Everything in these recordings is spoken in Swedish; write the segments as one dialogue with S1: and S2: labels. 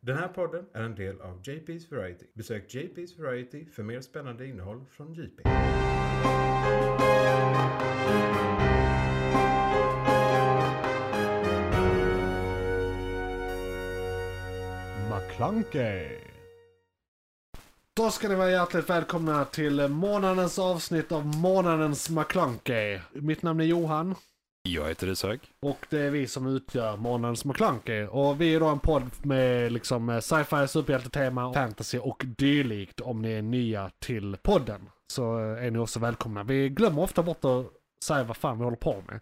S1: Den här podden är en del av JP's Variety. Besök JP's Variety för mer spännande innehåll från JP.
S2: McClunkey. Då ska ni vara hjärtligt välkomna till månadens avsnitt av månadens McClunkey. Mitt namn är Johan
S3: Jag heter Isak.
S2: och det är vi som utgör månadens McClunkey. Och vi är då en podd med liksom eh, sci-fi, superhjältetema, fantasy och dylikt om ni är nya till podden. Så eh, är ni också välkomna. Vi glömmer ofta bort att säga vad fan vi håller på med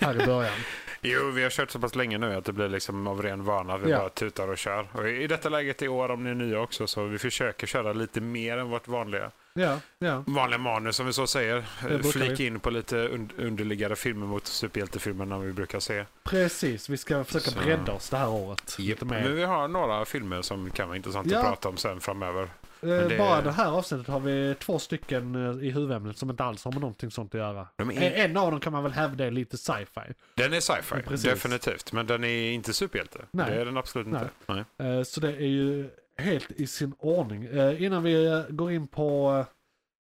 S2: här i början.
S3: Jo, vi har kört så pass länge nu att det blir liksom av ren vana. Vi
S2: Ja.
S3: bara tutar och kör. Och I detta läget i år, om ni är nya också, så vi försöker köra lite mer än vårt vanliga,
S2: Ja, ja.
S3: vanliga manus, som vi så säger.
S2: brukar
S3: Flika
S2: vi.
S3: in på lite und- underliggande filmer mot superhjältefilmerna vi brukar se.
S2: Precis, vi ska försöka
S3: Så.
S2: bredda oss det här året. Lite mer.
S3: Men vi har några filmer som kan vara intressanta
S2: Ja.
S3: att prata om sen framöver.
S2: Eh,
S3: det-
S2: Bara det här avsnittet har vi två stycken eh, i huvudämnet som inte alls har med någonting sånt att göra.
S3: De är-
S2: En- En av dem kan man väl hävda är lite sci-fi.
S3: Den är sci-fi,
S2: Precis.
S3: definitivt. Men den är inte superhjälte.
S2: Nej.
S3: Det är den absolut inte.
S2: Nej.
S3: Nej.
S2: Eh, Så det är ju helt i sin ordning. Eh, Innan vi eh, går in på eh,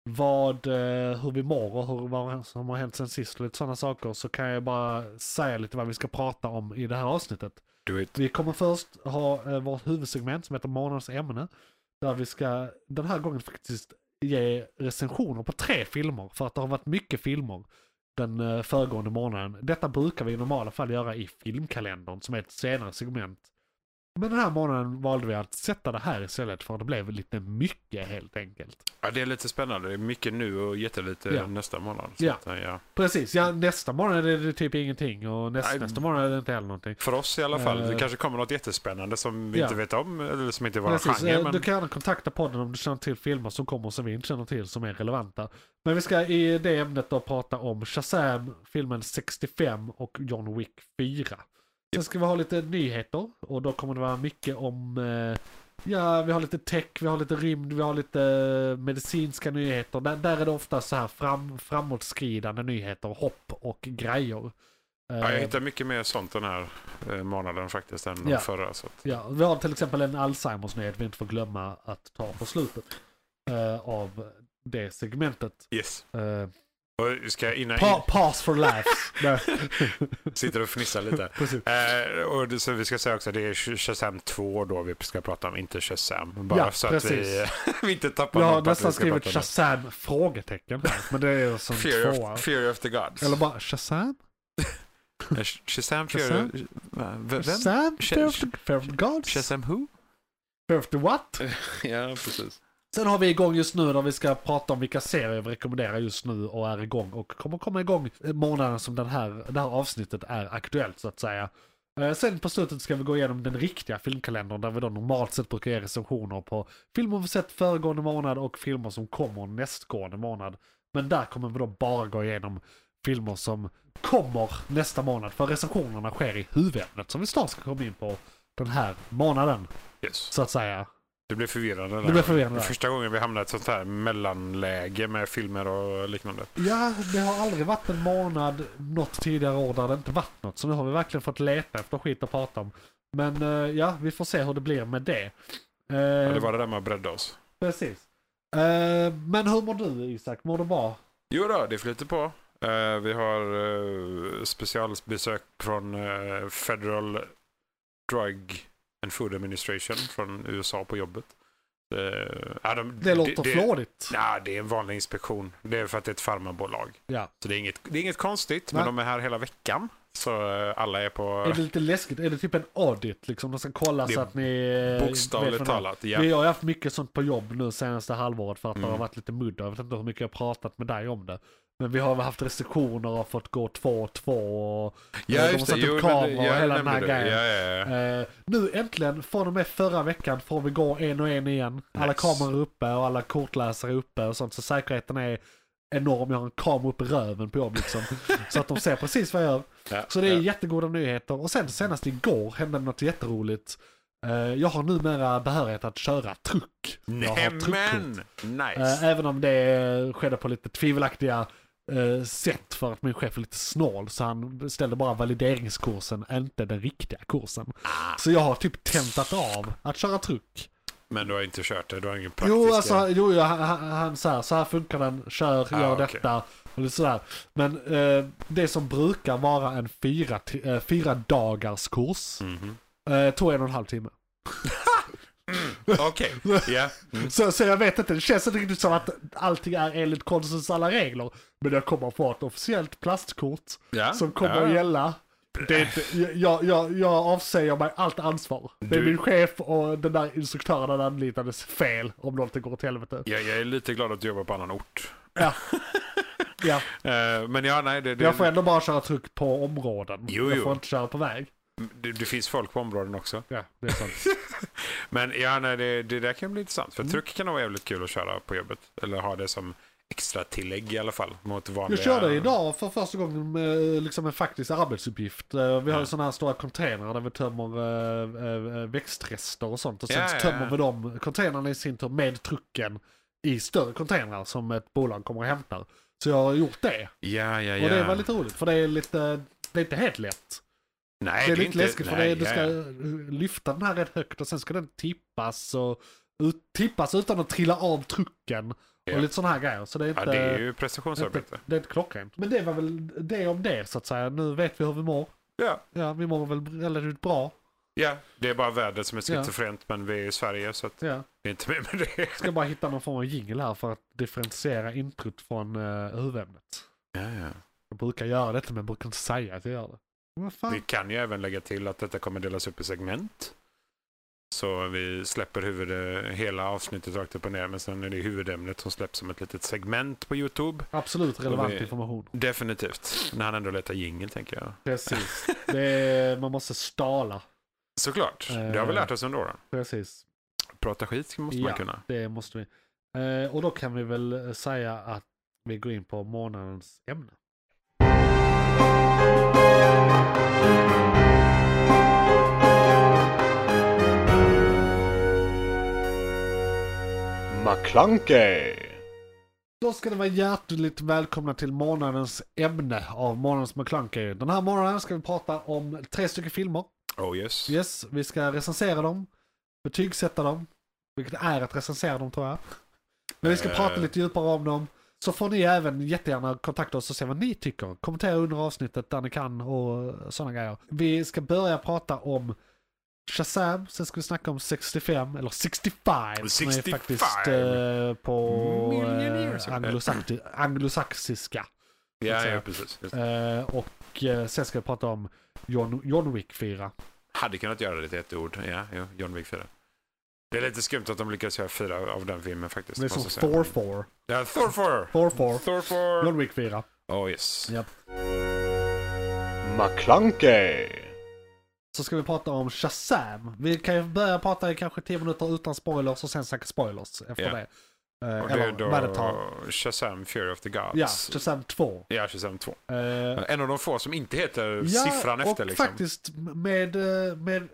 S2: vad, eh, hur vi mår och hur, vad som har hänt sen sist och lite sådana saker så kan jag bara säga lite vad vi ska prata om i det här avsnittet.
S3: Du vet,
S2: Vi kommer först ha eh, vårt huvudsegment som heter Månadens ämne. Där vi ska den här gången faktiskt ge recensioner på tre filmer. För att det har varit mycket filmer den eh, föregående månaden. Detta brukar vi i normala fall göra i filmkalendern som är ett senare segment. Men den här månaden valde vi att sätta det här istället för det blev lite mycket helt enkelt.
S3: ja, det är lite spännande. Det är mycket nu och jättelite
S2: Ja.
S3: nästa månad.
S2: Ja.
S3: att, eh, ja.
S2: Precis, ja nästa månad är det typ ingenting och näst,
S3: Nej.
S2: nästa månad är det inte heller någonting.
S3: För oss i alla fall.
S2: Eh.
S3: Det kanske kommer något jättespännande som vi
S2: Ja.
S3: inte vet om eller som inte är vår
S2: Precis, eh,
S3: genre. Men...
S2: Du kan gärna kontakta podden om du känner till filmer som kommer som vi inte känner till som är relevanta. Men vi ska i det ämnet då prata om Shazam, filmen 65 och John Wick 4. Sen ska vi ha lite nyheter och då kommer det vara mycket om eh, Ja, vi har lite tech, vi har lite rymd, vi har lite eh, medicinska nyheter. Där, där är det ofta så här fram, framåtskridande nyheter, hopp och grejer.
S3: Ja, jag
S2: Eh,
S3: hittar mycket mer sånt den här eh, månaden faktiskt än
S2: Ja.
S3: den förra. Så att...
S2: Ja, vi har till exempel en Alzheimers nyhet vi inte får glömma att ta på slutet eh, av det segmentet.
S3: Yes.
S2: Eh,
S3: Och vi ska innan
S2: pa- pass for laughs. Nej,
S3: sitter och fnissar lite.
S2: precis.
S3: Eh, och det, så vi ska säga också det är Sh- Shazam 2 då vi ska prata om, inte Shazam. Bara
S2: Ja,
S3: så att vi,
S2: precis.
S3: vi inte tappar
S2: Jag har
S3: någon på att vi
S2: nästan
S3: ska
S2: skrivit
S3: prata om det.
S2: Shazam? Frågetecken här, men det är som
S3: Fear
S2: tvåa.
S3: of, Fear of the Gods.
S2: Eller bara Shazam?
S3: Eh, Sh- Shazam, Fear
S2: Shazam?
S3: of... Sh- Vem?
S2: Shazam?
S3: Sh-
S2: Fear of the, fear of the gods?
S3: Shazam who?
S2: Fear of the what?
S3: ja, precis.
S2: Sen har vi igång just nu där vi ska prata om vilka serier vi rekommenderar just nu och är igång och kommer komma igång månaden som den här, det här avsnittet är aktuellt så att säga. Eh, Sen på slutet ska vi gå igenom den riktiga filmkalendern där vi då normalt sett brukar ge recensioner på filmer vi sett föregående månad och filmer som kommer nästgående månad. Men där kommer vi då bara gå igenom filmer som kommer nästa månad för recensionerna sker i huvudämnet som vi snart ska komma in på den här månaden
S3: Yes.
S2: så att säga.
S3: Det blir förvirrande. där.
S2: Det blir förvirrande.
S3: Det är första gången vi hamnar i ett sånt här mellanläge med filmer och liknande.
S2: Ja, det har aldrig varit en månad något tidigare år där det inte varit något. Så nu har vi verkligen fått leta efter skit att prata om. Men eh, ja, vi får se hur det blir med det. Eh,
S3: Ja, det var det där med att bredda oss.
S2: Precis. Eh, men hur mår du Isak? Mår du bra?
S3: Jo då, det flyter på. Eh, vi har eh, specialbesök från eh, Federal Drug and Food Administration från USA på jobbet. Eh, ja, de,
S2: Det låter flådigt.
S3: Nej, det är en vanlig inspektion. Det är för att det är ett farmabolag.
S2: Ja.
S3: Så det är inget, det är inget konstigt,
S2: Nej.
S3: men de är här hela veckan. Så eh, alla är på...
S2: Är det lite läskigt? Är det typ en audit liksom? De ska kolla
S3: Det är
S2: så att ni... eh, vet
S3: Bokstavligt
S2: vad ni-
S3: talat, ja.
S2: Vi har ju haft mycket sånt på jobb nu senaste halvåret för att det har
S3: Mm.
S2: varit lite mudd. Jag vet inte hur mycket jag har pratat med dig om det. Men vi har väl haft restriktioner och fått gå två och två och eh,
S3: Ja,
S2: de
S3: just
S2: har
S3: det.
S2: satt upp
S3: Jo,
S2: kameror
S3: men det-
S2: och
S3: ja, jag
S2: hela den här
S3: nämnde det.
S2: grejen.
S3: Ja, ja, ja.
S2: Eh, nu äntligen, från och med förra veckan får vi gå en och en igen. Alla
S3: Nice.
S2: kameror är uppe och alla kortläsare är uppe och sånt. Så säkerheten är enorm. Jag har en kamera upp i röven på jobb liksom. så att de ser precis vad jag gör.
S3: Ja,
S2: Så det är
S3: ja.
S2: jättegoda nyheter. Och sen senast igår hände något jätteroligt. Eh, jag har numera behörighet att köra truck. Jag har truckkort.
S3: Nämen! Nice.
S2: Eh, Även om det eh, skedde på lite tvivelaktiga eh, sätt för att min chef är lite snål så han beställde bara valideringskursen, inte den riktiga kursen. Så jag har typ tentat av att köra truck.
S3: Men du har inte kört det, du har ingen praktisk
S2: Jo, alltså, jo, jag- han, han så här, så här funkar den, kör,
S3: Ah,
S2: gör
S3: okej.
S2: detta och lite sådär. Men eh, det som brukar vara en fyra, ti- eh, fyra dagars kurs
S3: Mhm.
S2: eh, tog en och en halv timme.
S3: Okej, ja. Mm.
S2: Så, så jag vet inte, det känns inte riktigt som att allting är enligt konstens alla regler. Men jag kommer få ett officiellt plastkort
S3: ja.
S2: som kommer
S3: ja.
S2: att gälla. Det är inte, jag, jag, jag avsäger mig allt ansvar. Det är
S3: Du-
S2: min chef och den där instruktören han anlitades fel om någonting går åt helvete.
S3: Jag, jag är lite glad att du jobbar på annan ort.
S2: Ja. ja.
S3: Eh, men ja, nej, det, det,
S2: Jag får ändå bara köra tryck på områden.
S3: Jo,
S2: jag
S3: jo.
S2: får inte köra på väg.
S3: det, det finns folk på områden också.
S2: Ja, det är sant.
S3: Men ja, nej, det, det där kan bli intressant.
S2: Mm.
S3: För truck kan vara jävligt kul att köra på jobbet. Eller ha det som extra tillägg i alla fall. Mot vanliga...
S2: Jag körde idag för första gången med liksom en faktisk arbetsuppgift. Eh, Vi har ju sådana här stora containrar där vi tömmer eh, eh, växtrester och sånt. Och sen
S3: Ja,
S2: så
S3: ja,
S2: tömmer
S3: ja.
S2: vi de containrarna i sin tur med trucken i större containrar som ett bolag kommer och hämtar. Så jag har gjort det.
S3: Ja, ja, ja.
S2: Och det var lite roligt för det är lite, det är inte helt lätt.
S3: Nej,
S2: det är lite läskigt för det
S3: nej,
S2: är, du
S3: ja,
S2: ska
S3: ja.
S2: lyfta den här rätt högt och sen ska den tippas och ut, tippas utan att trilla av trucken.
S3: Ja.
S2: Och lite sådana här grejer. Så det är inte...
S3: Ja, det är ju
S2: Det,
S3: prestationsarbete.
S2: det är ett klockrent. Men det var väl det om det så att säga. Nu vet vi hur vi mår.
S3: Ja,
S2: Ja, vi mår väl relativt bra.
S3: ja. Det är bara vädret som är
S2: Ja.
S3: schizofrent, men vi är i Sverige så att
S2: Ja.
S3: det är inte med med det.
S2: Ska bara hitta någon form av jingel här för att differentiera introt från uh, huvudämnet.
S3: Ja, ja.
S2: Jag brukar göra detta men brukar inte säga att jag gör det. Men Vad
S3: Vi
S2: fan?
S3: kan ju även lägga till att detta kommer delas upp i segment. Så vi släpper huvud, hela avsnittet rakt upp och ner, men sen är det huvudämnet som släpps som ett litet segment på YouTube.
S2: Absolut relevant
S3: vi-
S2: information.
S3: Definitivt. När han ändå letar jingel, tänker jag.
S2: Precis. Det är, man måste stala.
S3: Såklart.
S2: Eh.
S3: Det har vi lärt oss under åren.
S2: Precis.
S3: Prata skit måste man
S2: Ja.
S3: kunna.
S2: Det måste vi. Eh, och då kan vi väl säga att vi går in på månadens ämne.
S3: McClunkey!
S2: Då ska ni vara hjärtligt välkomna till månadens ämne av månadens McClunky. Den här månaden ska vi prata om tre stycken filmer.
S3: Oh yes.
S2: Yes, vi ska recensera dem, betygsätta dem, vilket är att recensera dem tror jag. Men vi ska
S3: Eh.
S2: prata lite djupare om dem. Så får ni även jättegärna kontakta oss och se vad ni tycker. Kommentera under avsnittet där ni kan och sådana grejer. Vi ska börja prata om Shazam, sen ska vi snacka om 65, eller 65, som är
S3: 65.
S2: faktiskt eh, på
S3: Million years.
S2: eh, anglosakti- anglosaxiska.
S3: Ja,
S2: Så-
S3: ja, precis. Just.
S2: Eh, och eh, sen ska vi prata om John, John Wick 4.
S3: Hade kunnat göra det till ett ord. Ja, ja. John Wick 4. Det är lite skumt att de lyckades göra fyra av den filmen faktiskt.
S2: Det är som
S3: måste jag säga.
S2: Thor 4.
S3: Ja, Thor 4!
S2: Thor 4.
S3: Thor 4!
S2: John Wick 4.
S3: Oh yes.
S2: Japp.
S3: McClunkey!
S2: Så ska vi prata om Shazam. Vi kan ju börja prata i kanske 10 minuter utan spoilers och sen snacka spoilers efter
S3: Ja.
S2: det. Eh,
S3: Och det
S2: eller
S3: är
S2: vad det tar.
S3: då Shazam Fury of the Gods.
S2: Ja, Shazam 2.
S3: Ja, Shazam 2.
S2: Eh,
S3: En av de få som inte heter
S2: ja,
S3: siffran
S2: och
S3: efter liksom.
S2: faktiskt med, eh, med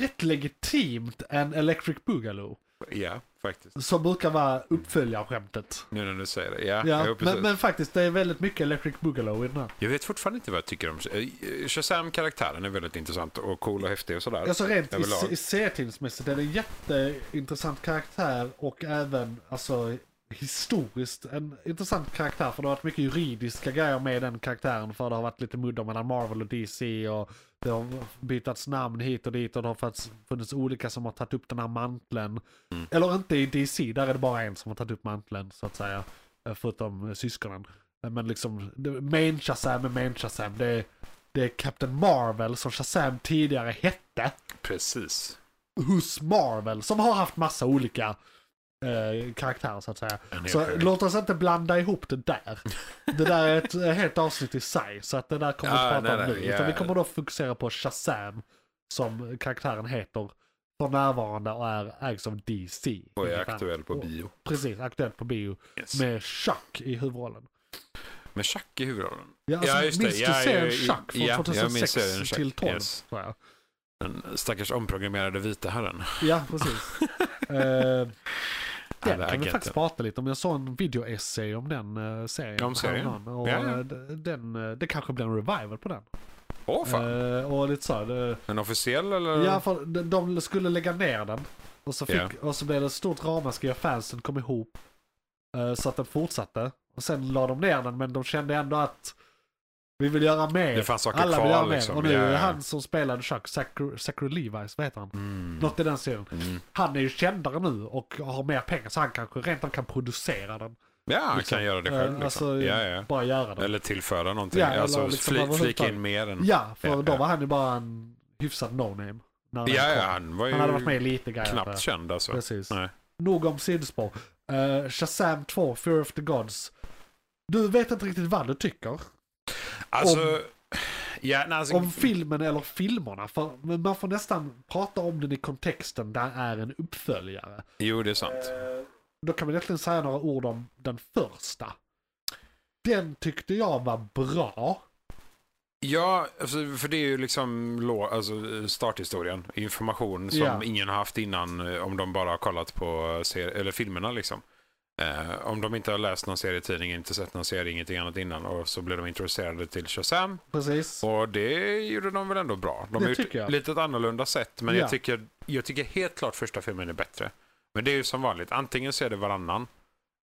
S2: rätt legitimt en Electric Boogaloo.
S3: Ja, faktiskt.
S2: Som brukar vara uppföljarskämtet.
S3: Nu när du säger det. Ja,
S2: Ja,
S3: jo, precis.
S2: men, men faktiskt det är väldigt mycket Electric Boogaloo i den här.
S3: Jag vet fortfarande inte vad jag tycker om eh, Shazam-karaktären är väldigt intressant och cool och häftig och sådär.
S2: Alltså rent i,
S3: Överlag.
S2: i serietidningsmässigt är det en jätteintressant karaktär och även alltså, historiskt en intressant karaktär. För det har varit mycket juridiska grejer med den karaktären. För det har varit lite mudder mellan Marvel och DC och det har bytats namn hit och dit och det har funnits- funnits olika som har tagit upp den här manteln. Eller inte i DC, där är det bara en som har tagit upp manteln så att säga. Eh, Förutom eh, syskonen. Eh, Men liksom, det- main Shazam är main Shazam. Det är, det är Captain Marvel som Shazam tidigare hette.
S3: Precis.
S2: Hus Marvel som har haft massa olika eh, karaktärer så att säga.
S3: En hel
S2: Så
S3: serie.
S2: låt oss inte blanda ihop det där. Det där är ett eh, helt avsnitt i sig så att det där kommer vi
S3: Ja,
S2: inte prata
S3: nej,
S2: om nu.
S3: nej, ja.
S2: Utan vi kommer då fokusera på Shazam som karaktären heter för närvarande och är ägs av DC.
S3: Och är
S2: Ungefär.
S3: aktuell på
S2: Och-
S3: bio.
S2: Precis, aktuellt på bio.
S3: Yes.
S2: Med Chuck i huvudrollen.
S3: Med Chuck i huvudrollen.
S2: Ja, alltså,
S3: Ja, just det.
S2: minns
S3: Ja,
S2: du
S3: ja,
S2: serien
S3: ja,
S2: Chuck från
S3: ja, jag
S2: 2006
S3: minns serien Chuck,
S2: till 12?
S3: yes.
S2: tror jag.
S3: Den stackars omprogrammerade vita herren.
S2: Ja, precis. Eh, Den
S3: Alla
S2: kan vi
S3: agenter.
S2: faktiskt prata lite om. Jag såg en videoessay om den eh, serien.
S3: Om serien?
S2: häromdagen. Och,
S3: Ja, ja.
S2: eh, d- Den, eh, det kanske blir en revival på den.
S3: Åh fan.
S2: Eh, och lite så här, det-
S3: En officiell eller?
S2: Ja, för de- de skulle lägga ner den. Och så, fick,
S3: Eh, Ja.
S2: och så blev det ett stort ramaskri och fansen kom ihop. eh, så att den fortsatte. Och sen la de ner den, men de kände ändå att vi vill göra mer.
S3: Det fanns saker
S2: Alla
S3: kvar,
S2: vill göra mer.
S3: liksom.
S2: Och nu
S3: Ja,
S2: är
S3: ja.
S2: han som spelade Chuck, Zachary, Zachary Levi's, vad heter han?
S3: Mm.
S2: Något i den serien.
S3: Mm.
S2: Han är ju kändare nu och har mer pengar så han kanske rent av kan producera den.
S3: Ja, han
S2: Liksom.
S3: kan göra det
S2: Eh,
S3: själv. Liksom.
S2: alltså,
S3: ja, ja.
S2: Bara göra den.
S3: Eller tillföra någonting.
S2: Ja, eller
S3: alltså
S2: liksom
S3: fli,
S2: överhuvudtaget.
S3: flika in mer än...
S2: Ja, för
S3: Ja,
S2: då
S3: ja.
S2: var han ju bara en hyfsad no-name. när den
S3: ja, ja,
S2: kom.
S3: han var ju
S2: Han hade varit med i lite grejer.
S3: knappt känd alltså.
S2: Precis.
S3: Nej.
S2: Nog om sidospår. Eh, Shazam 2, Fear of the Gods. Du vet inte riktigt vad du tycker
S3: Alltså... ja, nej, alltså
S2: om filmen eller filmerna. För men man får nästan prata om den i kontexten där är en uppföljare.
S3: Jo, det är sant.
S2: Då kan man egentligen säga några ord om den första. Den tyckte jag var bra.
S3: Ja, alltså, för det är ju liksom lå- alltså, starthistorien. Information som
S2: Ja.
S3: ingen har haft innan eh, om de bara har kollat på ser- eller filmerna. Liksom. Eh, om de inte har läst någon serietidning, inte sett någon serie, ingenting annat innan och så blev de introducerade till Shazam.
S2: Precis.
S3: Och det gjorde de väl ändå bra. De
S2: Det
S3: har gjort
S2: tycker jag.
S3: lite ett annorlunda sätt men
S2: Ja.
S3: jag, tycker, jag tycker helt klart första filmen är bättre. Men det är ju som vanligt, antingen så är det varannan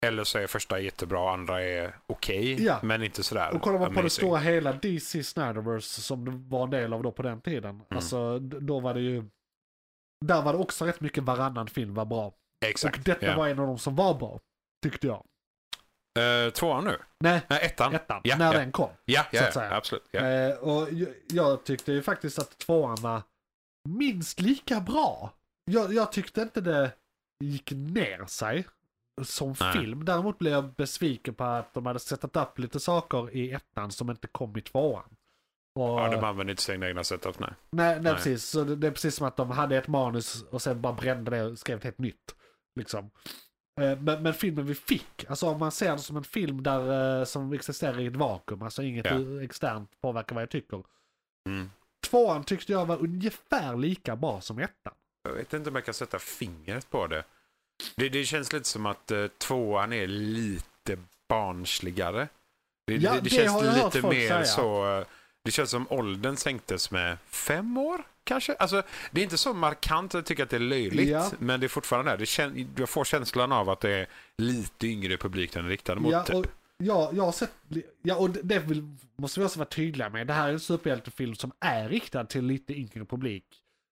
S3: eller så är första jättebra och andra är okej
S2: Ja.
S3: men inte sådär
S2: Och kollar man på det
S3: amazing.
S2: stora hela DC Snyderverse som det var en del av då på den tiden. Alltså d- då var det ju... Där var det också rätt mycket varannan film var bra.
S3: Exakt.
S2: Och detta
S3: ja.
S2: var en av de som var bra, tyckte jag.
S3: Eh, tvåan nu?
S2: Nej,
S3: Nej, ettan.
S2: ettan,
S3: Ja,
S2: när
S3: ja.
S2: den kom.
S3: Ja,
S2: så
S3: ja,
S2: att säga.
S3: ja absolut. Ja.
S2: Eh, och jag, jag tyckte ju faktiskt att tvåan var minst lika bra. Jag, jag tyckte inte det gick ner sig som
S3: Nej.
S2: film. Däremot blev jag besviken på att de hade sättat upp lite saker i ettan som inte kom i tvåan. Och,
S3: ja, de använder inte sina egna setup. Nej.
S2: nej, nej,
S3: nej.
S2: precis. Så det, det är precis som att de hade ett manus och sen bara brände det och skrev ett helt nytt. Liksom. Eh, Men, men filmen vi fick, alltså om man ser den som en film där, eh, som existerar i ett vakuum, alltså inget
S3: Ja.
S2: externt påverkar vad jag tycker.
S3: Mm.
S2: Tvåan tyckte jag var ungefär lika bra som ettan.
S3: Jag vet inte om jag kan sätta fingret på det. Det, det känns lite som att eh, tvåan är lite barnsligare. Det,
S2: Ja,
S3: det, det
S2: det
S3: känns
S2: har jag hört
S3: lite
S2: folk
S3: mer
S2: säga.
S3: så... eh, Det känns som åldern sänktes med fem år kanske. Alltså, det är inte så markant, jag tycker att det är löjligt.
S2: Ja.
S3: Men det är fortfarande där. Det kän, jag får känslan av att det är lite yngre publik den är riktad mot.
S2: Ja,
S3: typ.
S2: och, ja, jag har sett, ja, och det, det vill, måste vi också vara tydliga med. Det här är en superhjältefilm som är riktad till lite yngre publik.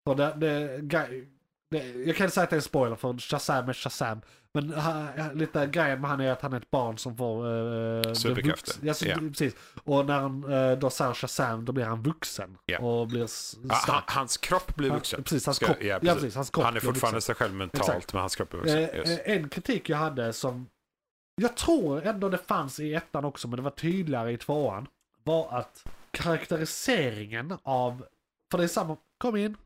S2: Och det, det, gre- det, jag kan inte säga att det är en spoiler för Shazam är Shazam. Men ha, lite grejen med han är att han är ett barn som får... eh, bli
S3: Superkrafter.
S2: vux- Ja, så-
S3: Ja.
S2: precis. Och när han eh, då säger Shazam då blir han vuxen.
S3: Ja. Ah,
S2: Och blir s-
S3: Ja, han,
S2: stark.
S3: hans kropp blir
S2: Han-
S3: vuxen.
S2: precis, hans
S3: Ska-
S2: kropp- ja, precis, hans kropp
S3: han är
S2: blir
S3: fortfarande
S2: vuxen.
S3: sig själv mentalt,
S2: Exakt.
S3: men hans kropp är vuxen.
S2: Eh,
S3: Yes.
S2: eh, En kritik jag hade som jag tror ändå det fanns i ettan också men det var tydligare i tvåan var att karaktäriseringen av, för det är samma, kom in,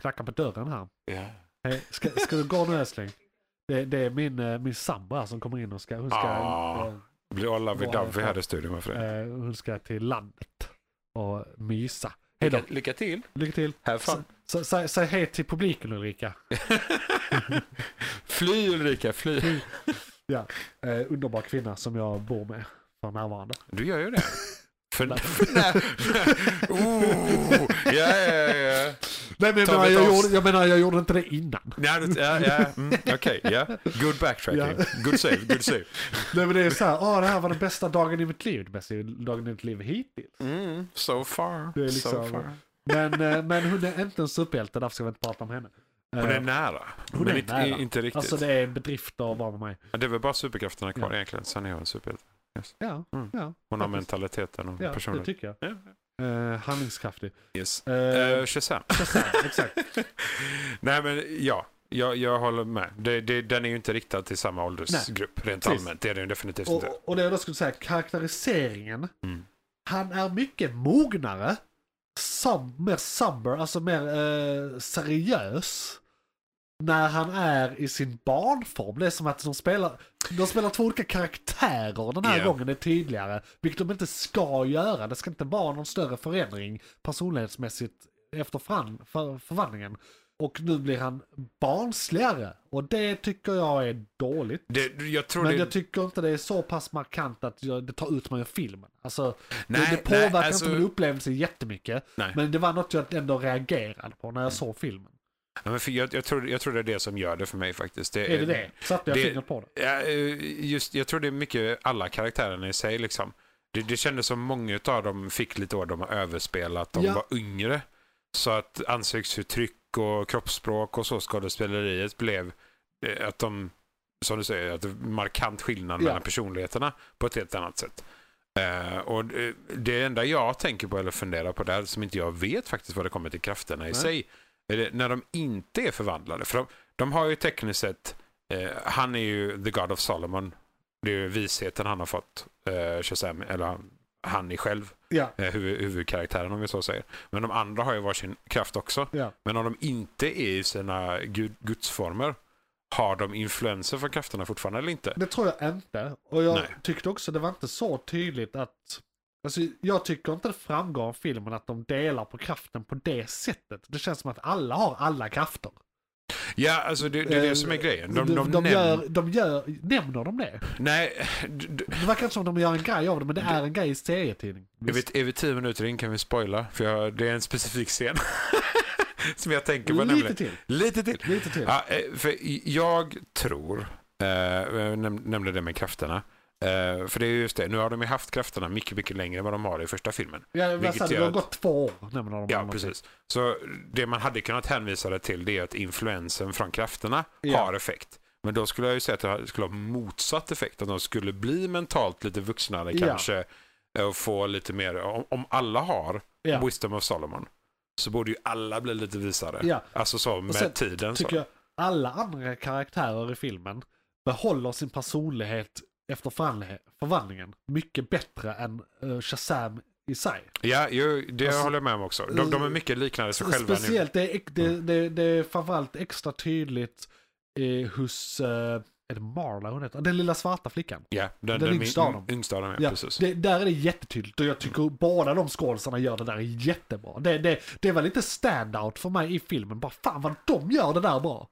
S2: knacka på dörren här.
S3: Ja.
S2: Hej, Ska, ska du gå nu älskling? Det, det är min, eh, min sambo här som kommer in och ska, hon ska,
S3: Ah. Blir all lovey
S2: Vad
S3: dovey
S2: har-
S3: här i studion, varför
S2: eh,
S3: det?
S2: eh, hon ska till landet och mysa. Hej då,
S3: Lycka till.
S2: lycka till.
S3: Have
S2: Så-
S3: fun.
S2: så- Säg säg hej till publiken Ulrika.
S3: Fly Ulrika, fly.
S2: Ja, eh, underbar kvinna som jag bor med för närvarande.
S3: Du gör ju det. För, för när... oh, ja, ja, ja.
S2: Nej men jag
S3: Ta
S2: menar
S3: mig
S2: jag,
S3: ett
S2: gjorde,
S3: avs-
S2: jag menar jag gjorde inte det innan.
S3: Nej, du- ja, ja. Mm, Okej, ja. Good backtracking. Good save, good save.
S2: Nej men det är så här, åh det här var den bästa dagen i mitt liv. Den bästa dagen i mitt liv hittills.
S3: Mm, so far.
S2: Det är
S3: so
S2: liksom-
S3: far.
S2: Men, eh, men hon är inte en superhjälte, därför ska vi inte prata om henne. Eh,
S3: Hon är nära.
S2: hon
S3: men
S2: är
S3: inte,
S2: nära.
S3: inte riktigt.
S2: Alltså det är bedrifter att vara med mig.
S3: Det är väl bara superkrafterna kvar egentligen. Sen är hon superhjälte.
S2: Ja,
S3: Mm.
S2: ja.
S3: Hon har
S2: faktiskt.
S3: mentaliteten och
S2: Ja, det
S3: personligheten.
S2: tycker jag.
S3: Ja,
S2: Eh, handlingskraftig.
S3: Yes.
S2: Eh,
S3: Eh, Shazam.
S2: Shazam, exakt.
S3: Nej men ja, jag, jag håller med. Det, det, den är ju inte riktad till samma åldersgrupp rent
S2: Precis.
S3: allmänt. Det är den ju definitivt inte.
S2: Och, och det jag då skulle säga, karaktäriseringen.
S3: Mm.
S2: Han är mycket mognare. Som, mer somber, alltså mer eh, seriös. När han är i sin barnform. Det är som att de spelar, de spelar två olika karaktärer den här
S3: Ja.
S2: gången, det är tydligare. Vilket de inte ska göra. Det ska inte vara någon större förändring personlighetsmässigt efter fram, för, förvandlingen. Och nu blir han barnsligare. Och det tycker jag är dåligt.
S3: Det, jag tror
S2: Men
S3: det,
S2: jag tycker inte det är så pass markant att jag, det tar ut mig ur filmen. Alltså,
S3: Nej,
S2: det, det påverkar
S3: nej, alltså-
S2: inte min upplevelse jättemycket.
S3: Nej. Mm.
S2: Men det var något jag ändå reagerade på när jag såg filmen.
S3: Ja, men för jag, jag, tror, jag tror det är det som gör det för mig faktiskt.
S2: Är det det? Satte jag
S3: Eh, det-
S2: fingret på det?
S3: Ja, eh, just, jag tror det är mycket alla karaktärerna i sig. Liksom. Det, det kändes som många av dem fick lite år de har överspelat. De
S2: Ja.
S3: var yngre. Så att ansiktsuttryck och kroppsspråk och så skådespeleriet blev eh, att de, som du säger, att det är markant skillnad
S2: Ja.
S3: mellan personligheterna på ett helt annat sätt. Eh, och det- Det enda jag tänker på eller funderar på där som inte jag vet faktiskt vad det kommer till krafterna i
S2: Nej.
S3: sig. Är det när de inte är förvandlade. För de, de har ju tekniskt sett, eh, han är ju the God of Solomon. Det är ju visheten han har fått, eh, Shazam, eller han- han är själv,
S2: Ja,
S3: eh, huvud, huvudkaraktären om vi så säger. Men de andra har ju varsin kraft också.
S2: ja.
S3: Men om de inte är i sina gud, gudsformer, har de influenser från krafterna fortfarande eller inte?
S2: Det tror jag inte. Och jag
S3: Nej.
S2: tyckte också det var inte så tydligt att... Alltså, jag tycker inte det framgår av filmen att de delar på kraften på det sättet. Det känns som att alla har alla krafter.
S3: Ja, alltså det, det är
S2: Eh,
S3: det som är grejen. De,
S2: de,
S3: de,
S2: de
S3: nämn-
S2: gör, de gör, nämner de det?
S3: Nej, d- d-
S2: Det verkar inte som de gör en grej av det, men det är en grej i serietidning.
S3: är vi, är vi tio minuter in kan vi spoila. För jag, det är en specifik scen. som jag tänker på
S2: Lite
S3: nämligen.
S2: till,
S3: Lite till.
S2: lite till.
S3: Ja, eh, för jag tror, eh, jag näm nämnde det med krafterna. Eh, för det är just det, nu har de ju haft krafterna mycket, mycket längre än vad de har i första filmen.
S2: Ja, jag
S3: vilket
S2: sa, det
S3: gör
S2: har
S3: att-
S2: gått två år, nämner de.
S3: Ja,
S2: annars.
S3: precis. Så det man hade kunnat hänvisa det till det är att influensen från krafterna
S2: Ja.
S3: har effekt. Men då skulle jag ju säga att det skulle ha motsatt effekt. Att de skulle bli mentalt lite vuxnare
S2: Ja.
S3: kanske. eh, Och få lite mer, om, om alla har
S2: Ja.
S3: Wisdom of Solomon. Så borde ju alla bli lite visare.
S2: Ja.
S3: Alltså så med
S2: sen
S3: tiden. Så.
S2: Tycker jag, alla andra karaktärer i filmen behåller sin personlighet efter förvandling- förvandlingen mycket bättre än eh, Shazam i sig.
S3: Ja, ju, det
S2: Alltså,
S3: håller jag med om också. De, de är Mm. mycket liknande sig själva
S2: Speciellt, det är, det, det, det är framförallt extra tydligt eh, hos, eh, är det Marla hon heter? Den lilla svarta flickan.
S3: nu. Ja, den,
S2: den
S3: den
S2: yngsta av dem.
S3: Yngsta av dem, ja,
S2: Ja,
S3: precis.
S2: det, där är det jättetydligt och jag tycker båda de skådisarna gör det där jättebra. Det, det, det var lite standout för mig i filmen. Bara fan vad de gör det där bra.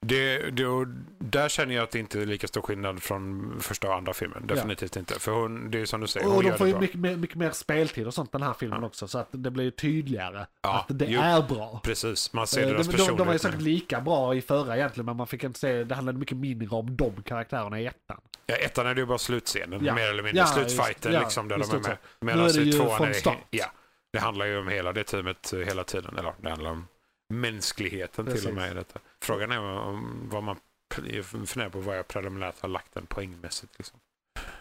S3: Det, det, och där känner jag att det inte är lika stor skillnad från första och andra filmen. Definitivt inte. För hon, det är som du säger,
S2: Och
S3: hon
S2: de
S3: gör
S2: får
S3: det
S2: ju
S3: bra.
S2: mycket, mer- mycket mer speltid och sånt den här filmen också. Så att det blir ju tydligare
S3: Ja,
S2: att det
S3: jo.
S2: är bra.
S3: Precis, man
S2: Eh,
S3: ser
S2: De,
S3: deras
S2: de, de var ju
S3: personlighet.
S2: säkert
S3: nu.
S2: lika bra i förra egentligen men man fick inte se, det handlade mycket mindre om de karaktärerna i ettan.
S3: Ja, ettan är det ju bara slutscenen,
S2: Ja.
S3: mer eller mindre.
S2: Ja,
S3: slutfighten
S2: just- ja,
S3: liksom, där
S2: i
S3: de är
S2: stort
S3: med.
S2: sett.
S3: Medan
S2: Nu är det
S3: i
S2: ju
S3: tvåan
S2: från
S3: är det,
S2: start.
S3: ja, det handlar ju om hela det teamet eh, hela tiden. Eller det handlar om mänskligheten till och
S2: Precis.
S3: med i detta. Frågan är om vad man jag funderar på vad jag preliminärt har lagt den poängmässigt. Liksom.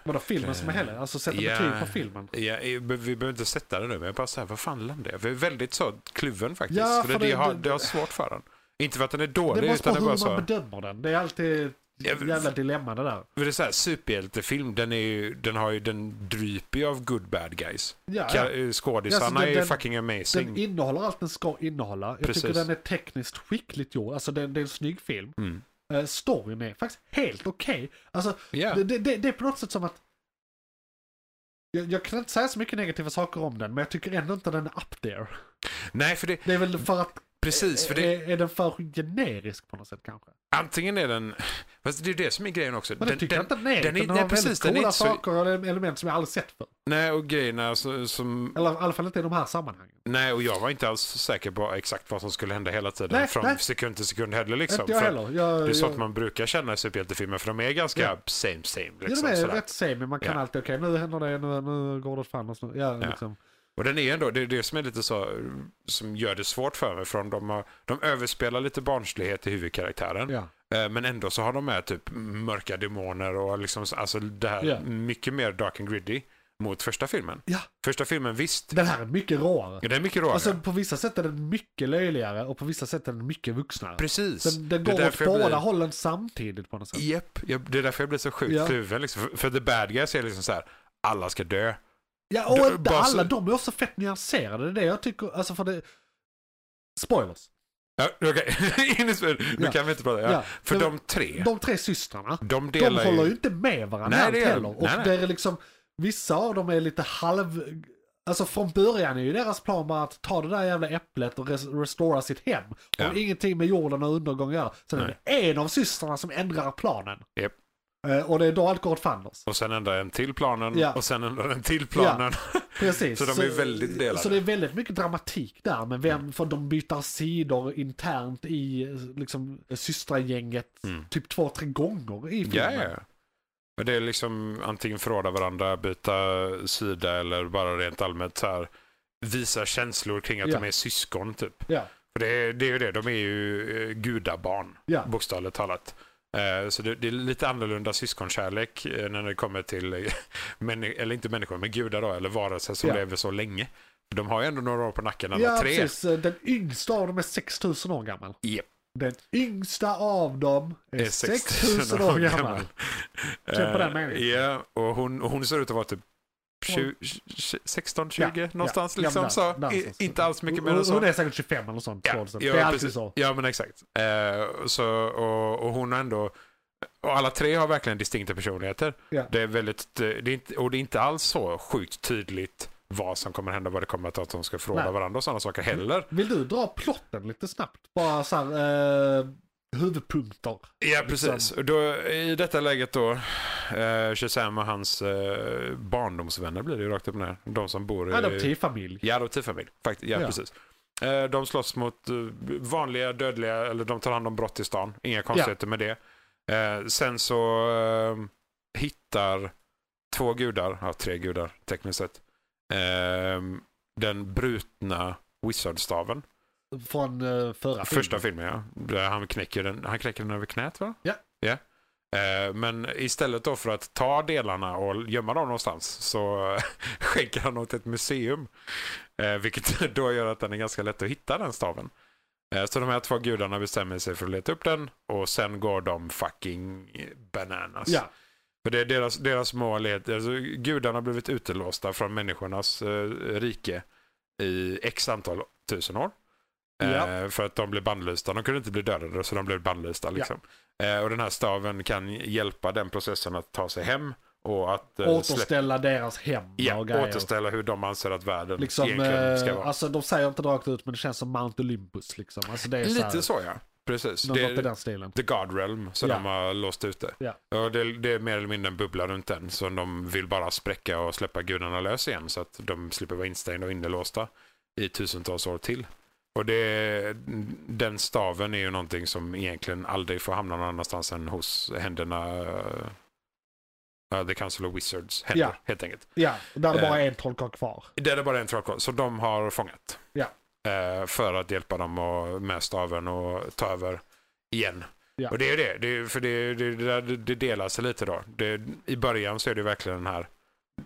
S2: Vadå filmen som
S3: Eh,
S2: helhet? Alltså sätta
S3: ja.
S2: betyg på filmen?
S3: Ja, eh, vi behöver inte sätta det nu, men jag bara säger, vad fan landar jag? Jag är väldigt så kluven faktiskt.
S2: Ja,
S3: för det,
S2: för
S3: det,
S2: det-
S3: jag har,
S2: det-
S3: det har svårt för den. Inte för att den är
S2: Det
S3: dålig,
S2: beror på
S3: utan det är bara
S2: hur
S3: så.
S2: man bedömer den. Det är alltid
S3: Ja,
S2: ett
S3: för-
S2: jävla dilemma det där.
S3: För det är så här, superhjältefilm, den, är ju, den, har ju, den dryper ju av good bad guys.
S2: Ja, ja.
S3: Ka- eh, Skådisarna
S2: Ja, så den-
S3: är ju
S2: den-
S3: fucking
S2: Den
S3: amazing.
S2: innehåller allt den ska innehålla. Jag
S3: Precis.
S2: tycker den är tekniskt skickligt gjord. Alltså det, det är en snygg film.
S3: Mm.
S2: Eh, storyn är faktiskt helt okej. Alltså
S3: Ja.
S2: det, det, det, det är på något sätt som att... Jag, jag kan inte säga så mycket negativa saker om den, men jag tycker ändå inte den är up there.
S3: Nej, för det,
S2: Det är väl för att...
S3: precis. För det,
S2: Är, är den för generisk på något sätt kanske?
S3: antingen är den... Fast det är ju det som är grejen också.
S2: eh. Men det tycker jag inte den är.
S3: den
S2: Den,
S3: är-
S2: den har
S3: nej,
S2: väldigt
S3: precis, den är
S2: coola
S3: inte så-
S2: saker och element som jag aldrig sett förr.
S3: Nej, och grejerna så, som...
S2: Eller i alla fall inte i de här sammanhangen.
S3: Nej, och jag var inte alls säker på exakt vad som skulle hända hela tiden.
S2: Nej,
S3: från
S2: nej.
S3: sekund till sekund heller liksom.
S2: inte jag
S3: För att
S2: heller. Jag,
S3: Det är så
S2: jag,
S3: att man brukar känna i superhjältefilmer, för de är ganska
S2: Ja.
S3: same same.
S2: Ja,
S3: Liksom,
S2: de är
S3: sådär.
S2: rätt same, men man kan
S3: Ja.
S2: alltid, okej nu händer det, nu, nu går det fan och så. Ja,
S3: Ja.
S2: Liksom.
S3: Och den är ändå, det är det som är lite så, som gör det svårt för mig. För de, har, de överspelar lite barnslighet i huvudkaraktären.
S2: ja.
S3: Eh, Men ändå så har de med typ mörka demoner och liksom, så- alltså det här
S2: Ja.
S3: mycket mer dark and gritty mot första filmen.
S2: Ja.
S3: Första filmen visst,
S2: Den här är mycket råare.
S3: den är mycket råare.
S2: Alltså på vissa sätt är den mycket löjligare och på vissa sätt är den mycket vuxnare.
S3: Precis.
S2: Den, den
S3: Det
S2: alltså,
S3: är
S2: går åt
S3: därför jag
S2: båda
S3: blir-
S2: hållen samtidigt på något sätt.
S3: Japp, jag, det är därför jag blir så sjukt
S2: Ja.
S3: kluven. Liksom. För, för the bad guys är liksom så här, alla ska dö.
S2: Ja, och
S3: Det-
S2: inte
S3: bara så-
S2: alla, de är också fett nyanserade. Det är det jag tycker, alltså för det... Spoilers.
S3: Ja, Okej, in i spel. Nu
S2: Ja.
S3: kan vi inte prata. Ja.
S2: Ja.
S3: För
S2: Men-
S3: de tre,
S2: De tre systrarna,
S3: de
S2: de
S3: delar
S2: håller
S3: ju...
S2: ju inte med varandra
S3: Nej,
S2: allt
S3: det gör de.
S2: heller. Och
S3: Nej, nej.
S2: det är liksom, vissa av dem är lite halv... Alltså från början är ju deras plan bara att ta det där jävla äpplet och res- restora sitt hem.
S3: Ja.
S2: Har ingenting med jorden och undergång att göra. Sen är det en av systrarna som ändrar planen.
S3: Japp.
S2: Eh, Och det är då allt går åt fanders.
S3: Och sen ändrar den till planen
S2: Ja.
S3: och sen ändrar den till planen.
S2: Precis.
S3: Så de är ju väldigt delade.
S2: Så det är väldigt mycket dramatik där. Men vem, för de byter sidor internt i liksom, systragänget
S3: Mm.
S2: typ två, tre gånger i
S3: Ja,
S2: filmen.
S3: ja. ja. Men det är liksom antingen förråda varandra, byta sida eller bara rent allmänt så här visa känslor kring att
S2: Ja.
S3: de är syskon typ.
S2: Ja.
S3: För det är, det är ju det, de är ju eh, gudabarn,
S2: Ja.
S3: bokstavligt talat. Eh, Så det, det är lite annorlunda syskonkärlek eh, när det kommer till, eh, männi- eller inte människor, men gudar då, eller varelser som
S2: Ja.
S3: lever så länge. De har ju ändå några år på nacken alla
S2: ja,
S3: tre.
S2: precis. Eh, Den yngsta av dem är 6000 år gammal.
S3: Japp.
S2: Den yngsta av dem är,
S3: eh,
S2: 6000 år gammal. Kläm på den meningen.
S3: Eh, Ja, och hon, och hon ser ut att vara typ 16-20
S2: Ja,
S3: någonstans.
S2: ja. Ja,
S3: liksom,
S2: men
S3: så.
S2: där- där
S3: I,
S2: någonstans.
S3: inte alls mycket mer
S2: Hon-
S3: än så.
S2: Hon är säkert 25 eller något sånt.
S3: Ja,
S2: 12 sånt.
S3: ja,
S2: det är alltid
S3: precis.
S2: så.
S3: Ja, men exakt. Eh, så, och, och hon har ändå... Och alla tre har verkligen distinkta personligheter.
S2: Ja.
S3: Det är väldigt, det är inte, och det är inte alls så sjukt tydligt vad som kommer hända, vad det kommer att ta, att de ska fråga
S2: Nej. Mm.
S3: varandra och sådana saker heller.
S2: Vill du dra plotten lite snabbt? Bara så här, eh, huvudpunkter.
S3: Ja,
S2: Liksom.
S3: precis. Och Då, I detta läget då, eh, Shazam och hans eh, barndomsvänner blir det ju rakt upp och ner. De som bor i...
S2: Adoptivfamilj.
S3: Ja, adoptivfamilj. Fakt- ja,
S2: Ja.
S3: precis. Eh, de slåss mot eh, vanliga dödliga, eller de tar hand om brott i stan. Inga konstigheter med det. Eh, sen så eh, hittar två gudar, ja tre gudar tekniskt sett, eh, den brutna wizardstaven.
S2: Från eh, förra
S3: Första filmen ja. Där han, knäcker den, han knäcker den över knät va?
S2: Ja.
S3: ja. Eh, men istället då för att ta delarna och gömma dem någonstans så skänker han åt ett museum. Eh, vilket då gör att den är ganska lätt att hitta den staven. Eh, så de här två gudarna bestämmer sig för att leta upp den och sen går de fucking bananas.
S2: Ja,
S3: För det är deras, deras mål är att alltså, gudarna har blivit utelåsta från människornas eh, rike i x antal tusen år. Eh,
S2: Ja.
S3: För att de blev bannlysta. De kunde inte bli dödade så de blev bannlysta. Liksom. Eh, och den här staven kan hjälpa den processen att ta sig hem och att eh, släppa,
S2: återställa deras hem
S3: ja,
S2: och grejer.
S3: återställa hur de anser att världen
S2: Liksom,
S3: egentligen ska
S2: eh,
S3: vara.
S2: alltså de säger inte rakt ut men det känns som Mount Olympus liksom. Alltså det är så här,
S3: Lite så ja, precis.
S2: något
S3: Det-
S2: i den stilen.
S3: The God Realm som
S2: Ja.
S3: de har låst ute.
S2: Ja.
S3: Och det, det är mer eller mindre en bubbla runt den som de vill bara spräcka och släppa gudarna lös igen så att de slipper vara instängda och inlåsta i tusentals år till. Och det, den staven är ju någonting som egentligen aldrig får hamna någon annanstans än hos händerna uh, The Council of Wizards händer,
S2: Ja.
S3: helt enkelt.
S2: Ja, och där är det bara
S3: Eh.
S2: en trollkarl kvar.
S3: Det är bara en trollkarl som de har fångat.
S2: Ja.
S3: Eh, för att hjälpa dem och, med staven och ta över igen.
S2: Ja.
S3: Och det är ju det, det, är- för det, det, det, där- det delar sig lite då. Det, I början så är det verkligen den här,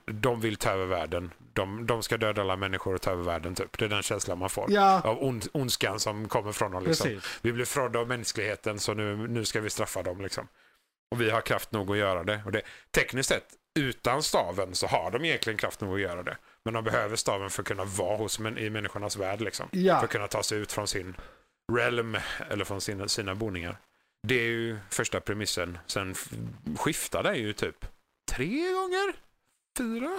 S3: de vill ta över världen. De, de ska döda alla människor och ta över världen typ. Det är den känslan man får.
S2: Ja,
S3: Av ond, ondskan som kommer från dem. Liksom.
S2: precis.
S3: Vi blev frådda av mänskligheten så nu, nu ska vi straffa dem. Liksom. Och vi har kraft nog att göra det. Och det. Tekniskt sett, utan staven så har de egentligen kraft nog att göra det. Men de behöver staven för att kunna vara hos, män- i människornas värld. Liksom. För
S2: Ja,
S3: att kunna ta sig ut från sin realm eller från sina, sina boningar. Det är ju första premissen. Sen f- skiftar det ju typ tre gånger? Fyra?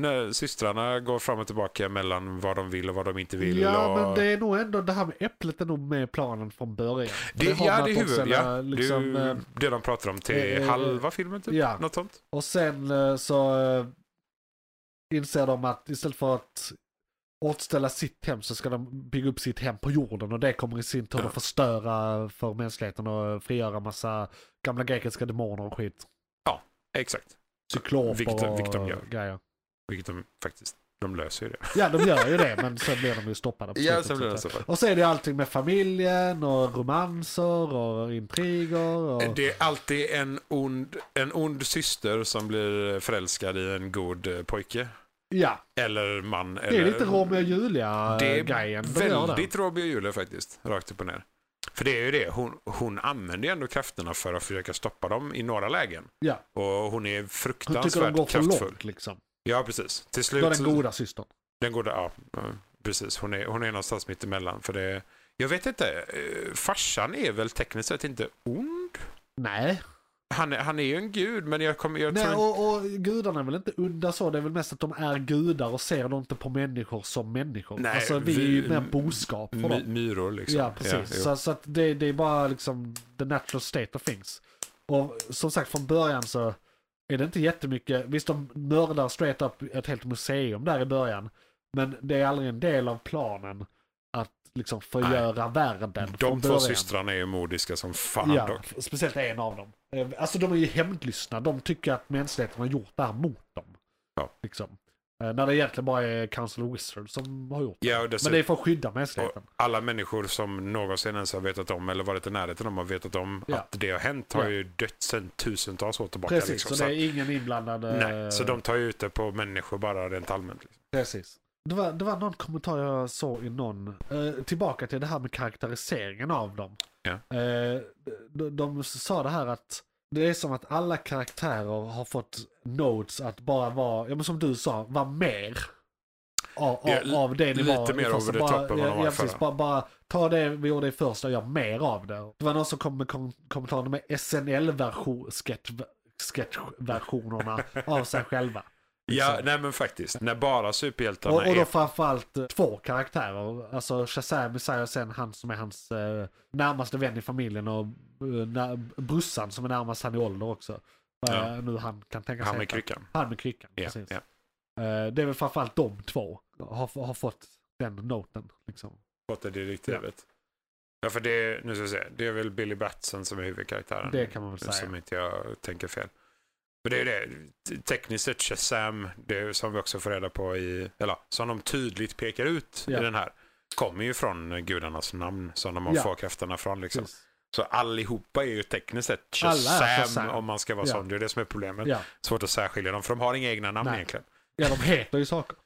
S3: När systrarna går fram och tillbaka mellan vad de vill och vad de inte vill.
S2: ja
S3: och...
S2: men det är nog ändå det här med äpplet är nog med i planen från början.
S3: Det,
S2: har
S3: ja,
S2: man
S3: det är
S2: att
S3: huvud,
S2: omställa,
S3: ja.
S2: liksom,
S3: det, är
S2: eh,
S3: ju det de pratar om till
S2: eh, eh,
S3: halva filmen typ.
S2: ja.
S3: Något sånt.
S2: Och sen eh, så eh, inser de att istället för att återställa sitt hem så ska de bygga upp sitt hem på jorden och det kommer i sin tur
S3: Ja.
S2: att förstöra för mänskligheten och frigöra massa gamla grekiska demoner och skit.
S3: Exakt.
S2: Cykloper
S3: Vilket-
S2: och
S3: vilket de gör.
S2: grejer.
S3: Vilket de faktiskt, de löser ju det.
S2: Ja, de gör ju det men sen blir de ju stoppade. på slutet, så att säga.
S3: så.
S2: Och så är det allting med familjen och romanser och intriger. Och...
S3: Det är alltid en ond, en ond syster som blir förälskad i en god eh, pojke.
S2: Ja,
S3: Eller man.
S2: det är
S3: eller...
S2: lite Romeo och eh, Julia-grejen.
S3: Det är väldigt Romeo och Julia faktiskt. Rakt upp och ner. För det är ju det, hon, hon använder ju ändå krafterna för att försöka stoppa dem i några lägen.
S2: Ja.
S3: Och hon är
S2: Hon tycker de
S3: fruktansvärt
S2: går för
S3: kraftfull.
S2: långt liksom.
S3: Ja, precis. Till
S2: Det
S3: slut
S2: var
S3: så-
S2: den goda systern.
S3: Den går där, ja. ja, Precis, hon är, hon är någonstans mitt emellan. För det, jag vet inte, eh, farsan är väl tekniskt sett inte ond?
S2: Nej,
S3: Han, är- han är ju en gud, men jag kommer... Jag tror
S2: Nej,
S3: inte-
S2: och, och gudarna är väl inte onda så, det är väl mest att de är gudar och ser de inte på människor som människor.
S3: Nej,
S2: alltså vi, är
S3: vi-
S2: ju mer boskap för
S3: My,
S2: dem.
S3: myror liksom.
S2: Ja, precis.
S3: jo.
S2: så så att det, det är bara liksom the natural state of things. Och som sagt från början så är det inte jättemycket, visst de mördar straight up ett helt museum där i början. Men det är aldrig en del av planen att liksom förgöra världen från
S3: De två
S2: början.
S3: systrarna är ju modiska som fan
S2: Ja,
S3: dock.
S2: speciellt en av dem. Eh, Alltså de är ju hämndlystna. De tycker att mänskligheten har gjort det här mot dem.
S3: Ja.
S2: Liksom. Eh, När det egentligen bara är Council of Wizards som har gjort det.
S3: Ja, och
S2: Men
S3: dessutom,
S2: det är för att skydda
S3: och
S2: mänskligheten.
S3: alla människor som någonsin ens har vetat om eller varit i närheten om har vetat om
S2: Ja.
S3: att det har hänt har
S2: Ja.
S3: ju dött sedan tusentals år tillbaka.
S2: Precis,
S3: liksom.
S2: så det
S3: att-
S2: är ingen inblandad. eh,
S3: Nej, så de tar ju ut det på människor bara rent allmänt. Liksom.
S2: Precis. Det var, det var någon kommentar jag såg i någon, eh, tillbaka till det här med karaktäriseringen av dem.
S3: Ja.
S2: Eh, de, de sa det här att det är som att alla karaktärer har fått notes att bara vara, ja men som du sa, vara mer av, av,
S3: Ja, l-
S2: av det ni
S3: lite
S2: var. i
S3: mer
S2: första.
S3: over the
S2: Bara-
S3: top än vad de
S2: ja,
S3: var
S2: ja,
S3: i
S2: precis,
S3: förra.
S2: bara, bara ta det vi gjorde i första och gör mer av det. Det var någon som kom med kom, kommentarer med SNL-sketchversionerna av sig själva.
S3: Ja,
S2: Liksom.
S3: nej men faktiskt. När bara superhjältarna
S2: Och, och då
S3: är...
S2: framförallt eh, två karaktärer. Alltså Shazam säger sen han som är hans eh, närmaste vän i familjen och eh, na, brussan som är närmast han i ålder också. Vad
S3: Ja.
S2: nu han kan tänka sig
S3: Han med
S2: heta.
S3: kryckan.
S2: Han med kryckan,
S3: Ja,
S2: precis.
S3: ja.
S2: Eh, det är väl framförallt de två har, har fått den noten. Liksom.
S3: Fått det direktivet. Ja. för det är, nu ska jag säga, det är väl Billy Batson som är huvudkaraktären.
S2: Det kan man väl säga.
S3: Som inte jag tänker fel. För det är ju det, T- tekniskt sett Shazam, det är som vi också får reda på i, eller som de tydligt pekar ut
S2: Ja.
S3: i den här, kommer ju från gudarnas namn som de har
S2: Ja.
S3: får krafterna från. Liksom.
S2: Precis.
S3: Så allihopa är ju tekniskt sett
S2: Alla är
S3: Shazam,
S2: Shazam.
S3: om man ska vara
S2: Ja.
S3: sån. Det är det som är problemet.
S2: Ja.
S3: Svårt att särskilja dem, för de har inga egna namn
S2: Nej.
S3: egentligen.
S2: ja, de heter ju saker.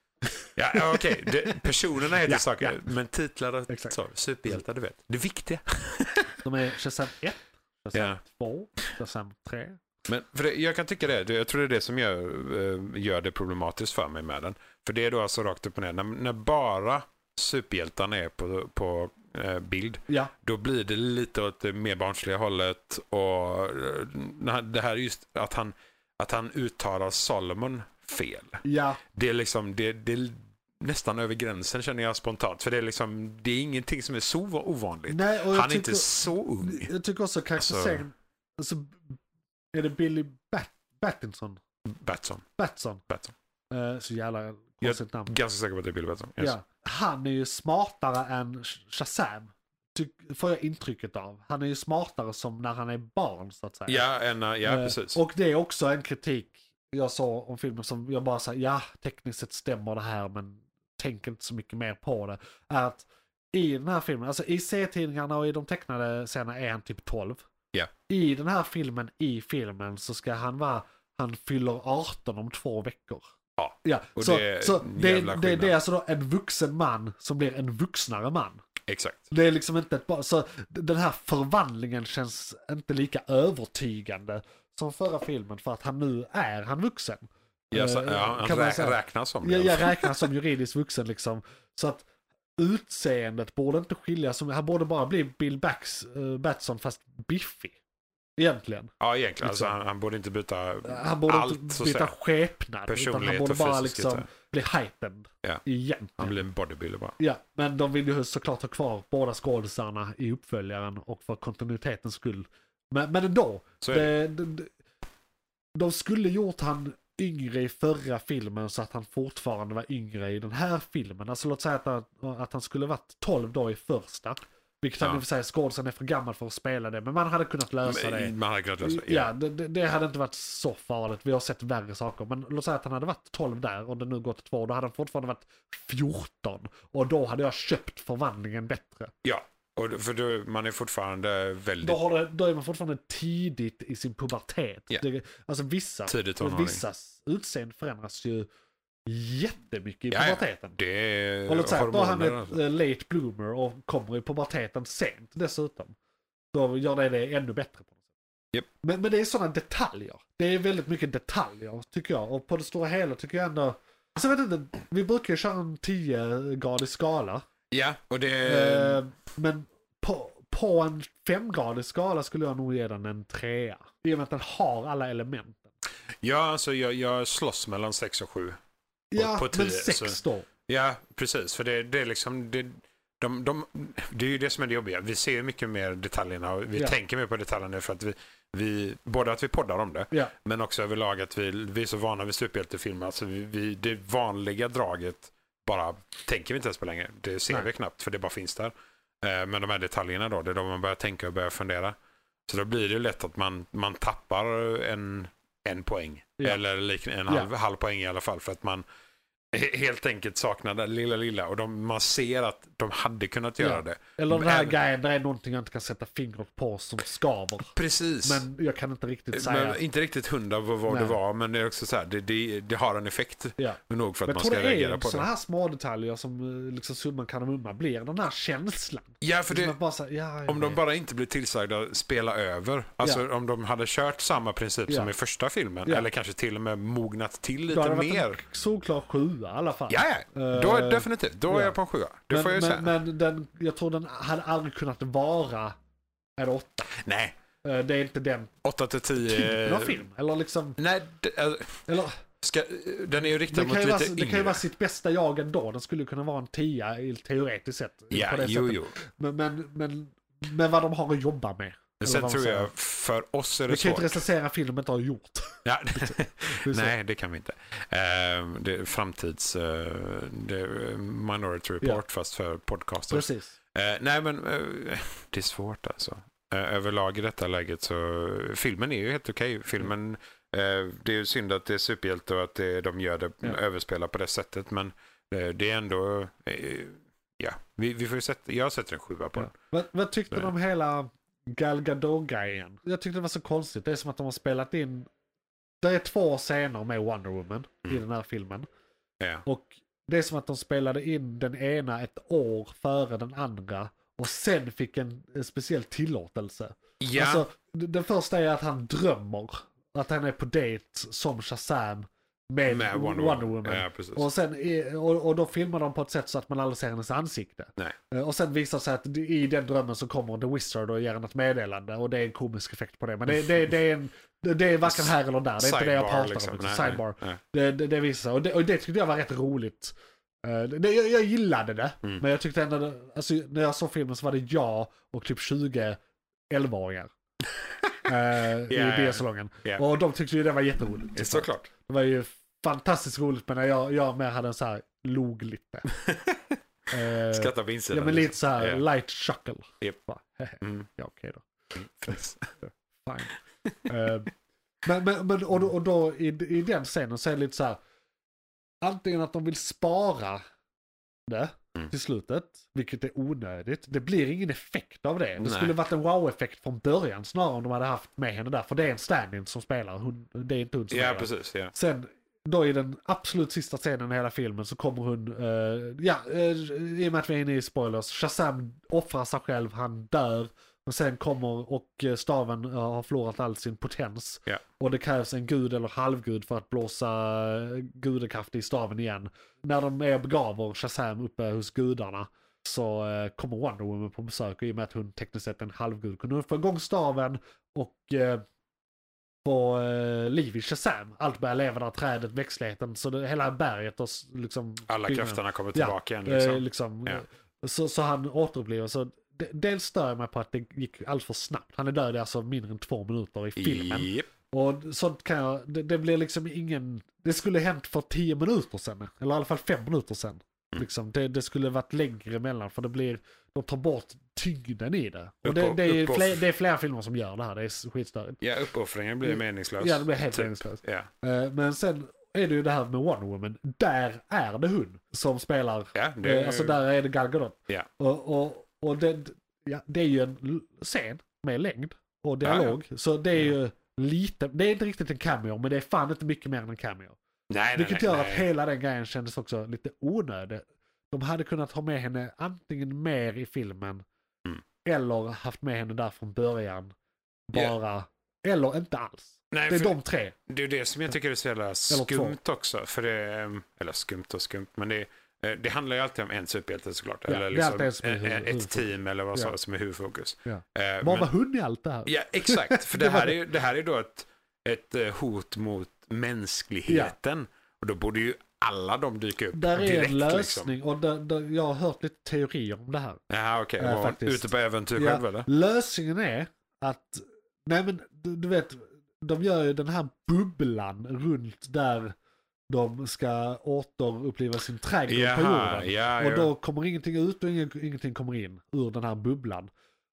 S3: Ja, ja, okej. Det- Personerna heter
S2: Ja,
S3: saker, men titlar och
S2: Exakt.
S3: så. Superhjältar, du vet. Det viktiga.
S2: De är Shazam 1, Shazam
S3: Ja.
S2: 2, Shazam 3.
S3: Men för det, jag kan tycka det. det- Jag tror det är det som gör, eh, gör det problematiskt för mig med den. För det är då alltså rakt upp och ner. När, när bara superhjältarna är på, på eh, bild,
S2: Ja,
S3: då blir det lite åt det mer barnsliga hållet. Och eh, när han- det här är just att han, att han uttalar Solomon fel.
S2: ja,
S3: Det är liksom, det, det är nästan över gränsen känner jag spontant. För det är liksom, det är ingenting som är så ovanligt.
S2: nej och jag
S3: han är
S2: tycker-
S3: inte så ung.
S2: Jag tycker också karaktäriseringen, alltså, är det Billy Bat- Battinson?
S3: Batson.
S2: Batson?
S3: Batson.
S2: Eh, så jävla konstigt namn.
S3: Ganska säker på att det är Bill Batson. Yes.
S2: Ja. Han är ju smartare än Sh- Shazam. Ty- får jag intrycket av. Han är ju smartare som när han är barn så att säga.
S3: Ja, en, uh, ja
S2: Eh,
S3: precis.
S2: Och det är också en kritik jag sa om filmen som jag bara säger ja tekniskt sett stämmer det här men tänk inte så mycket mer på det. Är att i den här filmen, alltså i serietidningarna och i de tecknade scenerna är han typ 12.
S3: Ja.
S2: I den här filmen, i filmen så ska han vara, han fyller 18 om två veckor.
S3: Ja.
S2: Ja,
S3: Och
S2: så,
S3: det är
S2: så
S3: en
S2: det,
S3: jävla
S2: är- det, det är
S3: skillnad.
S2: alltså då en vuxen man som blir en vuxnare man.
S3: Exakt.
S2: Det är liksom inte ett bara, så den här förvandlingen känns inte lika övertygande som förra filmen för att han nu är han vuxen.
S3: Ja, så,
S2: Eh,
S3: ja, han
S2: kan man
S3: rä-
S2: säga.
S3: räknas som det.
S2: Jag, jag räknas som juridisk vuxen liksom. Så att utseendet borde inte skiljas, som- han borde bara bli Bill Backs, eh, Batson fast biffig. Egentligen.
S3: Ja, egentligen. Alltså,
S2: Liksom.
S3: han, han borde inte byta
S2: Han borde
S3: allt.
S2: inte
S3: Så att
S2: byta
S3: säga.
S2: skepnad. Utan han
S3: Personlighet
S2: borde
S3: och
S2: bara
S3: fysisk
S2: liksom
S3: yta.
S2: bli hypen.
S3: Ja.
S2: Egentligen.
S3: Han blir en bodybuilder bara.
S2: Ja, men de vill ju såklart ha kvar båda skådisarna i uppföljaren och för kontinuitetens skull. Men, men ändå.
S3: Så är
S2: det, det, det, de skulle gjort han yngre i förra filmen så att han fortfarande var yngre i den här filmen. Alltså låt säga att han, att han skulle varit 12 då i första. Vilket han
S3: Ja.
S2: i och för sig, skådisen är för gammal för att spela det. Men man hade kunnat lösa det.
S3: Man hade kunnat lösa det.
S2: Ja, det, det det hade inte varit så farligt. Vi har sett värre saker. Men låt säga att han hade varit 12 där och det nu gått två år. Då hade han fortfarande varit 14. Och då hade jag köpt förvandlingen bättre.
S3: ja. Och, då- för då, man är fortfarande väldigt
S2: Då, har det, då är man fortfarande tidigt i sin pubertet.
S3: Ja.
S2: Det, alltså vissa,
S3: tidigt tonåring.
S2: vissas utseende förändras ju jättemycket i
S3: Ja, ja.
S2: puberteten.
S3: Det är
S2: Och låt säga att då är han
S3: hormoner.
S2: ett
S3: alltså.
S2: eh, late bloomer och kommer i puberteten sent dessutom. Då gör det det ännu bättre. på något sätt.
S3: Japp.
S2: Men, men det är sådana detaljer. Det är väldigt mycket detaljer tycker jag. Och på det stora hela tycker jag ändå... Alltså jag vet inte, vi brukar ju köra en 10-gradig skala.
S3: Ehm. Ja, och det...
S2: Eh, men på, på en femgradig skala skulle jag nog ge den en trea. I och med att den har alla element.
S3: Ja, alltså jag, jag slåss mellan 6 och 7.
S2: Ja,
S3: på
S2: men
S3: tio,
S2: sex då.
S3: Ja, precis. För det, det är liksom... Det, de, de, det är ju det som är det jobbiga. Vi ser ju mycket mer detaljerna och vi
S2: Ja.
S3: tänker mer på detaljerna för att vi, vi... Både att vi poddar om det,
S2: Ja.
S3: men också överlag att vi, vi är så vana vid superhjältefilmer. Alltså vi, vi, det vanliga draget bara tänker vi inte ens på längre. Det ser
S2: Nej.
S3: vi knappt för det bara finns där. Eh, Men de här detaljerna då, det är då man börjar tänka och börjar fundera. Så då blir det ju lätt att man, man tappar en, en poäng.
S2: Ja.
S3: Eller lik- en
S2: Ja.
S3: halv, halv poäng i alla fall. För att man he- helt enkelt saknar det lilla lilla. Och de, man ser att de hade kunnat göra
S2: Ja.
S3: det.
S2: Eller den här
S3: Men-
S2: grejen, där är någonting jag inte kan sätta fingret på som skaver.
S3: Precis.
S2: Men jag kan inte riktigt säga.
S3: Men inte riktigt hundra vad, vad det
S2: Nej.
S3: var, men det är också så här, det, det, det har en effekt.
S2: ja.
S3: Nog för att
S2: Men
S3: man
S2: jag tror det
S3: ska reagera
S2: är
S3: på det.
S2: sådana här små detaljer som eh, liksom summan kardemumma blir. Den här känslan.
S3: Ja, för
S2: Liksom
S3: det,
S2: att bara säga, ja, jag
S3: om de
S2: vet.
S3: bara inte blir tillsagda spela över. Alltså om de hade kört samma princip som
S2: Ja.
S3: i första filmen.
S2: Ja.
S3: Eller kanske till och med mognat till
S2: Då
S3: lite
S2: hade det varit
S3: mer.
S2: en solklar sjua i alla fall.
S3: Ja, ja. Då
S2: Eh,
S3: är, definitivt. Då
S2: ja.
S3: är jag på en sjua. Det
S2: men,
S3: får jag ju säga.
S2: men, men den, jag tror den hade aldrig kunnat vara en åtta.
S3: Nej,
S2: Eh, Det är inte den
S3: 8 till 10.
S2: typen av film. Eller liksom,
S3: Nej, det, alltså,
S2: eller,
S3: ska, den är ju riktad
S2: det,
S3: mot
S2: kan ju vara,
S3: lite
S2: det kan ju
S3: yngre.
S2: vara sitt bästa jag ändå. Den skulle kunna vara en tia i- teoretiskt sett.
S3: ja,
S2: på det
S3: jo,
S2: sättet.
S3: jo.
S2: Men, men, men, men vad de har att jobba med. Eller
S3: Sen
S2: vad man
S3: tror
S2: säger.
S3: jag, för oss är det
S2: Vi kan ju inte
S3: svårt.
S2: recensera film vi inte har gjort.
S3: Ja,
S2: Det är så.
S3: nej, det kan vi inte. Ehm, det är framtids... eh, det är minority report
S2: Ja.
S3: fast för podcasters.
S2: Precis.
S3: Eh, nej men eh, det är svårt alltså. Eh, överlag i detta läget så filmen är ju helt okej. Filmen, eh, det är ju synd att det är superhjälte och att det, de gör det,
S2: Ja.
S3: överspelar på det sättet men eh, det är ändå, eh, ja, vi, vi får ju sätta, jag sätter en sjua på
S2: Ja.
S3: den.
S2: Vad, vad tyckte
S3: Nej.
S2: du om hela Gal Gadot-grejen? Jag tyckte det var så konstigt. Det är som att de har spelat in... Det är två scener med Wonder Woman i
S3: Mm.
S2: den här filmen.
S3: Ja.
S2: Och det är som att de spelade in den ena ett år före den andra. Och sen fick en en speciell tillåtelse.
S3: Ja,
S2: Alltså, d- den första är att han drömmer. Att han är på dejt som Shazam med,
S3: med
S2: Wonder, Woman.
S3: Ja, precis.
S2: Och, sen, i- och, och då filmar de på ett sätt så att man aldrig ser hennes ansikte.
S3: Nej.
S2: Eh, Och sen visar det sig att i den drömmen så kommer The Wizard och ger henne ett meddelande och det är en komisk effekt på det. Men det, det, det, är, en, det- det är varken här eller där, det är inte det jag
S3: Sidebar,
S2: pratar om.
S3: liksom. Nej,
S2: utan Sidebar.
S3: nej, nej.
S2: Det, det, det visar sig. och det, och det tyckte jag var rätt roligt. Eh, Det, jag, jag gillade det,
S3: Mm.
S2: men jag tyckte ändå, det- alltså, när jag såg filmen så var det jag och typ 20 11-åringar. eh,
S3: Ja, ja.
S2: I biosalongen.
S3: Ja.
S2: Och de tyckte ju det var jätteroligt.
S3: Såklart.
S2: Det var ju fantastiskt roligt men när jag, jag med hade en så här log lite. Eh,
S3: Skratta på insidan.
S2: ja men lite så här
S3: liksom. Ja.
S2: light chuckle.
S3: Japp.
S2: Bara, hehe.
S3: Mm.
S2: Ja okej då.
S3: precis.
S2: Fine. Eh, men men, men och, då- och då i, i den scenen så är det lite så här. Antingen att de vill spara det
S3: Mm.
S2: till slutet, vilket är onödigt. Det blir ingen effekt av det. Det
S3: Nej.
S2: skulle varit en wow-effekt från början snarare om de hade haft med henne där. För det är en stand-in som spelar, hon, det är inte hon som är
S3: Ja,
S2: där.
S3: precis. Ja.
S2: Sen då i den absolut sista scenen i hela filmen så kommer hon, eh, ja, eh, i och med att vi är inne i spoilers, Shazam offrar sig själv, han dör. Men sen kommer och eh, staven eh, har förlorat all sin potens.
S3: Ja.
S2: Och det krävs en gud eller halvgud för att blåsa eh, gudakraft i staven igen. När de är och begraver Shazam uppe hos gudarna så eh, kommer Wonder Woman på besök och i och med att hon tekniskt sett är en halvgud kunde hon få igång staven och eh, på eh, liv i Shazam. Allt börjar leva där, trädet, växtligheten, så det, hela berget och s- liksom...
S3: Alla
S2: byggnaden.
S3: krafterna kommer
S2: Ja,
S3: tillbaka igen.
S2: Eh,
S3: Liksom.
S2: liksom,
S3: Ja.
S2: eh, så, så han återupplivar, så d- dels stör jag mig på att det gick alldeles för snabbt. Han är död i alltså mindre än två minuter i filmen.
S3: Japp.
S2: Och sånt kan jag, det, det blir liksom ingen, det skulle hänt för tio minuter sen, eller i alla fall fem minuter sen.
S3: Mm.
S2: Liksom, det, det skulle varit längre emellan för det blir, de tar bort tyngden i det. Och det,
S3: Uppoff-
S2: det, är,
S3: uppoff-
S2: fler, det är flera filmer som gör det här, det är skitstörigt.
S3: Ja, uppoffringen blir meningslös.
S2: Ja, det blir helt
S3: Typ.
S2: meningslöst.
S3: Ja.
S2: Eh, Men sen är det ju det här med Wonder Woman, där är det hon som spelar,
S3: Ja, det-
S2: Eh, alltså där är det Gal Gadot.
S3: Ja.
S2: Och, och, och det, ja, det är ju en l- scen med längd och dialog, så det är ju lite, det är inte riktigt en cameo, men det är fan inte mycket mer än en cameo.
S3: Nej,
S2: Vilket
S3: nej,
S2: gör
S3: nej,
S2: att hela den grejen kändes också lite onödig. De hade kunnat ha med henne antingen mer i filmen
S3: Mm.
S2: eller haft med henne där från början.
S3: Ja.
S2: Bara, eller inte alls.
S3: nej,
S2: Det är
S3: för
S2: de tre.
S3: det är det som jag tycker är så jävla
S2: två.
S3: skumt också. För det, är, eller skumt och skumt, men det, är- Eh, Det handlar ju alltid om en superhjälte såklart.
S2: Ja, det
S3: eller
S2: är
S3: liksom,
S2: alltid en som är
S3: eh, eh,
S2: huvud-
S3: ett team eller vad
S2: Ja.
S3: som, som är huvudfokus.
S2: Ja.
S3: Eh,
S2: Vad
S3: men-
S2: var hon i allt det här?
S3: Ja, exakt. För det
S2: Det var
S3: här är,
S2: det.
S3: ju- det här är då ett, ett eh, hot mot mänskligheten. Och då borde ju alla de dyka upp
S2: Där är
S3: direkt.
S2: en lösning
S3: Liksom.
S2: och där, där, jag har hört lite teorier om det här.
S3: Ja, okej.
S2: Ja,
S3: Var hon
S2: Eh, faktiskt.
S3: ute på äventyr
S2: Ja,
S3: själv eller?
S2: Lösningen är att, nej men du, du vet, de gör ju den här bubblan runt där de ska återuppliva sin trädgård på
S3: Jaha,
S2: jorden.
S3: ja,
S2: Och
S3: ja.
S2: då kommer ingenting ut och ingen- ingenting kommer in ur den här bubblan.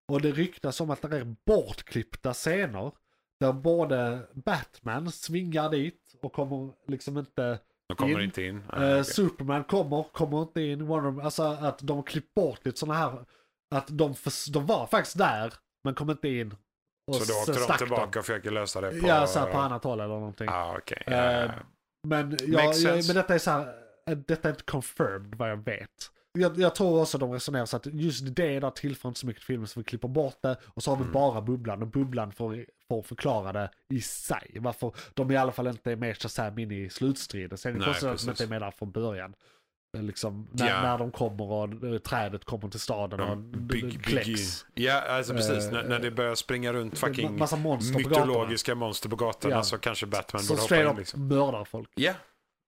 S2: Och det ryktas om att det är bortklippta scener där både Batman svingar dit och kommer liksom inte
S3: De kommer
S2: in.
S3: inte in. Ah,
S2: Eh,
S3: okej.
S2: Superman kommer, kommer inte in. Wonder Woman, alltså att de har klippt bort lite sådana här, att de, förs- de var faktiskt där, men kom inte in. Och
S3: Så då
S2: sen
S3: åkte de
S2: stack
S3: tillbaka och försöker lösa det på...
S2: Ja, så här på annat håll eller någonting.
S3: Ah, okej.
S2: Eh,
S3: Ja, ja, ja.
S2: Men, jag, jag,
S3: sense.
S2: men detta är så här, eh, detta är inte confirmed vad jag vet. Jag, jag tror också de resonerar så att just det där tillför inte så mycket filmen så vi klipper bort det och så har
S3: Mm.
S2: vi bara bubblan och bubblan får, får förklara det i sig. Varför de i alla fall inte är med Shazam in i slutstriden. Sen är det
S3: Nej,
S2: konstigt att de
S3: precis.
S2: inte är med där från början. Eh, Liksom, när,
S3: Ja.
S2: när de kommer och eh, trädet kommer till staden och
S3: De
S2: d- d-
S3: bygg, bygg,
S2: kläcks.
S3: ja, alltså precis.
S2: Eh,
S3: när, när det börjar springa runt
S2: ma-
S3: fucking
S2: massa monster på gatorna.
S3: mytologiska monster på gatorna
S2: Ja.
S3: så kanske Batman
S2: Så
S3: borde
S2: straight
S3: hoppa in.
S2: up
S3: Liksom.
S2: mördar folk.
S3: Ja,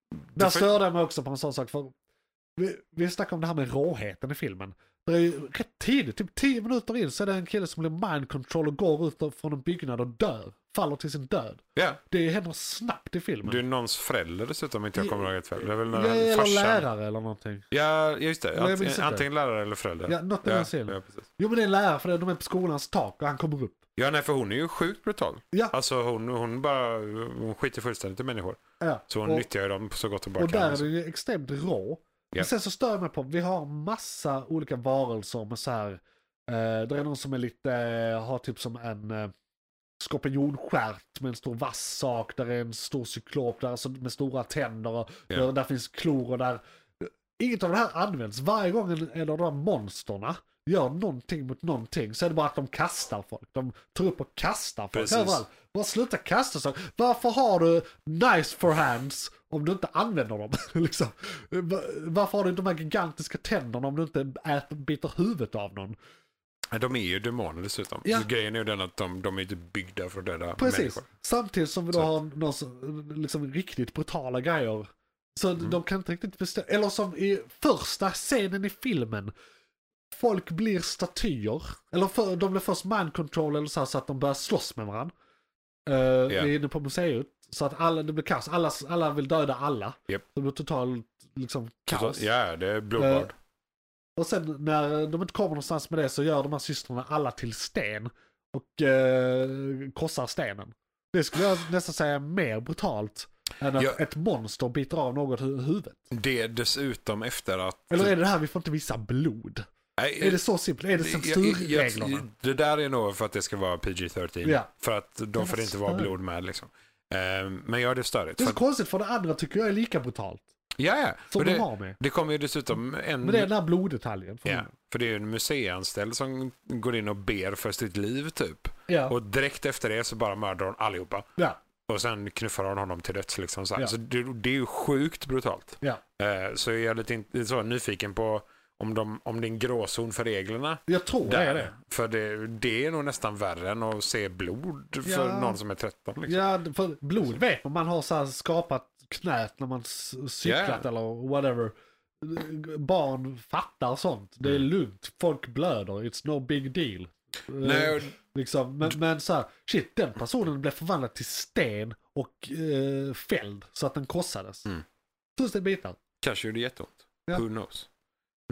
S2: Där
S3: Det får-
S2: störde jag mig också på en sån sak. För vi, vi snackade om det här med råheten i filmen. Det är ju rätt tidigt, typ 10 minuter in, så är det en kille som blir mind control och går ut från en byggnad och dör. Faller till sin död.
S3: ja.
S2: Det händer snabbt i filmen.
S3: Det är någons förälder dessutom, om inte jag
S2: Ja,
S3: kommer ihåg rätt fel. Det är väl
S2: Ja,
S3: när
S2: eller
S3: farsan...
S2: lärare eller någonting.
S3: Ja, just det.
S2: jag minns
S3: Antingen,
S2: inte.
S3: antingen lärare eller förälder.
S2: Ja, något i
S3: ja,
S2: den stilen.
S3: ja, precis.
S2: Jo men det är en lärare för det, de är på skolans tak och han kommer upp.
S3: ja, nej, för hon är ju sjukt brutal.
S2: Ja.
S3: Alltså hon, hon bara hon skiter fullständigt i människor.
S2: Ja.
S3: Så hon
S2: och,
S3: nyttjar ju dem så gott hon bara
S2: och
S3: kan.
S2: där är
S3: liksom.
S2: den ju extremt rå.
S3: Ja.
S2: Men sen så stör jag mig på, vi har massa olika varelser med så här, eh, det är någon som är lite, eh, har typ som en eh, skorpionstjärt med en stor vass sak, där är en stor cyklop där, alltså, med stora tänder och
S3: Ja.
S2: där, där finns klor och där. Inget av det här används. Varje gång en, en av de här monsterna gör någonting mot någonting så är det bara att de kastar folk. De tar upp och kastar folk
S3: Precis.
S2: överallt. Bara sluta kasta saker. Varför har du nice for hands om du inte använder dem? liksom. Va- Varför har du de här gigantiska tänderna om du inte äter, biter huvudet av någon?
S3: Ja, De är ju demoner dessutom.
S2: Ja.
S3: Så grejen är ju den att de, de är inte byggda för att döda
S2: Precis.
S3: människor.
S2: Samtidigt som vi då
S3: Så.
S2: har någon som, liksom riktigt brutala grejer. Så
S3: Mm.
S2: de kan inte riktigt bestämma. Eller som i första scenen i filmen. Folk blir statyer. Eller för, de blir först mind control eller så, här, så att de börjar slåss med varandra. Uh, Vi är inne på museet. Så att alla, det blir kaos. Alla, alla vill döda alla.
S3: Japp.
S2: Det blir totalt liksom, kaos. Eh.
S3: Så, Alltså, ja, det är blodbad.
S2: Och sen när de inte kommer någonstans med det så gör de här systrarna alla till sten och eh, krossar stenen. Det skulle jag nästan säga är mer brutalt än att
S3: Ja.
S2: ett monster biter av något hu- huvudet.
S3: Det dessutom efter att...
S2: Eller är det det här vi får inte visa blod?
S3: Nej,
S2: Är det så simpelt? Är det
S3: jag-
S2: censurreglerna?
S3: jag- Det där är nog för att det ska vara PG-13.
S2: Ja.
S3: För att de får
S2: vad
S3: inte vara
S2: störigt.
S3: blod med liksom. Ehm, Men ja, det är störigt.
S2: Det är
S3: För
S2: så
S3: att,
S2: konstigt för det andra tycker jag är lika brutalt.
S3: ja, ja.
S2: Som
S3: Och
S2: de
S3: det,
S2: har med.
S3: det kommer ju dessutom en...
S2: Men det är den här bloddetaljen. för
S3: Mm. ja,
S2: mig.
S3: för det är ju en museianställd som går in och ber för sitt liv typ.
S2: Ja.
S3: Och direkt efter det så bara mördar hon allihopa.
S2: ja.
S3: Och sen knuffar hon honom till döds liksom. Så, här.
S2: Ja.
S3: så det, det är ju sjukt brutalt.
S2: ja.
S3: Eh, Så jag är lite in, lite så nyfiken på om, de, om det är en gråzon för reglerna.
S2: Jag tror det
S3: Där.
S2: är det.
S3: För det, det är nog nästan värre än att se blod för
S2: Ja.
S3: någon som är 13. Liksom.
S2: Ja, för blod vet man. Man har så här skapat knät när man s- cyklat
S3: Ja.
S2: eller whatever. Barn fattar sånt. Det är
S3: Mm.
S2: lugnt. Folk blöder. It's no big deal. Eh,
S3: Nej, och-
S2: Liksom. Men, men så här, shit, den personen blev förvandlad till sten och eh, fälld så att den krossades.
S3: Mm.
S2: Tusen bitar.
S3: Kanske gjorde det jätteont.
S2: Ja.
S3: Who knows?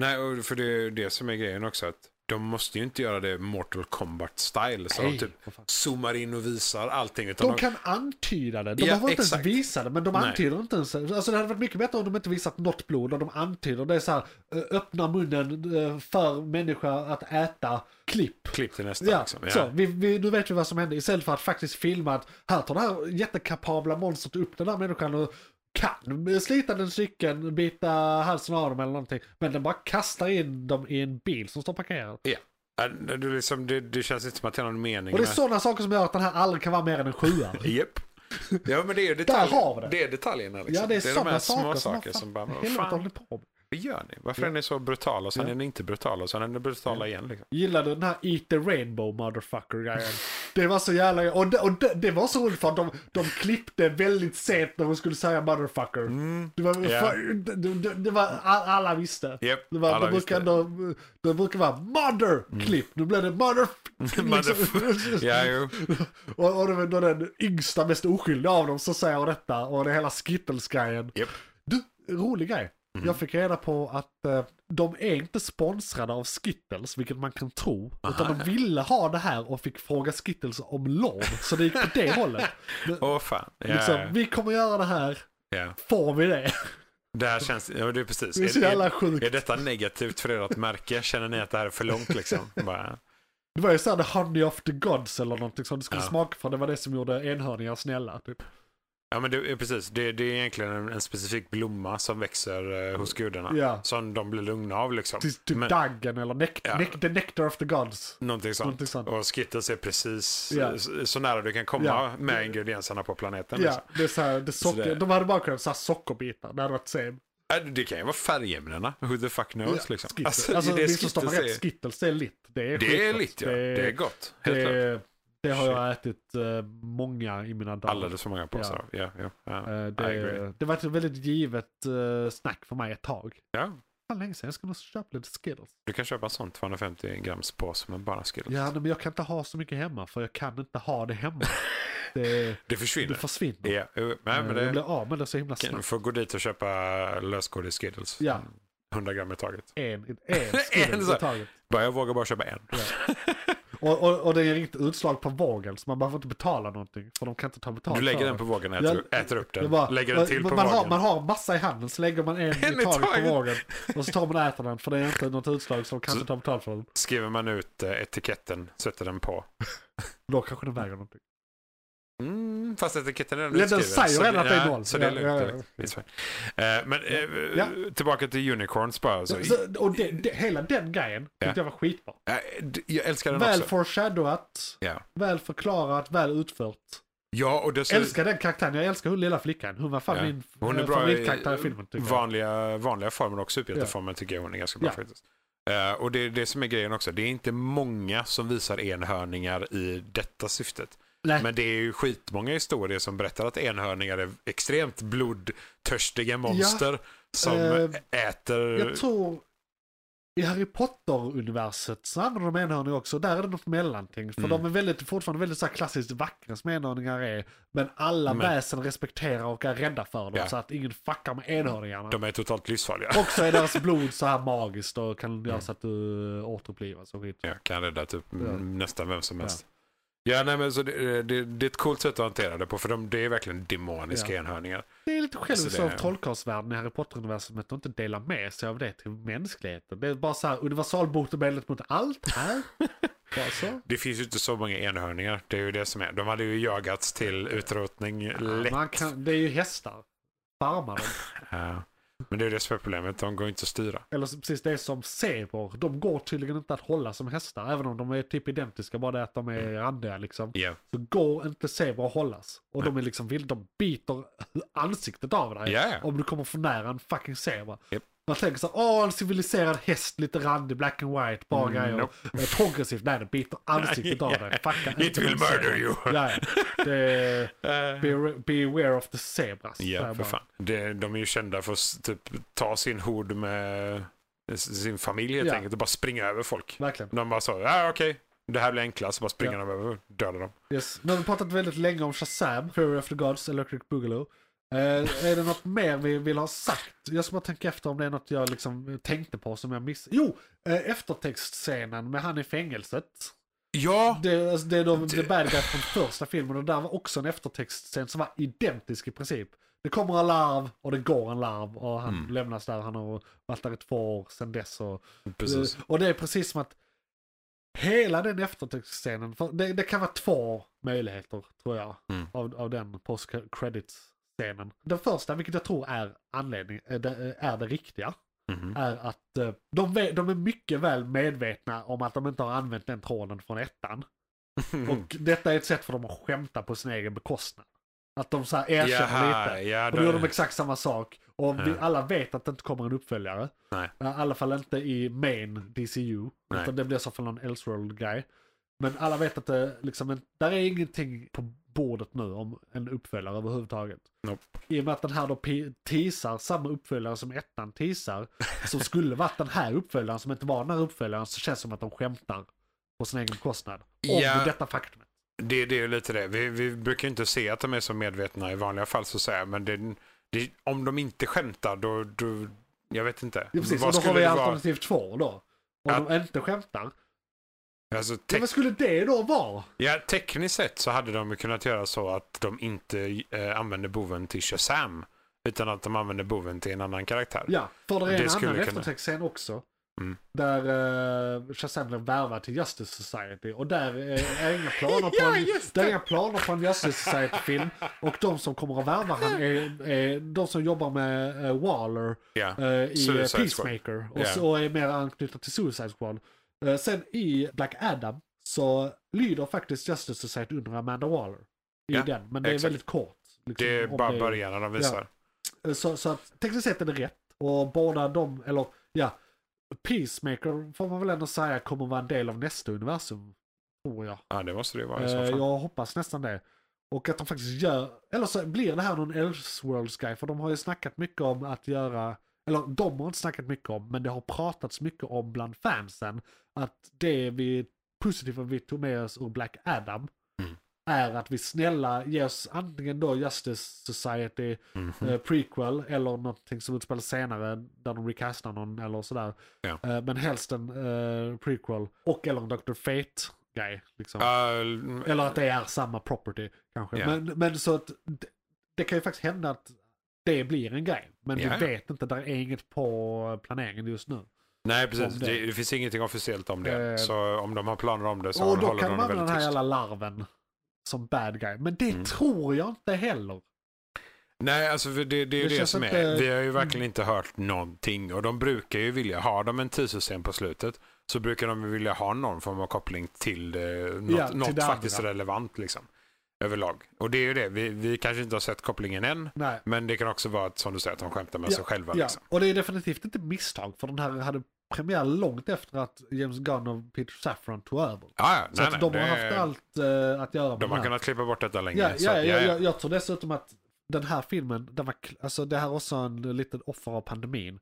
S3: Nej, och för det är det som är grejen också. att De måste ju inte göra det Mortal Kombat style. Så de
S2: Nej,
S3: typ
S2: vad fan.
S3: zoomar in och visar allting. Utan
S2: De
S3: de
S2: kan antyda det. De
S3: Ja,
S2: behöver inte
S3: exakt.
S2: ens visa det, men de
S3: Nej.
S2: antyder inte ens. Alltså det hade varit mycket bättre om de inte visat något blod och de antyder. Det är så här, eh, öppna munnen eh, för människa att äta klipp.
S3: Klipp till nästa.
S2: Ja,
S3: liksom. ja.
S2: så. Vi, vi, nu vet vi vad som hände. Istället för att faktiskt filma att här tar det här jättekapabla monstret upp den där människan och kan slita den cykeln, bita halsen av dem eller någonting. Men den bara kastar in dem i en bil som står parkerad.
S3: Ja. Ja, Det, är liksom, det, det känns inte som att det har någon mening
S2: Och det är
S3: med-
S2: sådana saker som gör att den här aldrig kan vara mer än en sjua.
S3: Japp. Ja men det är ju
S2: Där har vi
S3: detaljer.
S2: det.
S3: Det är detaljerna liksom.
S2: Ja, det är,
S3: de
S2: sådana
S3: här
S2: saker
S3: små
S2: som,
S3: saker
S2: fan,
S3: som bara,
S2: helvete
S3: fan,
S2: håller ni på med?
S3: Vad gör ni? Varför
S2: Ja.
S3: är ni så brutala och sen
S2: Ja.
S3: är ni inte brutala och sen är ni brutala igen? Liksom?
S2: Gillade den här Eat the Rainbow Motherfucker-grejen. Det var så jävla... Och det, och det, det var så roligt för att de, de klippte väldigt sent när de skulle säga motherfucker. Det, var,
S3: Mm. Ja.
S2: för, det, det, det var... all- Alla visste.
S3: Japp,
S2: Det, var,
S3: alla
S2: de brukar,
S3: visste. Mm.
S2: de, de brukar vara mother-klipp. Nu blev det mother... liksom.
S3: ja, jo.
S2: och, och det var då den yngsta, mest oskyldiga av dem som säger detta. Och det hela skittles-grejen.
S3: Japp. Mhm.
S2: Du, rolig grej. Jag fick reda på att eh, de är inte sponsrade av Skittles, vilket man kan tro. Utan de ville ha det här och fick fråga Skittles om lov. Så det gick på det hållet. Men,
S3: Åh fan. Ja,
S2: liksom,
S3: ja,
S2: Vi kommer göra det här,
S3: ja.
S2: får vi det?
S3: Det här känns... Ja, det är precis.
S2: Det är så
S3: Är- är-
S2: jävla sjukt.
S3: Är detta negativt för ert märke? Känner ni att det här är för långt liksom? Bara,
S2: Det var ju såhär the honey of the gods eller någonting som det skulle
S3: Ja.
S2: smaka för. Det var det som gjorde enhörningar snälla. Typ.
S3: ja men det, är precis, det, det är egentligen en, en specifik blomma som växer eh, hos gudarna.
S2: Ja.
S3: Som de blir lugna av liksom.
S2: Typ, typ
S3: Men-
S2: daggen eller nec-
S3: Ja.
S2: nec- the nectar of the gods.
S3: Någonting sånt.
S2: Någonting sånt.
S3: Och Skittles är precis
S2: Ja.
S3: så, så nära du kan komma
S2: Ja.
S3: med ingredienserna på planeten.
S2: Ja,
S3: Liksom.
S2: det är såhär, det socker,
S3: det-
S2: de hade bara kunnat säga sockerbitar, det hade varit same.
S3: Äh, Det kan ju vara färgämnena. Who the fuck knows
S2: Ja,
S3: liksom.
S2: Skittles. Alltså, det missförstå mig
S3: är,
S2: rätt, Skittles det är litt. Det är,
S3: det är
S2: skitgott.
S3: lite ja. Det är gott. Helt
S2: det,
S3: klart.
S2: är- det har jag ätit eh, många i mina dagar.
S3: Alldeles för många påsar av. Ja, ja, ja.
S2: Eh,
S3: I agree.
S2: det, det var ett väldigt givet eh, snack för mig ett tag.
S3: ja.
S2: Fan länge sedan, jag ska nog köpa lite Skittles.
S3: Du kan köpa en sån 250 grams påse med bara Skittles.
S2: Ja, nej, men jag kan inte ha så mycket hemma för jag kan inte ha det hemma. Det,
S3: Det
S2: det
S3: försvinner.
S2: försvinner.
S3: Ja, jo, nej,
S2: Eh,
S3: men
S2: Jag
S3: det,
S2: blir av med det så himla
S3: kan,
S2: snabbt.
S3: får gå dit och köpa lösgodis Skittles.
S2: Ja.
S3: 100 gram i taget.
S2: En, en Skittles
S3: så.
S2: i taget.
S3: Bara, jag vågar bara köpa en.
S2: Och, och, och det är inget utslag på vågen så man behöver inte betala någonting. För de kan inte ta betalt
S3: Du lägger
S2: för
S3: den
S2: det.
S3: på vågen och äter,
S2: Jag-
S3: äter upp
S2: Det är
S3: den.
S2: bara-
S3: lägger
S2: man,
S3: den till på
S2: man har,
S3: vågen.
S2: man har massa i handen så lägger man en
S3: En
S2: i
S3: i
S2: taget på
S3: taget.
S2: vågen. Och så tar man och äter den för det är inte något utslag så de kan
S3: Så-
S2: inte ta betalt för den.
S3: Skriver man ut eh, etiketten, sätter den på.
S2: Då kanske den väger någonting.
S3: Mm, fast etiketten är redan
S2: Ja, den säger
S3: utskriven, så
S2: redan att det är
S3: ja,
S2: noll.
S3: Så det är
S2: Ja,
S3: lugnt.
S2: ja,
S3: det
S2: ja.
S3: är lugnt. Det är så. Eh, Men eh,
S2: Ja.
S3: tillbaka till Unicorns bara. alltså. Så,
S2: Så, och det, det, hela den grejen
S3: Ja.
S2: tyckte jag var skitbra.
S3: Eh, d- jag älskar den
S2: Väl
S3: också.
S2: foreshadowat,
S3: Ja.
S2: väl förklarat, väl utfört.
S3: Ja, och det så,
S2: Älskar den karaktären, jag älskar hon lilla flickan. Hon var fan
S3: Ja.
S2: min
S3: Hon är
S2: eh,
S3: bra i-
S2: favoritkaraktär i filmen tycker jag.
S3: vanliga, vanliga formen och superhjälteformen tycker jag hon är ganska bra
S2: Ja.
S3: faktiskt. Eh, och det är det som är grejen också. Det är inte många som visar enhörningar i detta syftet.
S2: Nej.
S3: Men det är ju skitmånga historier som berättar att enhörningar är extremt blodtörstiga monster som
S2: Eh,
S3: äter...
S2: Jag tror i Harry Potter-universet så använder de enhörningar också. Där är det något mellanting. För
S3: Mm.
S2: de är väldigt, fortfarande väldigt så här klassiskt vackra som enhörningar är. Men alla
S3: Men-
S2: väsen respekterar och är rädda för dem.
S3: Mm. Ja.
S2: Så att ingen fuckar med enhörningarna.
S3: De är totalt livsfarliga.
S2: Och så är deras blod så här magiskt och kan
S3: Mm.
S2: göra så att du eh, återupplivas och skit.
S3: Ja, kan rädda typ m-
S2: Ja.
S3: nästan vem som helst. Ja, nej, men så det, det, det är ett coolt sätt att hantera det på för de, det är verkligen demoniska
S2: Ja.
S3: enhörningar.
S2: Det är lite själviskt
S3: Så Alltså, det-
S2: av trollkarlsvärlden i Harry Potter-universet att de inte delar med sig av det till mänskligheten. Det är bara så här universalbotemedlet mot allt här. bara så.
S3: Det finns ju inte så många enhörningar. Det är ju det som är. De hade ju jagats till utrotning lätt.
S2: Man kan, det är ju hästar. Farmar dem.
S3: Ja. Men det är ju det som är problemet. De går inte att styra.
S2: Eller så- precis det som zebror. De går tydligen inte att hålla som hästar. Även om de är typ identiska. Bara det att de
S3: Mm.
S2: är randiga liksom.
S3: Ja,
S2: Så går inte zebror att hållas. Och de är liksom vill De biter ansiktet av dig.
S3: Ja, ja.
S2: Om du kommer för nära en fucking zebra.
S3: Japp.
S2: Man tänker så här, åh en civiliserad häst, lite randig, black and white, bara
S3: Mm,
S2: grejer.
S3: nope.
S2: Eh, Progressivt, nej den biter ansiktet av dig. Fucka
S3: It
S2: inte
S3: will
S2: med en zebra.
S3: murder you.
S2: Ja, ja. Det är,
S3: Eh,
S2: be, beware of the zebras. Så
S3: ja
S2: jag
S3: för
S2: bara,
S3: fan. Det, de är ju kända för att s- typ, ta sin hord med sin familj helt
S2: Ja.
S3: enkelt och bara springa över folk.
S2: Verkligen.
S3: De bara sa, ja ah, okej, det här blir enklast. Så bara springer
S2: Ja.
S3: de över och dödar dem.
S2: Yes. Nu har vi pratat väldigt länge om Shazam, Fury of the Gods, Electric Boogaloo. Eh, är det något mer vi vill ha sagt? Jag ska bara tänka efter om det är något jag liksom tänkte på som jag missade. Jo! Eh, eftertextscenen med han i fängelset.
S3: Ja,
S2: Det, alltså, det är de, the bad guy från första filmen och där var också en eftertextscen som var identisk i princip. Det kommer en larv och det går en larv och han
S3: Mm.
S2: lämnas där. Han har varit där i två år sedan dess. Och,
S3: precis.
S2: Eh, Och det är precis som att hela den eftertextscenen, för det, det kan vara två möjligheter tror jag
S3: Mm.
S2: av, av den post credits scenen Den första, vilket jag tror är anledning, är det, eh, är det riktiga,
S3: Mhm.
S2: är att eh, de, ve- de är mycket väl medvetna om att de inte har använt
S3: Mm.
S2: Mm. den tråden från ettan. Och detta är ett sätt för dem att skämta på sin egen bekostnad. Att de så här erkänner lite.
S3: ja,
S2: Och
S3: där-
S2: då gör de exakt samma sak. Och vi
S3: Ja.
S2: alla vet att det inte kommer en uppföljare. Eh,
S3: Nej.
S2: I alla fall inte i main DCU.
S3: Nej.
S2: Utan det blir så fall någon Elseworld-grej. Men alla vet att det liksom, en- där är ingenting på bordet nu om en uppföljare överhuvudtaget.
S3: Nope.
S2: I och med att den här då pi- teasar samma uppföljare som ettan teasar. Som skulle varit den här uppföljaren som inte var den här uppföljaren. Så känns det som att de skämtar på sin egen kostnad. Om
S3: Ja.
S2: detta faktumet.
S3: Det, det är ju lite det. Vi, vi brukar ju inte se att de är så medvetna i vanliga fall så att säga. Men det, det, om de inte skämtar då, då... Jag vet inte.
S2: Ja, precis.
S3: Vad
S2: och då har
S3: skulle
S2: vi
S3: det vara?
S2: alternativ två då. Om
S3: Att-
S2: de inte skämtar.
S3: Alltså,
S2: Ja,
S3: te-
S2: vad skulle det då vara?
S3: ja, tekniskt sett så hade de ju kunnat göra så att de inte eh, använder boven till Shazam. Utan att de använder boven till en annan karaktär.
S2: Ja, för det är
S3: Det
S2: en
S3: skulle
S2: annan
S3: kunna-
S2: eftertextscen också.
S3: Mm.
S2: Där uh, Shazam blir värvad till Justice Society och där eh, är inga planer på
S3: Ja,
S2: en,
S3: just
S2: där är inga planer på en Justice Society-film. Och de som kommer att värva han är, är de som jobbar med eh, Waller
S3: Ja.
S2: eh, i eh,
S3: Suicide Squad.
S2: Peacemaker och,
S3: Ja.
S2: så, och är mer anknutna till Suicide Squad. Eh, sen i Black Adam så lyder faktiskt Justice Society under Amanda Waller. I
S3: Ja,
S2: den, men det är
S3: exakt.
S2: väldigt kort. liksom,
S3: Det är
S2: om
S3: bara
S2: det-
S3: början de visar.
S2: eh, så, så att tekniskt sett är det rätt. Och båda de, eller ja, Peacemaker får man väl ändå säga kommer vara en del av nästa universum. Tror jag.
S3: Ja, det måste det ju vara i så
S2: Eh,
S3: fall.
S2: jag hoppas nästan det. Och att de faktiskt gör, eller så blir det här någon Elseworlds grej för de har ju snackat mycket om att göra, eller de har inte snackat mycket om, men det har pratats mycket om bland fansen att det vi positiva vi tog med oss ur Black Adam
S3: Mm.
S2: är att vi snälla ger oss antingen då Justice Society
S3: Mhm.
S2: eh, prequel eller någonting som utspelas senare där de recastar någon eller sådär.
S3: Ja.
S2: Eh, men helst en eh, prequel och eller en Dr. Fate-grej. Liksom.
S3: Ja,
S2: Eller att det är samma property kanske.
S3: Ja.
S2: Men, men så att det, det kan ju faktiskt hända att det blir en grej. Men
S3: Ja, ja.
S2: vi vet inte, där är inget på planeringen just nu.
S3: Nej, precis.
S2: om det.
S3: Det, det finns ingenting officiellt om det.
S2: Eh,
S3: så om de har planer om det så
S2: och då
S3: håller
S2: kan
S3: de
S2: man
S3: det
S2: använda
S3: väldigt
S2: den här
S3: tyst.
S2: jävla larven som bad guy. Men det
S3: Mm.
S2: tror jag inte heller.
S3: Nej, alltså för det, det är ju
S2: Det Mm.
S3: det,
S2: känns
S3: som
S2: inte-
S3: är. Vi har ju verkligen inte hört någonting och de brukar ju vilja, har de en teaser-scen på slutet så brukar de ju vilja ha någon form av koppling till det, något,
S2: Ja, till
S3: något
S2: det
S3: faktiskt
S2: andra.
S3: relevant liksom. Överlag. Och det är ju det, vi, vi kanske inte har sett kopplingen än,
S2: Nej.
S3: men det kan också vara att, som du säger, att de skämtar med sig själva.
S2: ja.
S3: Liksom.
S2: Och det är definitivt inte misstag för den här hade premiär långt efter att James Gunn och Peter Saffron tog över.
S3: Ah, Ja, ja,
S2: Så
S3: nej,
S2: att
S3: nej,
S2: de
S3: det,
S2: har haft allt eh, att göra med
S3: de
S2: den
S3: har
S2: här.
S3: kunnat klippa bort detta länge.
S2: Ja,
S3: så
S2: ja,
S3: att,
S2: ja, jag, jag tror dessutom att den här filmen, den var, kl- alltså det här var också en liten offer av pandemin.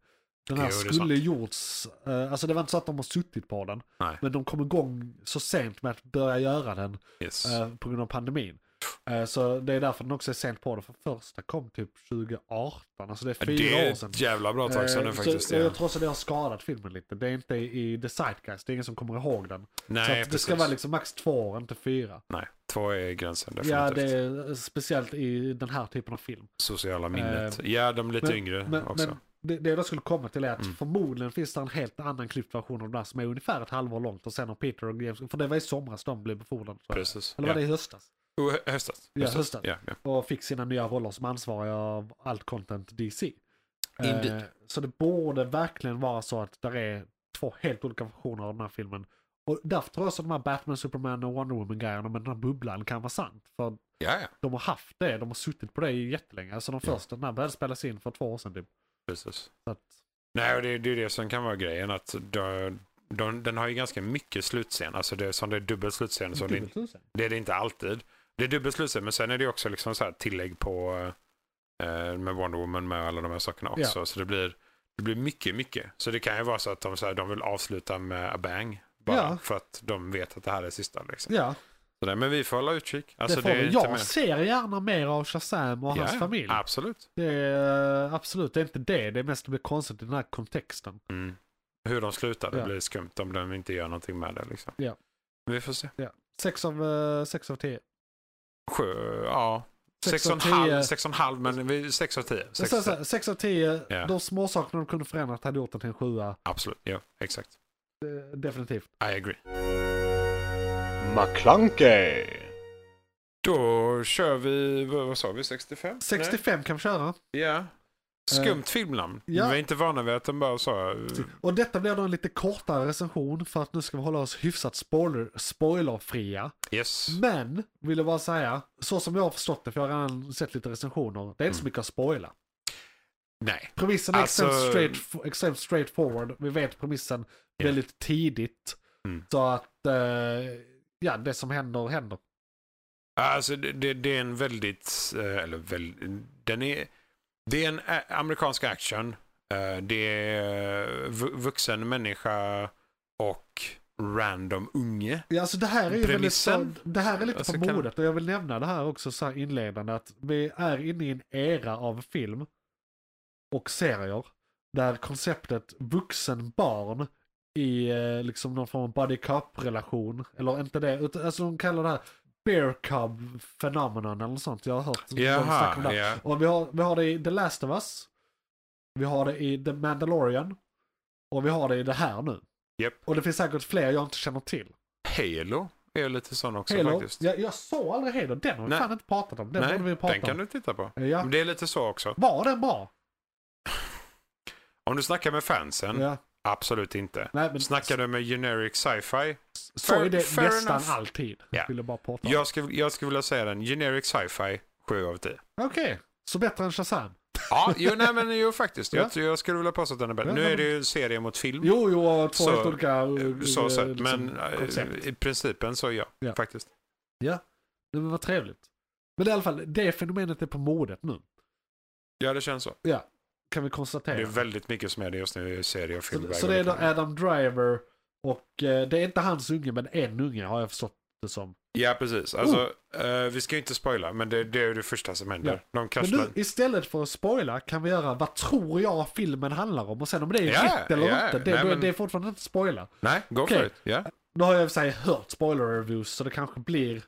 S2: Den här
S3: Jo, det är
S2: skulle
S3: sant.
S2: gjorts, eh, alltså det var inte så att de har suttit på den,
S3: Nej.
S2: men de kom igång så sent med att börja göra den
S3: Yes.
S2: eh, på grund av pandemin. Eh, så det är därför den också är sent på den, för första kom typ 2018, alltså det är fyra
S3: det är
S2: år sedan.
S3: ett jävla bra tag sedan nu
S2: Eh,
S3: faktiskt.
S2: så, och
S3: ja.
S2: jag tror också det har skadat filmen lite. Det är inte i The Zeitgeist, det är ingen som kommer ihåg den. så
S3: Nej,
S2: att det ska
S3: precis.
S2: vara liksom max två år, inte fyra.
S3: Nej, två är gränsen
S2: Ja,
S3: definitivt.
S2: det är eh, speciellt i den här typen av film.
S3: Sociala minnet. ja, de är lite
S2: men-
S3: yngre
S2: Men,
S3: också.
S2: men det, det jag skulle komma till är att
S3: Mm.
S2: förmodligen finns det en helt annan klippt version av det där som är ungefär ett halvår långt och sen har Peter och James, för det var i somras de blev befordrade. tror jag.
S3: Precis.
S2: Eller
S3: ja.
S2: var det i höstas?
S3: Oh, hö- höstas.
S2: Ja, höstas.
S3: Ja, ja.
S2: Och fick sina nya roller som ansvariga av allt content DC. Eh,
S3: Indeed.
S2: så det borde verkligen vara så att där är två helt olika versioner av den här filmen. Och därför tror jag också att de här Batman, Superman och Wonder Woman-grejerna med den här bubblan kan vara sant. För
S3: ja, ja.
S2: de har haft det, de har suttit på det i jättelänge. Alltså de
S3: Ja.
S2: första, den här började spelas in för två år sedan typ.
S3: Precis.
S2: Så att,
S3: Nej, och det, det är det som kan vara grejen. att de, de, Den har ju ganska mycket slutscen. Alltså det, som det är dubbel slutscen. Så det,
S2: Dubbelt tusen.
S3: det är det inte alltid. Det är dubbel slutscen, men sen är det också liksom så här tillägg på eh, med Wonder Woman med alla de här sakerna också. Så det blir, det blir mycket, mycket. Så det kan ju vara så att de, så här, de vill avsluta med a bang. Bara
S2: Ja.
S3: för att de vet att det här är sista. Liksom.
S2: Ja,
S3: Så där, men vi får hålla utkik. Alltså,
S2: det får
S3: är
S2: vi.
S3: inte
S2: Jag
S3: mer-
S2: ser gärna mer av Shazam och hans
S3: Ja,
S2: familj.
S3: Absolut.
S2: Det är, eh, absolut, det är inte det. Det är mest att det blir konstigt i den här kontexten.
S3: Mm. Hur de slutar, det
S2: Ja.
S3: blir skumt om de inte gör någonting med det. Liksom.
S2: Ja.
S3: Men Vi får se.
S2: Sex av, eh, sex av tio.
S3: Sju, ja.
S2: Sex
S3: Sex
S2: av
S3: och en halv,
S2: tio.
S3: sex och en halv, men vi- sex av tio.
S2: Jag
S3: Sex
S2: säger
S3: av
S2: så
S3: tio.
S2: här, sex av tio,
S3: Ja.
S2: de småsakerna de kunde förändrat hade gjort den till en sjua.
S3: Absolut, ja, exakt.
S2: Eh, Definitivt.
S3: I agree.
S4: McClunkey.
S3: Då kör vi, vad vad sa vi, 65?
S2: 65 kan vi köra.
S3: Nej. Ja. Skumt filmnamn.
S2: Eh, ja.
S3: Vi är inte vana vid att de bara sa... eh,
S2: Och detta blir då en lite kortare recension för att nu ska vi hålla oss hyfsat spoiler, spoilerfria.
S3: Yes.
S2: Men, vill jag bara säga, så som jag har förstått det, för jag har redan sett lite recensioner, det är inte
S3: Mm.
S2: så mycket att spoila.
S3: Nej.
S2: Premissen är
S3: Alltså-
S2: extremt, straight, extremt straightforward, vi vet premissen väldigt tidigt.
S3: Mm.
S2: Så att, eh, ja, det som händer, händer.
S3: Alltså det, det, det är en väldigt... eh, Eller väl, den är... Det är en ä- amerikansk action. Eh, Det är vu- vuxen människa och random unge.
S2: Ja, alltså det här är ju väldigt,
S3: Premissen?
S2: så, det här är lite
S3: Alltså,
S2: på
S3: kan-
S2: modet och jag vill nämna det här också så här inledande att vi är inne i en era av film och serier där konceptet vuxen barn i eh, liksom någon form av buddy cup relation eller inte det, utan, alltså de kallar det här bear cub phenomenon eller något sånt. Jag har hört någon snacka om det här.
S3: Jaha, ja.
S2: Och vi har, vi har det i The Last of Us. Vi har det i The Mandalorian. Och vi har det i det här nu.
S3: Japp.
S2: Och det finns säkert fler jag inte känner till.
S3: Halo är lite sån också
S2: Halo,
S3: faktiskt.
S2: jag, jag såg aldrig Halo. Den har vi
S3: Nej.
S2: fan inte pratat om. Den
S3: Nej,
S2: borde vi prata
S3: den kan
S2: om.
S3: du titta på.
S2: Ja.
S3: Det är lite så också.
S2: Var den bra?
S3: Om du snackar med fansen,
S2: Ja.
S3: absolut inte.
S2: Nej, men
S3: Snackar du med generic sci-fi?
S2: så är det
S3: fair
S2: nästan
S3: enough.
S2: alltid.
S3: Ja.
S2: Ville bara prata om.
S3: Jag skulle, jag skulle vilja säga den. Generic sci-fi, 7 av 10.
S2: Okej, så bättre än
S3: Mm.
S2: Shazam.
S3: Ja, jo, nej, men, jo faktiskt. Jag, jag skulle vilja påstå att den är bättre.
S2: Ja,
S3: Nu
S2: nej,
S3: är det ju serie mot film.
S2: Jo, jo, och två
S3: Så,
S2: helt olika eh,
S3: så sett,
S2: liksom,
S3: men eh,
S2: koncept.
S3: i principen så ja,
S2: Ja.
S3: faktiskt.
S2: Ja, det var trevligt. Men i alla fall, det fenomenet är på modet nu.
S3: Ja, det känns så.
S2: Ja, kan vi konstatera.
S3: Det är väldigt mycket som är det just nu i serie och film.
S2: Så, så det är då Adam Driver och eh, det är inte hans unge men en unge har jag förstått det som.
S3: Ja, precis. Alltså, eh, vi ska ju inte spoila, men det, det är ju det första som händer. De
S2: Oh! Men
S3: kastar...
S2: nu istället för att spoila kan vi göra vad tror jag filmen handlar om och sen om det är
S3: Ja,
S2: rätt eller
S3: ja,
S2: inte, det,
S3: nej,
S2: det-
S3: men-
S2: det är fortfarande inte spoila.
S3: Nej, gå
S2: Okej.
S3: för det. Ja.
S2: Nu har jag i och för sig hört spoiler reviews så det kanske blir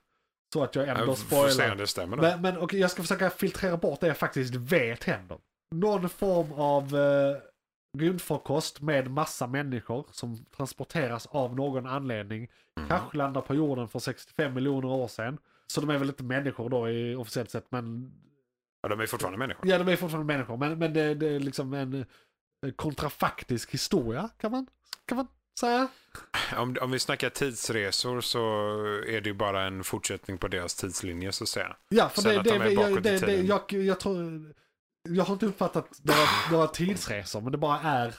S2: så att jag ändå
S3: Jag får se om
S2: spoilar.
S3: det stämmer. då.
S2: Men, men okej, jag ska försöka filtrera bort det jag faktiskt vet händer. Någon form av eh, rymdfarkost med massa människor som transporteras av någon anledning.
S3: Mm.
S2: Kanske landar på jorden för 65 miljoner år sedan. Så de är väl inte människor då i, officiellt sett men
S3: Ja, de är fortfarande människor.
S2: ja de är fortfarande människor. Men, men det, det är liksom en eh, kontrafaktisk historia kan man, kan man säga.
S3: Om, om vi snackar tidsresor så är det ju bara en fortsättning på deras tidslinje så att säga.
S2: Ja, för
S3: Sen
S2: det,
S3: att de
S2: det,
S3: är
S2: det,
S3: bakåt i
S2: jag, det, det
S3: tiden.
S2: jag, jag tror... Jag har inte uppfattat några, några tidsresor, men det bara är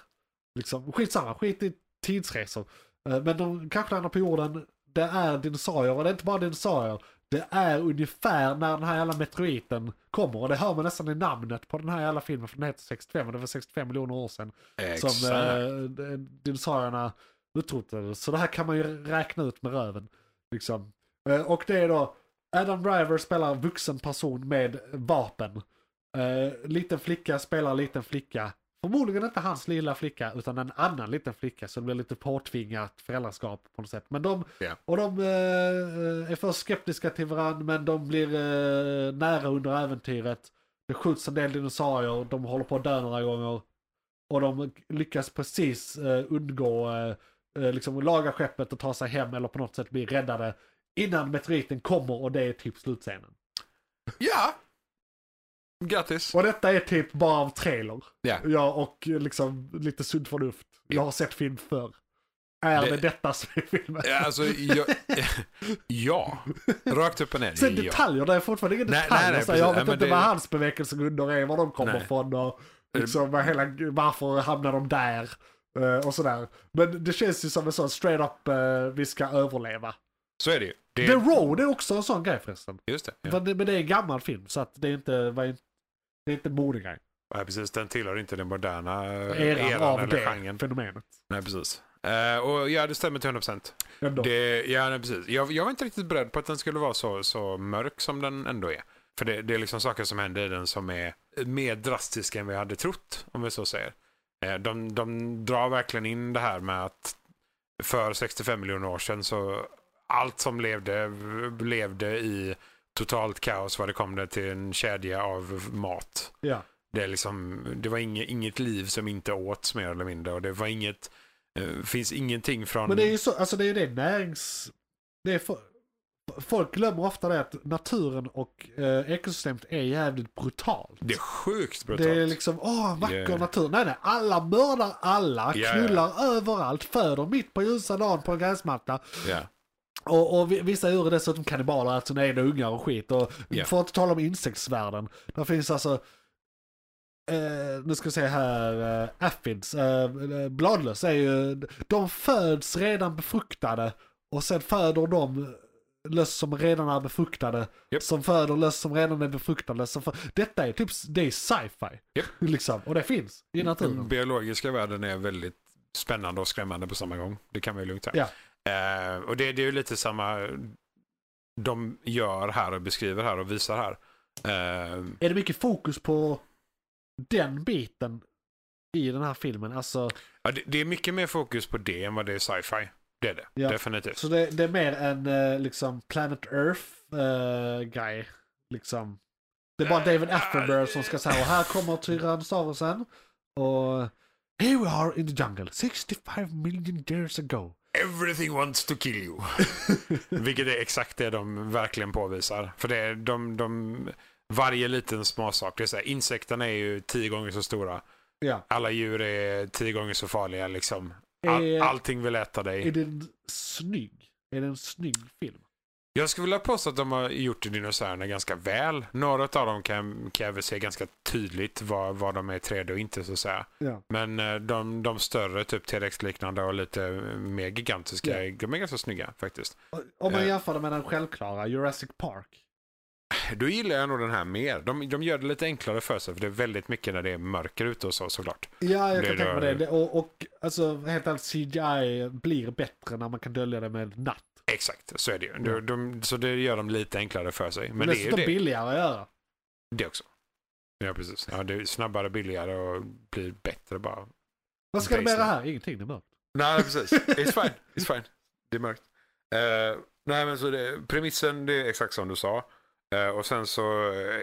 S2: liksom, skitsamma, skit i tidsresor. Eh, Men de kanske landar på jorden, det är dinosaurier, och det är inte bara dinosaurier. Det är ungefär när den här jävla meteoriten kommer, och det hör man nästan i namnet på den här jävla filmen, för den heter 65, och det var 65 miljoner år sedan som eh, d- dinosaurierna utrotades. Så det här kan man ju räkna ut med röven. Liksom. Eh, och det är då Adam Driver spelar en vuxen person med vapen. Eh, liten flicka spelar liten flicka. Förmodligen inte hans lilla flicka utan en annan liten flicka så det blir lite påtvingat föräldraskap på något sätt. Men de,
S3: Ja.
S2: och de eh, är först skeptiska till varandra men de blir eh, nära under äventyret. Det skjuts en del dinosaurier, de håller på att dö några gånger. Och de lyckas precis eh, undgå eh, eh, liksom laga skeppet och ta sig hem eller på något sätt bli räddade innan meteoriten kommer och det är typ slutscenen.
S3: Ja! Grattis!
S2: Och detta är typ bara av trailer.
S3: Ja.
S2: Ja, och eh, liksom lite sunt förnuft. Jag har sett film förr. Är det,
S3: Det-
S2: detta som är filmen?
S3: Ja, Alltså, jag, ja. Rakt upp och ner.
S2: Sen
S3: ja.
S2: detaljer, det är fortfarande inga
S3: Nej,
S2: detaljer.
S3: nej, nej,
S2: så jag
S3: precis.
S2: vet
S3: Nej, men
S2: inte
S3: det-
S2: vad hans bevekelsegrunder är, var de kommer
S3: Nej. Mm.
S2: ifrån och liksom, vad hela, varför hamnar de där eh, och sådär. Men det känns ju som en sån straight up, eh, vi ska överleva.
S3: Så är det ju. Det,
S2: The Road är också en sån grej förresten.
S3: just det. Ja.
S2: Men, det, men det är en gammal film så att det är inte, var inte- det är inte en modegrej.
S3: Ja, precis. Den tillhör inte den moderna eh,
S2: Eran,
S3: eran
S2: av
S3: eller
S2: det
S3: genren.
S2: fenomenet.
S3: Nej, precis. Eh, och ja, det stämmer till 100 procent.
S2: Ändå.
S3: Ja, nej, precis. Jag, jag var inte riktigt beredd på att den skulle vara så, så mörk som den ändå är. För det, det är liksom saker som händer i den som är mer drastiska än vi hade trott, om vi så säger. Eh, De, de drar verkligen in det här med att för 65 miljoner år sedan så allt som levde levde i totalt kaos vad det kom det till en kedja av mat.
S2: Ja.
S3: Det, är liksom, det var inget, inget liv som inte åts mer eller mindre och det var inget, eh, finns ingenting från...
S2: Men det är ju så, alltså det är ju det närings... Det är för, Folk glömmer ofta det att naturen och eh, ekosystemet är jävligt brutalt.
S3: Det är sjukt brutalt.
S2: Det är liksom, åh, vacker
S3: Yeah.
S2: natur. Nej, nej, alla mördar alla,
S3: Ja, ja.
S2: knullar överallt, föder mitt på ljusa dagen på en gräsmatta.
S3: Ja.
S2: Och, och vi- vissa djur är dessutom kannibaler, alltså när det är ungar och skit. Och
S3: Ja.
S2: För att inte tala om insektsvärlden. Där finns alltså, eh, nu ska vi se här, eh, aphids, eh, bladlöss är ju, de föds redan befruktade och sen föder de löss som redan är befruktade.
S3: Japp.
S2: Som föder löss som redan är befruktade. Som för... Detta är typ, det är sci-fi.
S3: Japp. Mm,
S2: Liksom. Och det finns i
S3: Den
S2: naturen.
S3: biologiska världen är väldigt spännande och skrämmande på samma gång. Det kan vi lugnt säga. Eh, och det, det är ju lite samma de gör här och beskriver här och visar här. Eh,
S2: Är det mycket fokus på den biten i den här filmen? Alltså...
S3: ja, det, det är mycket mer fokus på det än vad det är sci-fi. Det är det,
S2: Ja.
S3: definitivt.
S2: Så det, det är mer en eh, liksom Planet Earth-guy. liksom. Det är bara David Attenborough som ska säga och här kommer Tyrannosaurusen. Och here we are in the jungle 65 million years ago.
S3: Everything wants to kill you. Vilket är exakt det de verkligen påvisar. För det är de, de, varje liten småsak. Det är så här, insekterna är ju tio gånger så stora.
S2: Ja.
S3: Alla djur är tio gånger så farliga liksom. All,
S2: Är,
S3: allting vill äta
S2: är
S3: dig.
S2: den snygg? Är det en snygg film?
S3: Jag skulle vilja påstå att de har gjort dinosaurierna ganska väl. Några av dem kan, kan jag väl se ganska tydligt vad, vad de är i 3D och inte så att säga.
S2: Ja.
S3: Men eh, de, de större, typ T-Rex-liknande och lite mer gigantiska, de är ganska snygga faktiskt.
S2: Om man
S3: Eh.
S2: jämför det med den självklara Jurassic Park.
S3: Då gillar jag nog den här mer. De, de gör det lite enklare för sig, för det är väldigt mycket när det är mörker ute och så såklart.
S2: Ja, jag
S3: Det
S2: kan
S3: där-
S2: tänka mig det. det. Och, och alltså, helt ärligt, CGI blir bättre när man kan dölja det med natt.
S3: Exakt, så är det ju. De, de, så det gör de lite enklare för sig. Men det är ju
S2: Dessutom
S3: det.
S2: billigare att göra.
S3: Det också. Ja, precis. Ja, det är snabbare, billigare och blir bättre bara.
S2: Vad ska det med det
S3: Baseline.
S2: här? Ingenting, det är mörkt.
S3: Nej, precis. It's fine. It's fine. Det är mörkt. Eh, nej, men så det, premissen, det är exakt som du sa. Eh, och sen så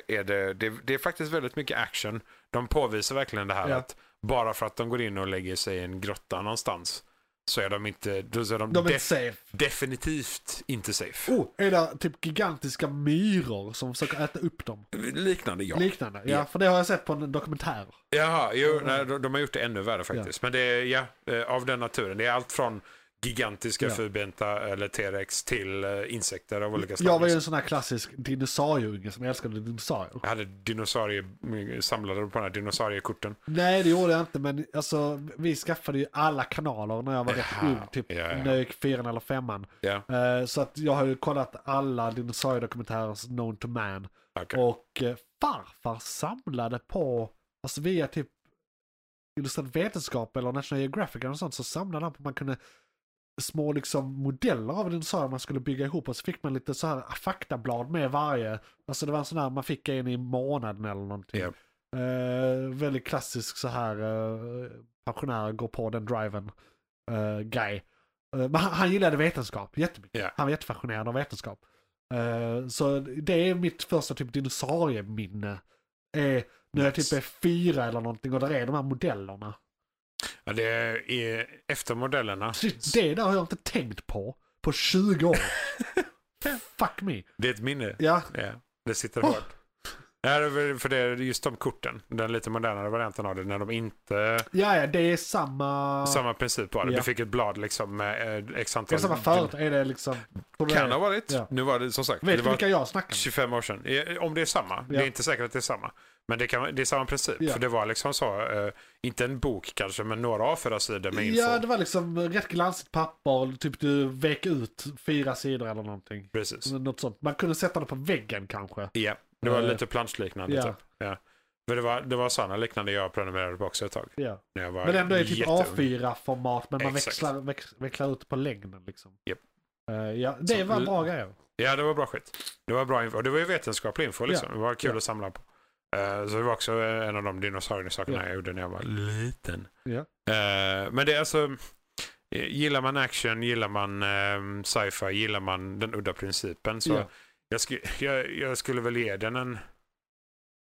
S3: är det, det, det är faktiskt väldigt mycket action. De påvisar verkligen det här
S2: Ja.
S3: att bara för att de går in och lägger sig i en grotta någonstans så är de inte, då så är de,
S2: De är inte
S3: def,
S2: safe.
S3: definitivt inte safe.
S2: Oh, är det typ gigantiska myror som försöker äta upp dem?
S3: Liknande ja.
S2: Liknande. Ja,
S3: Ja.
S2: för det har jag sett på en dokumentär.
S3: Jaha, jo, nej, de, de har gjort det ännu värre faktiskt. Men det är ja, eh, av den naturen. Det är allt från gigantiska
S2: Ja.
S3: fyrbenta eller T-rex till eh, insekter av olika slag.
S2: Jag var ju en sån här klassisk dinosaurieunge som älskade dinosaurier.
S3: Jag hade dinosaurier, samlade på de här dinosauriekorten.
S2: Nej, det gjorde jag inte, men alltså, vi skaffade ju alla kanaler när jag var rätt
S3: Ja,
S2: ung, typ
S3: ja, ja.
S2: när jag gick fyran eller femman.
S3: Ja,
S2: Eh, Så att jag har ju kollat alla dinosauriedokumentärer known to man.
S3: okej.
S2: Och eh, farfar samlade på, alltså via typ Illustrerad Vetenskap eller National Geographic eller sånt så samlade han på, man kunde små liksom modeller av dinosaurier man skulle bygga ihop och så fick man lite så här faktablad med varje. Alltså det var en sån här man fick en i månaden eller någonting.
S3: Ja.
S2: Eh, väldigt klassisk så här eh, pensionärer går på den driven eh, guy. Eh, men han, han gillade vetenskap jättemycket.
S3: Ja.
S2: Han var jättefascinerad av vetenskap. Eh, så det är mitt första typ dinosaurieminne. Eh, när jag typ är fyra eller någonting och där är de här modellerna.
S3: Ja, det är efter modellerna.
S2: Shit, det där har jag inte tänkt på på 20 år. Fuck me.
S3: Det är ett minne.
S2: Ja.
S3: Ja, det sitter
S2: Oh.
S3: hårt. Ja, det är väl- för det är just de korten. Den lite modernare varianten av det. När de inte...
S2: ja, ja, det är samma...
S3: Samma princip var det.
S2: Ja.
S3: Du fick ett blad liksom med eh, x
S2: Det är
S3: antal...
S2: samma förut är det liksom... tror du
S3: Kan
S2: det-
S3: ha varit.
S2: Ja.
S3: Nu var det som sagt.
S2: Vet
S3: det
S2: du
S3: var
S2: vilka jag snackar med?
S3: 25 år sedan. Eh, Om det är samma. Det är inte säkert att det är samma. Men det, kan, det är samma princip.
S2: Ja.
S3: För det var liksom så, eh, inte en bok kanske, men några A4 sidor med info.
S2: Ja, det var liksom rätt glansigt papper, typ du vek ut fyra sidor eller någonting.
S3: Precis.
S2: Något sånt. Man kunde sätta det på väggen kanske.
S3: Ja, det var
S2: Eh,
S3: lite planschliknande
S2: ja.
S3: typ. Ja. Men det var, det var sådana liknande jag prenumererade på också ett tag.
S2: Ja.
S3: När jag var
S2: Men ändå är det typ
S3: jätteung.
S2: A4-format, men man
S3: Exakt.
S2: växlar, väx- växlar ut på längden liksom.
S3: Japp.
S2: Eh, ja, det
S3: Så-
S2: var bra grejer.
S3: Ja, det var bra skit. Det var bra info. Och Det var ju vetenskaplig info liksom.
S2: Ja.
S3: Det var kul
S2: Ja.
S3: att samla på. Eh, så det var också en av de dinosauriesakerna
S2: Ja.
S3: jag gjorde när jag var liten.
S2: Ja.
S3: Eh, men det är alltså, eh, gillar man action, gillar man eh, sci-fi, gillar man den udda principen så
S2: Ja.
S3: jag, sku, jag, jag skulle väl ge den en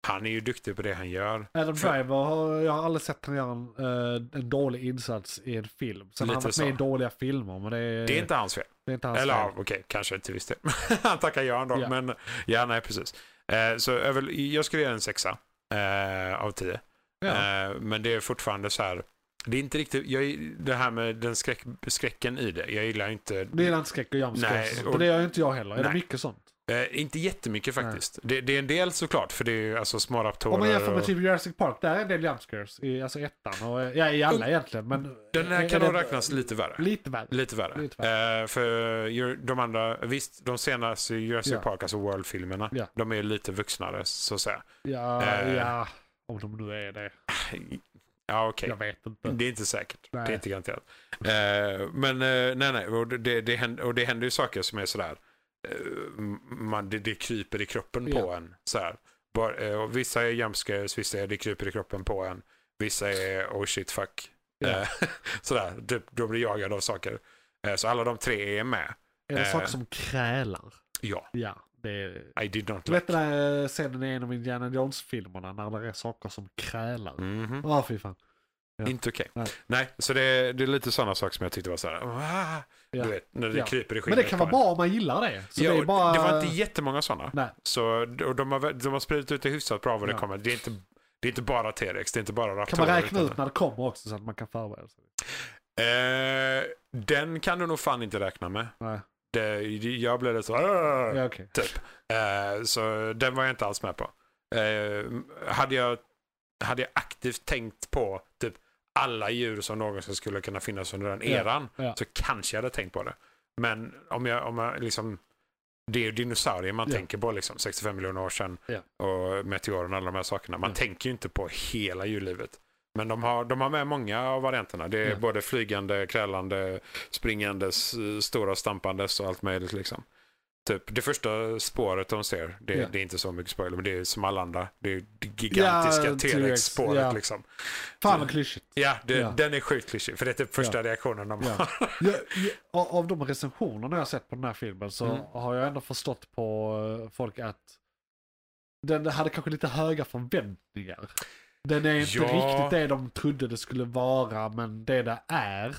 S3: Han är ju duktig på det han gör.
S2: Adam
S3: För-
S2: Driver, har, jag har aldrig sett honom göra en, eh, en dålig insats i en film. Sen har han
S3: Lite
S2: varit med i
S3: så.
S2: dåliga filmer, men det är,
S3: Det är inte hans fel.
S2: det är inte hans
S3: Eller ja,
S2: fel.
S3: okej, kanske till viss del. han tackar ja ändå,
S2: Ja.
S3: men ja, nej precis. Eh, så över, jag skulle ge den en sexa eh, av tio.
S2: Ja.
S3: Eh, men det är fortfarande så här. Det är inte riktigt, jag, det här med den skräck, skräcken i det. Jag gillar inte,
S2: Det gillar inte skräck och
S3: Nej,
S2: jumpscares.
S3: och-
S2: Det gör ju inte jag heller. Är det
S3: Nej.
S2: mycket sånt?
S3: eh, inte jättemycket
S2: Nej.
S3: faktiskt. Det, det är en del såklart, för det är ju alltså små raptorer.
S2: Om man jämför med
S3: och- eh,
S2: typ Jurassic Park, där är en del jumpscares. I, alltså ettan och ja, i alla egentligen. Men
S3: Den
S2: är-
S3: här kan
S2: är
S3: nog
S2: det-
S3: räknas lite värre.
S2: Lite värre.
S3: Lite värre.
S2: Lite
S3: Eh, för ju- de andra, visst, de senaste Jurassic
S2: Ja.
S3: Park, alltså World-filmerna,
S2: Ja.
S3: de är ju lite vuxnare så att säga.
S2: Ja,
S3: Eh.
S2: ja. Om de nu är det.
S3: Ja, okej.
S2: Jag vet inte.
S3: Det är inte säkert.
S2: Nej.
S3: Det är inte garanterat. Eh, men eh, nej, nej. Och det, det, händer, och det händer ju saker som är sådär. eh, man, det, det kryper i kroppen på
S2: Ja.
S3: en. Sådär. Bara, eh, och vissa är jumpscares, vissa är det kryper i kroppen på en. Vissa är oh shit fuck.
S2: Ja.
S3: Eh, sådär, typ, då blir jag jagad av saker. Eh, så alla de tre är med.
S2: Är det
S3: eh.
S2: saker som krälar?
S3: Ja,
S2: Ja, det är...
S3: I did not
S2: Du vet den där eh, scenen i en av Indiana Jones-filmerna när det är saker som krälar?
S3: Mhm.
S2: Ja, fy fan. Ja.
S3: Inte okej.
S2: Nej.
S3: Nej, så det, det är lite sådana saker som jag tyckte var såhär. "Ah",
S2: Ja.
S3: Du vet, när det
S2: Ja.
S3: kryper i
S2: Men
S3: skinnet.
S2: det kan
S3: på
S2: vara
S3: en.
S2: bra om man gillar det. Så
S3: ja,
S2: det
S3: och
S2: är bara...
S3: det var inte jättemånga sådana.
S2: Nej.
S3: Så och de, har, de har spridit ut det hyfsat bra vad det
S2: Ja.
S3: kommer. Det är, inte, det är inte bara T-Rex, det är inte bara
S2: Kan
S3: raptorer.
S2: man räkna
S3: utan-
S2: ut när det kommer också så att man kan förbereda sig?
S3: Eh, den kan du nog fan inte räkna med.
S2: Nej,
S3: Det, det- jag blev lite så... "Arr!"
S2: ja, okej.
S3: Eh, så den var jag inte alls med på. Eh, hade, jag, hade jag aktivt tänkt på typ alla djur som någonsin skulle kunna finnas under den
S2: Ja,
S3: eran
S2: ja.
S3: så kanske jag hade tänkt på det. Men om jag, om jag liksom... Det är ju dinosaurier man
S2: Ja.
S3: tänker på, liksom, 65 miljoner år sedan.
S2: Ja.
S3: Och meteorerna och alla de här sakerna. Man
S2: Ja.
S3: tänker ju inte på hela djurlivet. Men de har, de har med många av varianterna. Det är
S2: Ja.
S3: både flygande, krälande, springandes, eh, stora stampandes och allt möjligt. Liksom. Typ, det första spåret de ser, det,
S2: Ja.
S3: det är inte så mycket spoiler, men det är som alla andra. Det är det gigantiska
S2: Ja,
S3: T-Rex-spåret.
S2: T-Rex, ja.
S3: Liksom.
S2: Fan vad klyschigt.
S3: Ja, det,
S2: Ja.
S3: den är sjukt klyschig, för det är typ första reaktionen de
S2: Ja.
S3: har.
S2: Jag, jag, av av de recensionerna jag sett på den här filmen så
S3: Mm.
S2: har jag ändå förstått på eh, folk att den hade kanske lite höga förväntningar. Den är inte
S3: Ja.
S2: riktigt det de trodde det skulle vara, men det det är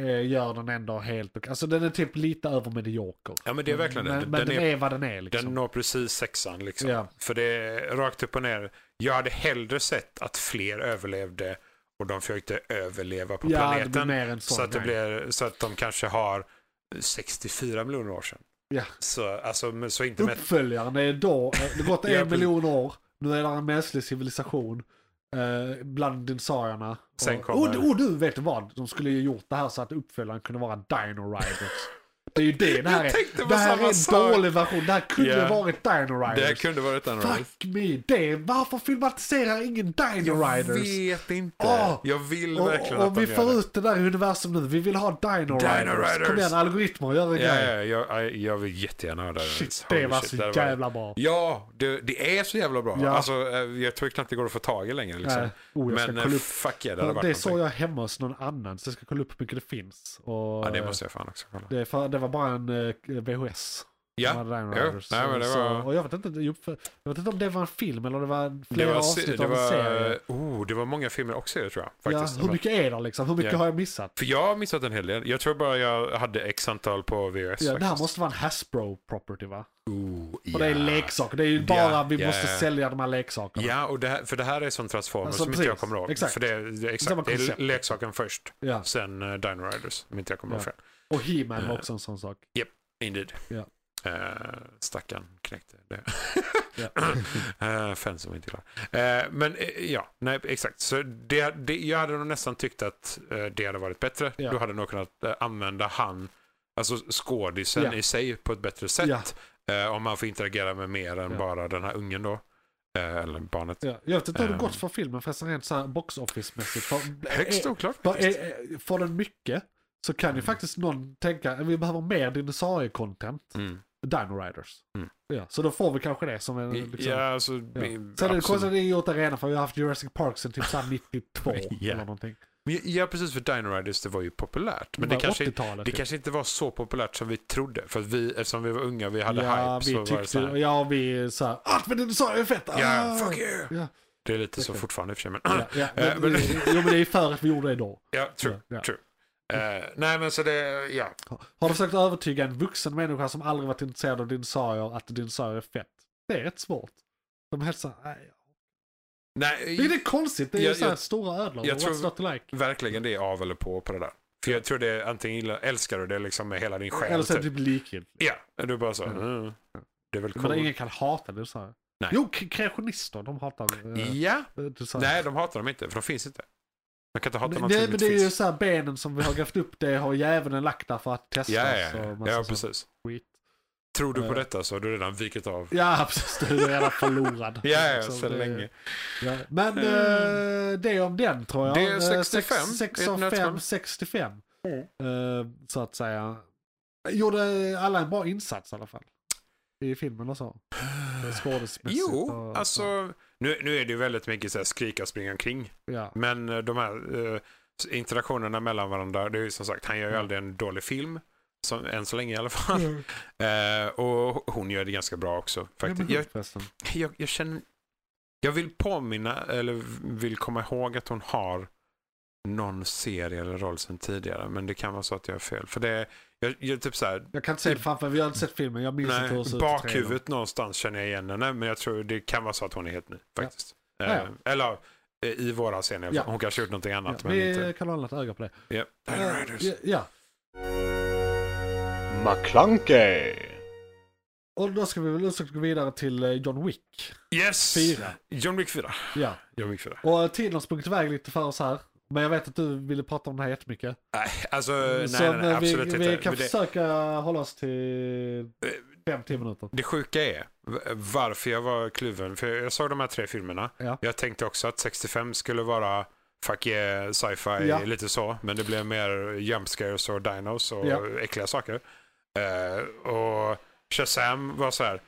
S2: eh, gör den ändå helt okej. Alltså den är typ lite över medioker.
S3: Ja, men det är verkligen det.
S2: men,
S3: Den
S2: Men den
S3: är-
S2: är, vad den är liksom.
S3: Den når precis sexan. Liksom.
S2: Ja.
S3: För det är rakt upp och ner. Jag hade hellre sett att fler överlevde och de försökte överleva på
S2: ja, det blir
S3: planeten.
S2: mer en sån
S3: Så att, det
S2: grej.
S3: blir, så att de kanske har 64 miljoner år sedan.
S2: Ja.
S3: Så, alltså, men, så inte med...
S2: Uppföljaren är då, eh, det har gått
S3: Ja,
S2: en
S3: precis.
S2: miljon år, nu är det en mänsklig civilisation eh, bland dinosaurierna.
S3: Sen
S2: och,
S3: kommer-
S2: och, och du, vet du vad? De skulle ju gjort det här så att uppföljaren kunde vara Dino Riders. Det är ju det det här
S3: Jag tänkte
S2: är.
S3: på
S2: Det här
S3: samma
S2: är en
S3: sak.
S2: dålig version, det här kunde
S3: Ja.
S2: varit Dino
S3: Det här
S2: Riders.
S3: kunde varit en roll.
S2: Fuck me, det, varför filmatiserar ingen Dino Riders?
S3: vet inte.
S2: Åh!
S3: Jag vill verkligen
S2: Och,
S3: att
S2: om
S3: de
S2: vi
S3: gör
S2: får
S3: det.
S2: ut det där i universum nu, vi vill ha Dino, Riders.
S3: Riders.
S2: Kom igen, algoritmer, gör en
S3: Ja,
S2: grej.
S3: ja, jag, jag- jag vill jättegärna ha det.
S2: Shit,
S3: Holy
S2: det var
S3: shit,
S2: så
S3: det hade varit-
S2: jävla bra.
S3: Ja, det, det är så jävla bra.
S2: Ja.
S3: Alltså, eh, jag tror knappt det går att få tag i längre. Liksom.
S2: Nej. Oh, jag ska
S3: Men eh,
S2: kolla upp
S3: fuck yeah, det hade
S2: Det,
S3: varit
S2: det såg
S3: någonting.
S2: jag hemma hos någon annan, så jag ska kolla upp hur mycket det finns. Och,
S3: Ja, det måste jag fan också kolla.
S2: det, är för, det var bara en eh, VHS.
S3: Ja,
S2: som hade Dino
S3: jo.
S2: Riders.
S3: Nej, men det
S2: Så-
S3: var-
S2: och jag, vet inte, det är ju för- jag vet inte om det var en film eller det var
S3: Det
S2: flera
S3: var, se-
S2: avsnitt
S3: det,
S2: av en
S3: var,
S2: serie.
S3: oh, det var många filmer och serier tror jag.
S2: Ja,
S3: Faktiskt.
S2: hur mycket är det liksom? Hur mycket
S3: Ja.
S2: har jag missat?
S3: För jag har missat en hel del. Jag tror bara jag hade x antal på VHS.
S2: Ja, det här
S3: faktiskt.
S2: måste vara en Hasbro property va?
S3: Oh,
S2: Och det är leksaker. Det är ju
S3: Ja,
S2: bara vi
S3: ja,
S2: måste
S3: ja.
S2: sälja de här leksakerna.
S3: Ja, och det här, för det här är som Transformers
S2: Alltså,
S3: som inte
S2: precis.
S3: jag kommer ihåg.
S2: Exakt.
S3: För det, är- det, är
S2: Samma
S3: exakt, det är
S2: koncept.
S3: leksaken först,
S2: Ja.
S3: sen uh, Dino Riders. Om inte jag kommer ihåg
S2: Ja.
S3: fel.
S2: Och He-Man var också en sån sak.
S3: Indeed.
S2: Ja.
S3: Eh, stackarn knäckte det.
S2: Ja.
S3: Eh, Fan som inte klar. Eh, men eh, ja, nej exakt. Så det, det, jag hade nog nästan tyckt att eh, det hade varit bättre.
S2: Ja.
S3: Du hade nog kunnat eh, använda han, alltså skådisen
S2: Ja.
S3: i sig på ett bättre sätt. Eh, om man får interagera med mer än
S2: Ja.
S3: bara den här ungen då. Eh, eller barnet.
S2: Ja. Jag vet inte hur det
S3: Ehm.
S2: gått för filmen förresten rent så här box office-mässigt. För-
S3: Högst oklart
S2: För,
S3: faktiskt. Mm.
S2: eh, eh, får den mycket så kan ju faktiskt någon tänka att vi behöver mer dinosaurie-content.
S3: Mm.
S2: Dino Riders.
S3: Mm.
S2: Ja, så då får vi kanske det som en... Liksom,
S3: Ja, alltså,
S2: ja.
S3: vi-
S2: Sen är det
S3: absolut.
S2: konstigt att det är gjort arena för vi har haft Jurassic Park sen typ såhär 92
S3: Ja.
S2: eller någonting.
S3: Men ju- ja, precis. För Dino Riders, det var ju populärt. Men det,
S2: var typ.
S3: kanske,
S2: 80-talet.
S3: det kanske inte var så populärt som vi trodde. För att vi, eftersom vi var unga, vi hade
S2: ja,
S3: hype.
S2: vi
S3: så var det
S2: tyckte,
S3: så här,
S2: Ja, vi så här, allt med dinosaurier är fett! Ah!
S3: "Yeah, fuck you!
S2: Ja.
S3: Det är lite så fortfarande i och för sig. Men,
S2: Ja, ja.
S3: Eh,
S2: Men,
S3: men-
S2: jo, men det är för att vi gjorde det då.
S3: ja, true.
S2: Ja.
S3: true. Eh, nej, men så det, ja.
S2: Har du försökt övertyga en vuxen människa som aldrig varit intresserad av dinosaurier att dinosaurier är fett? Det är rätt svårt. De är helt såhär, nej.
S3: Nej,
S2: Det är det konstigt, det är
S3: Jag-
S2: ju såhär
S3: jag-
S2: stora ödlor.
S3: jag
S2: What's
S3: tror-
S2: not to like?
S3: verkligen det är av eller på på det där. För jag tror det är antingen gillar- älskar du det liksom med hela din själ.
S2: Eller så är
S3: typ.
S2: det likgiltigt.
S3: Ja, du bara så.
S2: Ja.
S3: Mm. Det är väl
S2: Men
S3: coolt.
S2: ingen kan hata dinosaurier.
S3: Nej.
S2: Jo, k- kreationister, de hatar eh,
S3: Ja.
S2: dinosaurier.
S3: Nej, de hatar dem inte, för de finns inte. Man kan inte hata
S2: Nej,
S3: någonting
S2: nej
S3: som
S2: men
S3: inte
S2: det är ju
S3: finns.
S2: så här benen som vi har grävt upp, det har djävulen lagt där för att testas.
S3: Ja, ja,
S2: och
S3: ja.
S2: massa
S3: ja
S2: sån
S3: precis.
S2: skit.
S3: Tror du på
S2: Eh.
S3: detta så har du redan vikit av.
S2: Ja, precis. Du är redan förlorad.
S3: Ja, ja,
S2: Liksom,
S3: sedan
S2: det-
S3: länge.
S2: Ja. Men eh, det om den tror jag.
S3: Ehm, Det är
S2: Eh,
S3: 65,
S2: sex- sex
S3: ett
S2: av
S3: nötskal.
S2: fem, 65. Eh, så att säga. Gjorde alla en bra insats i alla fall? I filmen och så. Skådesmässigt.
S3: Eh, Jo,
S2: och,
S3: alltså. Nu, nu är det ju väldigt mycket så här skrika och springa omkring.
S2: Ja.
S3: Men eh, de här eh, interaktionerna mellan varandra, det är ju som sagt, han gör ju
S2: Mm.
S3: aldrig en dålig film. Som, än så länge i alla fall. Eh, och hon gör det ganska bra också.
S2: Ja, men
S3: Faktiskt.
S2: hur
S3: Jag,
S2: förresten?
S3: jag, jag känner... Jag vill påminna, eller vill komma ihåg att hon har någon serie eller roll sedan tidigare. Men det kan vara så att jag har fel. För det är, jag, jag är typ så här,
S2: Jag kan inte se det framför mig, vi har inte sett filmen. Jag minns inte hur
S3: nej,
S2: det ser ut i trailern.
S3: bakhuvudet någonstans känner jag igen henne. Men jag tror det kan vara så att hon är helt ny faktiskt.
S2: Ja, ja.
S3: Eh, eller eh, i våra scener.
S2: Ja.
S3: Hon kanske gjort någonting annat.
S2: Ja,
S3: men
S2: vi
S3: inte.
S2: kan hålla ett öga på det.
S3: Ja.
S2: Eh, ja, ja,
S4: McClunkey.
S2: och då ska vi väl osökt gå vidare till eh, John Wick
S3: Yes!
S2: 4.
S3: John Wick 4.
S2: Ja.
S3: John Wick 4.
S2: Och eh, tiden har sprungit iväg lite för oss här. Men jag vet att du ville prata om det här jättemycket.
S3: Nej, alltså, nej,
S2: Så
S3: nej, nej,
S2: eh, vi,
S3: absolut
S2: vi
S3: inte.
S2: kan
S3: Men det,
S2: försöka hålla oss till
S3: Eh,
S2: 5-10 minuter.
S3: Det sjuka är v- varför jag var kluven. För jag såg de här tre filmerna.
S2: Ja.
S3: Jag tänkte också att 65 skulle vara fuck yeah, sci-fi,
S2: Ja.
S3: lite så. Men det blev mer jump scares och dinos och
S2: Ja.
S3: äckliga saker. Eh, och Shazam var så här.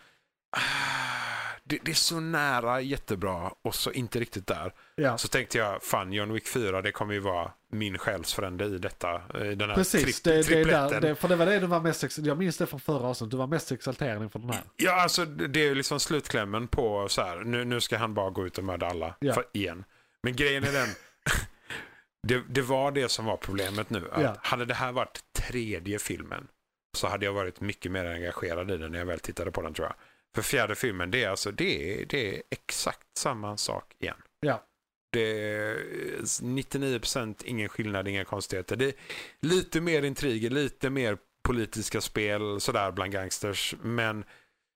S3: Ah, det, det är så nära jättebra och så inte riktigt där.
S2: Ja.
S3: Så tänkte jag, fan John Wick 4, det kommer ju vara min själsfrände i detta. I den här
S2: Precis,
S3: tripp-
S2: det, det, är där,
S3: tripletten.
S2: det, för det var det du var mest ex- Jag minns det från förra avsnittet, du var mest exalterad inför den här.
S3: Ja, alltså det det är ju liksom slutklämmen på så här, nu, nu ska han bara gå ut och mörda alla
S2: Ja.
S3: för, igen. Men grejen är den, det, det var det som var problemet nu. Att
S2: Ja.
S3: Hade det här varit tredje filmen så hade jag varit mycket mer engagerad i den när jag väl tittade på den tror jag. För fjärde filmen, det är alltså det är, det är exakt samma sak igen.
S2: Ja.
S3: Det är 99% ingen skillnad, inga konstigheter. Det är lite mer intriger, lite mer politiska spel sådär bland gangsters. Men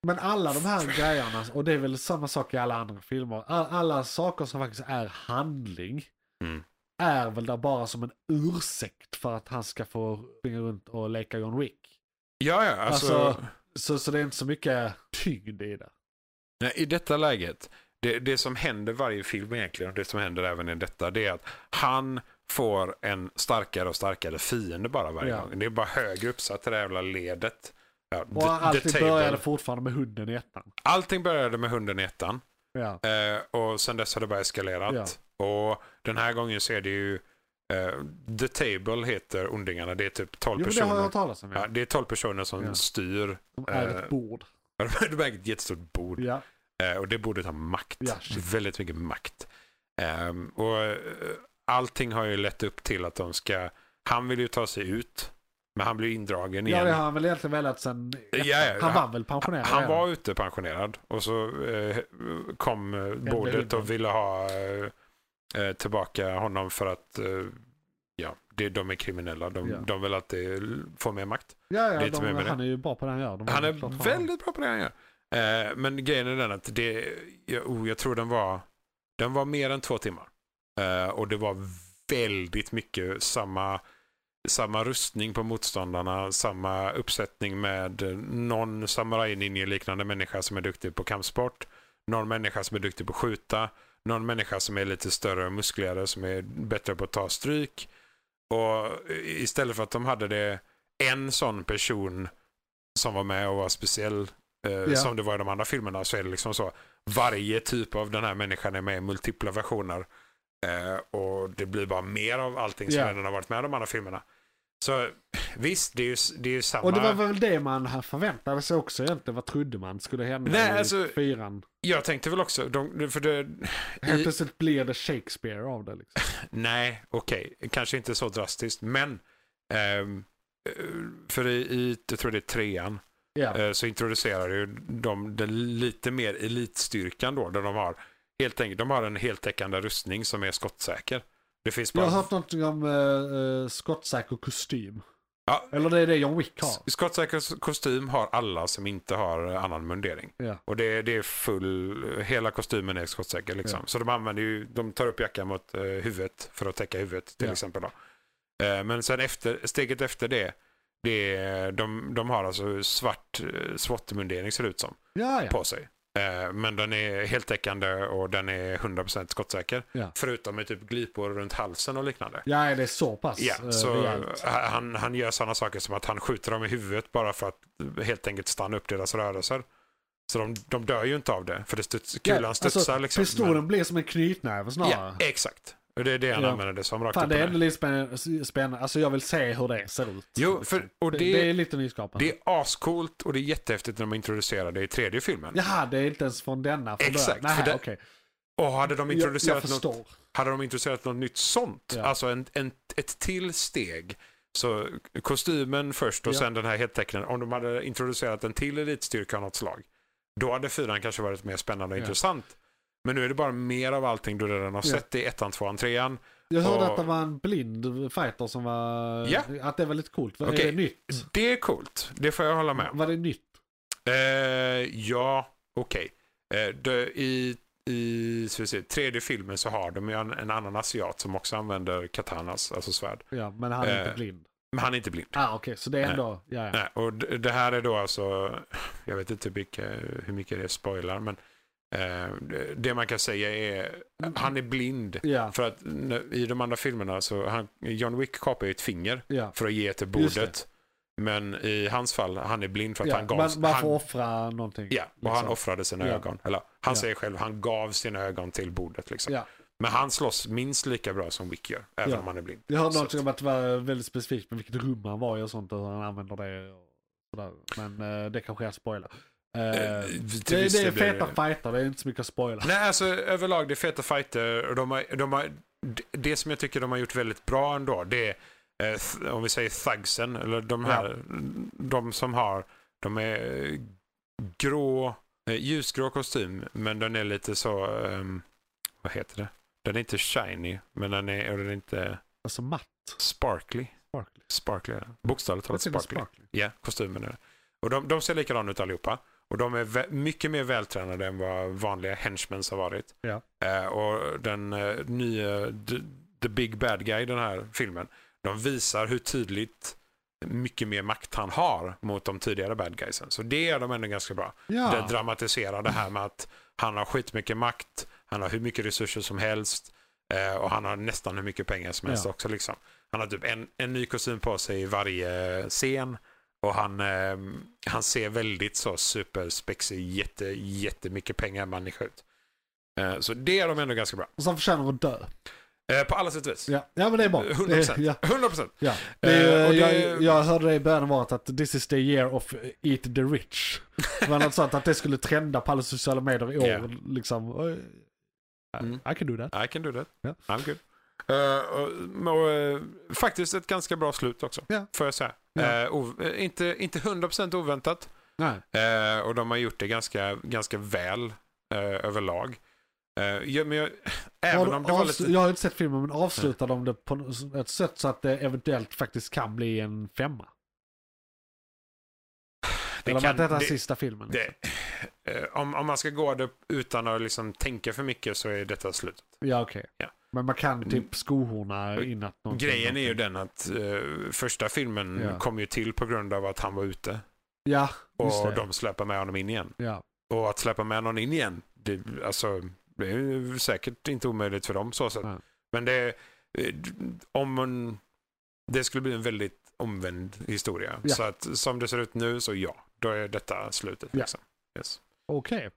S2: Men alla de här grejerna, och det är väl samma sak i alla andra filmer. All, alla saker som faktiskt är handling
S3: Mm.
S2: är väl där bara som en ursäkt för att han ska få springa runt och leka John Wick.
S3: Ja, ja. Alltså,
S2: Alltså- Så, så det är inte så mycket tyngd i det.
S3: nej, I detta läget, det, det som händer varje film egentligen, och det som händer även i detta, det är att han får en starkare och starkare fiende bara varje
S2: Ja.
S3: gång. Det är bara högre uppsatt det där jävla ledet. Ja,
S2: Och
S3: the- the
S2: allting
S3: table.
S2: började fortfarande med hunden i ettan.
S3: Allting började med hunden i ettan
S2: Ja.
S3: eh, och sen dess har det bara eskalerat. Och den här gången så är det ju eh, The Table heter ondingarna. Det är typ
S2: Jo, men
S3: 12
S2: det
S3: personer.
S2: har jag hört talas om.
S3: ja,
S2: Ja.
S3: det är 12 personer som
S2: Ja.
S3: styr.
S2: Som är
S3: eh,
S2: ett bord.
S3: De äger ett jättestort bord.
S2: Ja.
S3: Eh, och det borde ta makt.
S2: Ja, shit.
S3: Väldigt mycket makt. Ehm, och eh, allting har ju lett upp till att de ska... Han vill ju ta sig ut, men han blir indragen
S2: ja,
S3: igen.
S2: det har han väl egentligen velat sen...
S3: Ja, ja,
S2: han
S3: han-
S2: var väl pensionerad?
S3: Han
S2: redan?
S3: var ute pensionerad och så eh, kom eh, bordet
S2: hunden.
S3: och ville ha eh, eh, tillbaka honom för att eh, ja, det, de är kriminella. De,
S2: Ja.
S3: de vill att det få mer makt.
S2: Ja, ja
S3: lite mer
S2: de,
S3: med det.
S2: han är ju bra på det han gör. De
S3: Han
S2: klart
S3: är väldigt bra på det han gör. Eh, men grejen är den att det, jag, oh, jag tror den var, den var mer än två timmar. Eh, och det var väldigt mycket samma, samma rustning på motståndarna, samma uppsättning med eh, någon samurajninje liknande människa som är duktig på kampsport, någon människa som är duktig på att skjuta, någon människa som är lite större och muskligare som är bättre på att ta stryk. Och i- istället för att de hade det en sån person som var med och var speciell eh, som det var i de andra filmerna så är det liksom så varje typ av den här människan är med i multipla versioner Eh, och det blir bara mer av allting som
S2: Ja.
S3: redan har varit med i de andra filmerna. Så visst, det är ju, det är ju samma.
S2: Och det var väl det man förväntade sig också egentligen. Vad trodde man skulle hända
S3: Nej,
S2: i
S3: alltså-
S2: fyran?
S3: Jag tänkte väl också, de, för det,
S2: Helt
S3: i-
S2: plötsligt blir det Shakespeare av det. Liksom.
S3: Nej, okej. Kanske inte så drastiskt, men ehm, eh, för i, i, jag tror det är trean,
S2: Ja.
S3: eh, så introducerar ju de den lite mer elitstyrkan då, där de har helt enkelt, de har en heltäckande rustning som är skottsäker. Det finns
S2: Jag
S3: bara...
S2: har hört någonting om eh, eh, skottsäker kostym.
S3: Ja,
S2: Eller det är det John Wick
S3: s-
S2: har.
S3: skottsäker kostym har alla som inte har annan mundering.
S2: Ja.
S3: Och det, det är full, hela kostymen är skottsäker liksom. Så de använder ju, de tar upp jackan mot eh, huvudet för att täcka huvudet till
S2: Ja.
S3: exempel. Då. Eh, men sen efter, steget efter det, det är, de, de har alltså svart eh, SWAT-mundering ser det ut som,
S2: Ja, ja.
S3: på sig. Eh, men den är heltäckande och den är 100% skottsäker.
S2: Ja.
S3: Förutom med typ glipor runt halsen och liknande.
S2: ja, det är så pass
S3: Ja,
S2: eh,
S3: så
S2: rejält.
S3: han, han gör sådana saker som att han skjuter dem i huvudet bara för att helt enkelt stanna upp deras rörelser. Så de, de dör ju inte av det, för det studs, kulan
S2: Ja,
S3: studsar
S2: alltså,
S3: liksom.
S2: Pistolen blir som en knytnäve
S3: men,
S2: snarare.
S3: ja, exakt. Och Det är det han
S2: Ja.
S3: använder det som rakt
S2: Fan,
S3: upp och
S2: det är
S3: ner.
S2: ändå lite spänn- spännande. Alltså jag vill se hur det ser ut.
S3: Jo, för, och
S2: det,
S3: det, det,
S2: det är
S3: är,
S2: lite nyskapande.
S3: ascoolt och det är jättehäftigt när de introducerar det i tredje filmen.
S2: Jaha, det är inte ens från denna. Från
S3: Exakt,
S2: början.
S3: för
S2: Nej,
S3: det-
S2: okej.
S3: Och hade de
S2: Jag, jag
S3: introducerat, något,
S2: förstår.
S3: hade de introducerat något nytt sånt,
S2: Ja.
S3: alltså en, en, ett till steg, så kostymen först och
S2: Ja.
S3: sen den här heltäckningen, om de hade introducerat en till elitstyrka av något slag, då hade fyran kanske varit mer spännande och
S2: Ja.
S3: intressant. Men nu är det bara mer av allting du redan har
S2: Ja.
S3: sett i ettan, tvåan, trean.
S2: Jag hörde
S3: Och-
S2: att det var en blind fighter som var...
S3: Ja.
S2: Att det var lite coolt. Var
S3: Okej.
S2: är det nytt?
S3: Det är coolt, det får jag hålla med om.
S2: Var det nytt?
S3: Eh, ja, okej. Eh, det- I i ska vi se, tredje filmen så har de ju en, en annan asiat som också använder katanas, alltså svärd.
S2: Ja, men han är
S3: Eh,
S2: inte blind.
S3: Men han är inte blind.
S2: Ah, okej, så det är
S3: nej.
S2: ändå... Ja, ja.
S3: Nej, och d- det här är då alltså, jag vet inte vilka, hur mycket det spoilar, men eh, det- det man kan säga är, han är blind.
S2: ja,
S3: För att n- i de andra filmerna så, han, John Wick kapar ju ett finger
S2: ja.
S3: för att ge till
S2: Just
S3: bordet. Men i hans fall, han är blind för att
S2: ja.
S3: han gav...
S2: man, man får
S3: han,
S2: offra någonting.
S3: ja, och han
S2: liksom.
S3: offrade sina
S2: Ja.
S3: ögon. Eller, han
S2: Ja.
S3: säger själv, han gav sina ögon till bordet. Liksom.
S2: Ja.
S3: Men han slåss minst lika bra som Wick gör, även
S2: Ja.
S3: om han är blind.
S2: Jag hörde
S3: Så
S2: någonting
S3: att-
S2: om att det var väldigt specifikt med vilket rum han var i och sånt och hur han använder det. Och sådär. Men eh, det kanske jag spoilar. Eh,
S3: Eh,
S2: det,
S3: till
S2: det,
S3: viss
S2: är
S3: del blir
S2: feta fighter, det är inte så mycket att spoila.
S3: Nej, alltså överlag det är feta fighter. Och de har, de har, det som jag tycker de har gjort väldigt bra ändå, det är eh, th- om vi säger thugsen, eller de här, de som har, de är eh, grå, eh, ljusgrå kostym, men den är lite så, ehm, vad heter det? Den är inte shiny, men den är, och den är inte
S2: Alltså matt.
S3: sparkly.
S2: Sparkly.
S3: Sparkly är den. Bokstavligt talat
S2: Jag tycker
S3: sparkly. Ja, kostymen är det. Och de, de ser likadana ut allihopa. Och de är vä- mycket mer vältränade än vad vanliga henchmans har varit.
S2: Ja.
S3: Eh, och den eh, nya the, the Big Bad Guy i den här filmen, de visar hur tydligt mycket mer makt han har mot de tidigare bad guysen. Så det gör de ändå ganska bra. Det
S2: Ja.
S3: dramatiserar det här med att han har skitmycket makt, han har hur mycket resurser som helst eh, och han har nästan hur mycket pengar som helst
S2: Ja.
S3: också. Liksom. Han har typ en, en ny kostym på sig i varje scen och han, eh, han ser väldigt så superspexig, jätte, jättemycket pengar människa ut. Eh, så det är de ändå ganska bra.
S2: Och sen förtjänar hon att dö.
S3: Eh, på alla sätt och vis.
S2: Ja. ja, men det är bra.
S3: Eh, 100%.
S2: Det- Ja.
S3: 100%.
S2: Ja. Det är,
S3: Eh, och
S2: ju-
S3: det-
S2: Jag, jag hörde det i början av året att this is the year of eat the rich. Det var något sånt att det skulle trenda på alla sociala medier i år.
S3: Ja.
S2: Liksom. Och,
S3: Mm.
S2: I can do that.
S3: I can do that.
S2: Ja.
S3: I'm good. Eh, och, och, eh, faktiskt ett ganska bra slut också,
S2: Ja.
S3: får jag säga.
S2: Ja.
S3: Eh, ov- eh, inte, inte 100% oväntat,
S2: Nej.
S3: Eh, och de har gjort det ganska, ganska väl eh, överlag. Eh, ja, men jag, även
S2: Har-
S3: om det var
S2: avslu-
S3: lite...
S2: Jag har inte sett filmen men avslutar de det på n- ett sätt så att det eventuellt faktiskt kan bli en femma?
S3: Det
S2: Eller om
S3: kan-
S2: att detta är
S3: det-
S2: sista filmen?
S3: Det, eh, om, om man ska gå det utan att liksom tänka för mycket så är detta slut.
S2: Ja okej.
S3: Ja.
S2: Men man kan
S3: Mm.
S2: typ skohorna in att någonting-
S3: Grejen är ju
S2: någonting-
S3: den att eh, första filmen
S2: Ja.
S3: kom ju till på grund av att han var ute.
S2: Ja, just
S3: Och
S2: det.
S3: de släpper med honom in igen.
S2: Ja.
S3: Och att släppa med någon in igen, det, alltså, det är ju säkert inte omöjligt för dem. Så, så.
S2: Nej.
S3: Men det, eh, om man, det skulle bli en väldigt omvänd historia.
S2: Ja.
S3: Så att som det ser ut nu så ja, då är detta slutet.
S2: Ja.
S3: Liksom. Yes.
S2: Okej.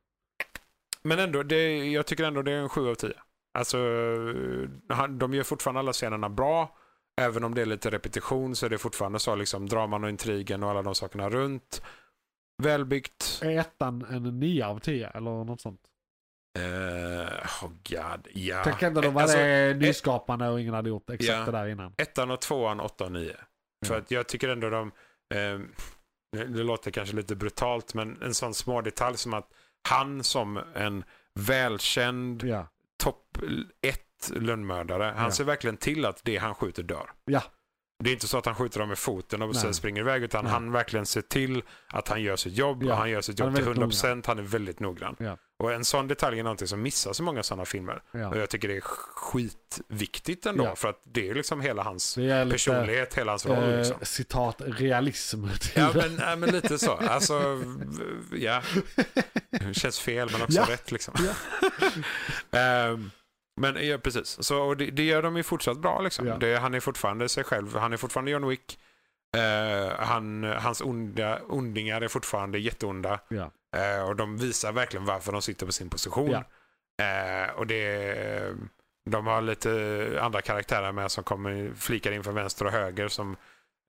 S3: Men ändå, det, jag tycker ändå det är en 7 av 10. Alltså, eh, han- de gör fortfarande alla scenerna bra. Även om det är lite repetition så är det fortfarande så liksom draman och intrigen och alla de sakerna runt. Välbyggt.
S2: Är ettan en 9 av 10 eller något sånt?
S3: Eh, oh god, ja.
S2: Tänk ändå de var
S3: Alltså,
S2: det nyskapande och ingen hade gjort exakt
S3: Ja.
S2: det där innan.
S3: Ettan och tvåan, åtta och nio. För
S2: Mm.
S3: att jag tycker ändå de, eh, det låter kanske lite brutalt, men en sån små detalj som att han som en välkänd
S2: Ja.
S3: topp ett lönnmördare, han
S2: Ja.
S3: ser verkligen till att det han skjuter dör.
S2: Ja.
S3: Det är inte så att han skjuter dem med foten och
S2: Nej.
S3: sen springer iväg, utan
S2: Nej.
S3: han verkligen ser till att han gör sitt jobb.
S2: Ja.
S3: Och han gör sitt
S2: Han
S3: jobb
S2: är
S3: till
S2: väldigt
S3: 100 procent. Han är väldigt noggrann.
S2: Ja.
S3: Och en sån detalj är någonting som missas i många sådana filmer.
S2: ja.
S3: Och jag tycker det är skitviktigt ändå,
S2: Ja.
S3: för att det är liksom hela hans
S2: Det är lite,
S3: personlighet, hela hans roll.
S2: eh,
S3: liksom.
S2: citat, realism till
S3: Ja
S2: det.
S3: men, ja, men lite så. Alltså, v- ja. Det känns fel men också
S2: Ja.
S3: rätt liksom. Ehm, men ja, precis. Så, och det, det gör de ju fortsatt bra liksom.
S2: Ja.
S3: Det, han är fortfarande sig själv. Han är fortfarande John Wick. Eh, han, hans onda, ondingar är fortfarande jätteonda.
S2: Ja.
S3: Eh, och de visar verkligen varför de sitter på sin position.
S2: Ja.
S3: Eh, och det, de har lite andra karaktärer med som kommer flikar in från vänster och höger som,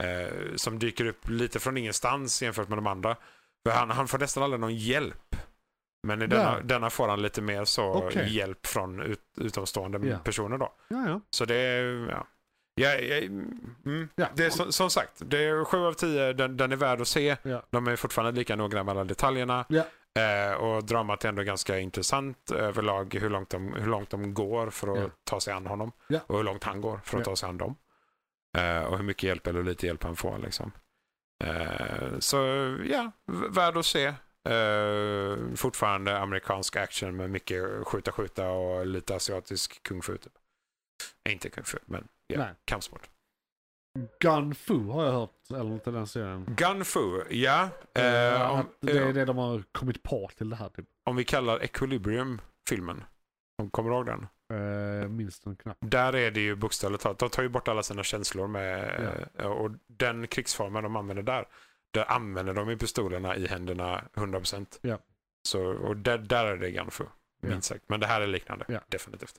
S3: eh, som dyker upp lite från ingenstans jämfört med de andra. För han, han får nästan aldrig någon hjälp. Men i denna,
S2: Nej.
S3: denna får han lite mer så
S2: Okej.
S3: hjälp från ut, utomstående
S2: Ja. personer
S3: personer. då.
S2: Ja, ja.
S3: Så det är, ja. Ja, ja, mm.
S2: Ja.
S3: Det är som, som sagt, det är 7 av 10, den, den är värd att se.
S2: Ja.
S3: De är fortfarande lika noggranna med alla detaljerna.
S2: Ja.
S3: Eh, och dramat är ändå ganska intressant överlag hur långt de, hur långt de går för att
S2: Ja.
S3: ta sig an honom.
S2: Ja.
S3: Och hur långt han går för att
S2: Ja.
S3: ta sig an dem. Eh, och hur mycket hjälp eller lite hjälp han får. Liksom. Eh, så ja, v- värd att se. Eh, fortfarande amerikansk action med mycket skjuta-skjuta och lite asiatisk kung-fu. Typ. Eh, Inte kung-fu, men ja,
S2: Nej.
S3: kampsport.
S2: Gun Fu har jag hört, eller till den serien.
S3: Gun-fu, ja. Eh,
S2: Eh,
S3: om,
S2: att det är
S3: eh,
S2: det de har kommit på till det här typ.
S3: om vi kallar Equilibrium-filmen. Om- Kommer du ihåg den?
S2: Eh, minst en knapp.
S3: Där är det ju bokstavligt talat. De tar ju bort alla sina känslor med eh, och den krigsformen de använder där. Där använder de ju pistolerna i händerna 100%.
S2: Ja.
S3: Så, och där, där är det Gunfu, minst
S2: Ja.
S3: sagt. Men det här är liknande,
S2: Ja.
S3: definitivt.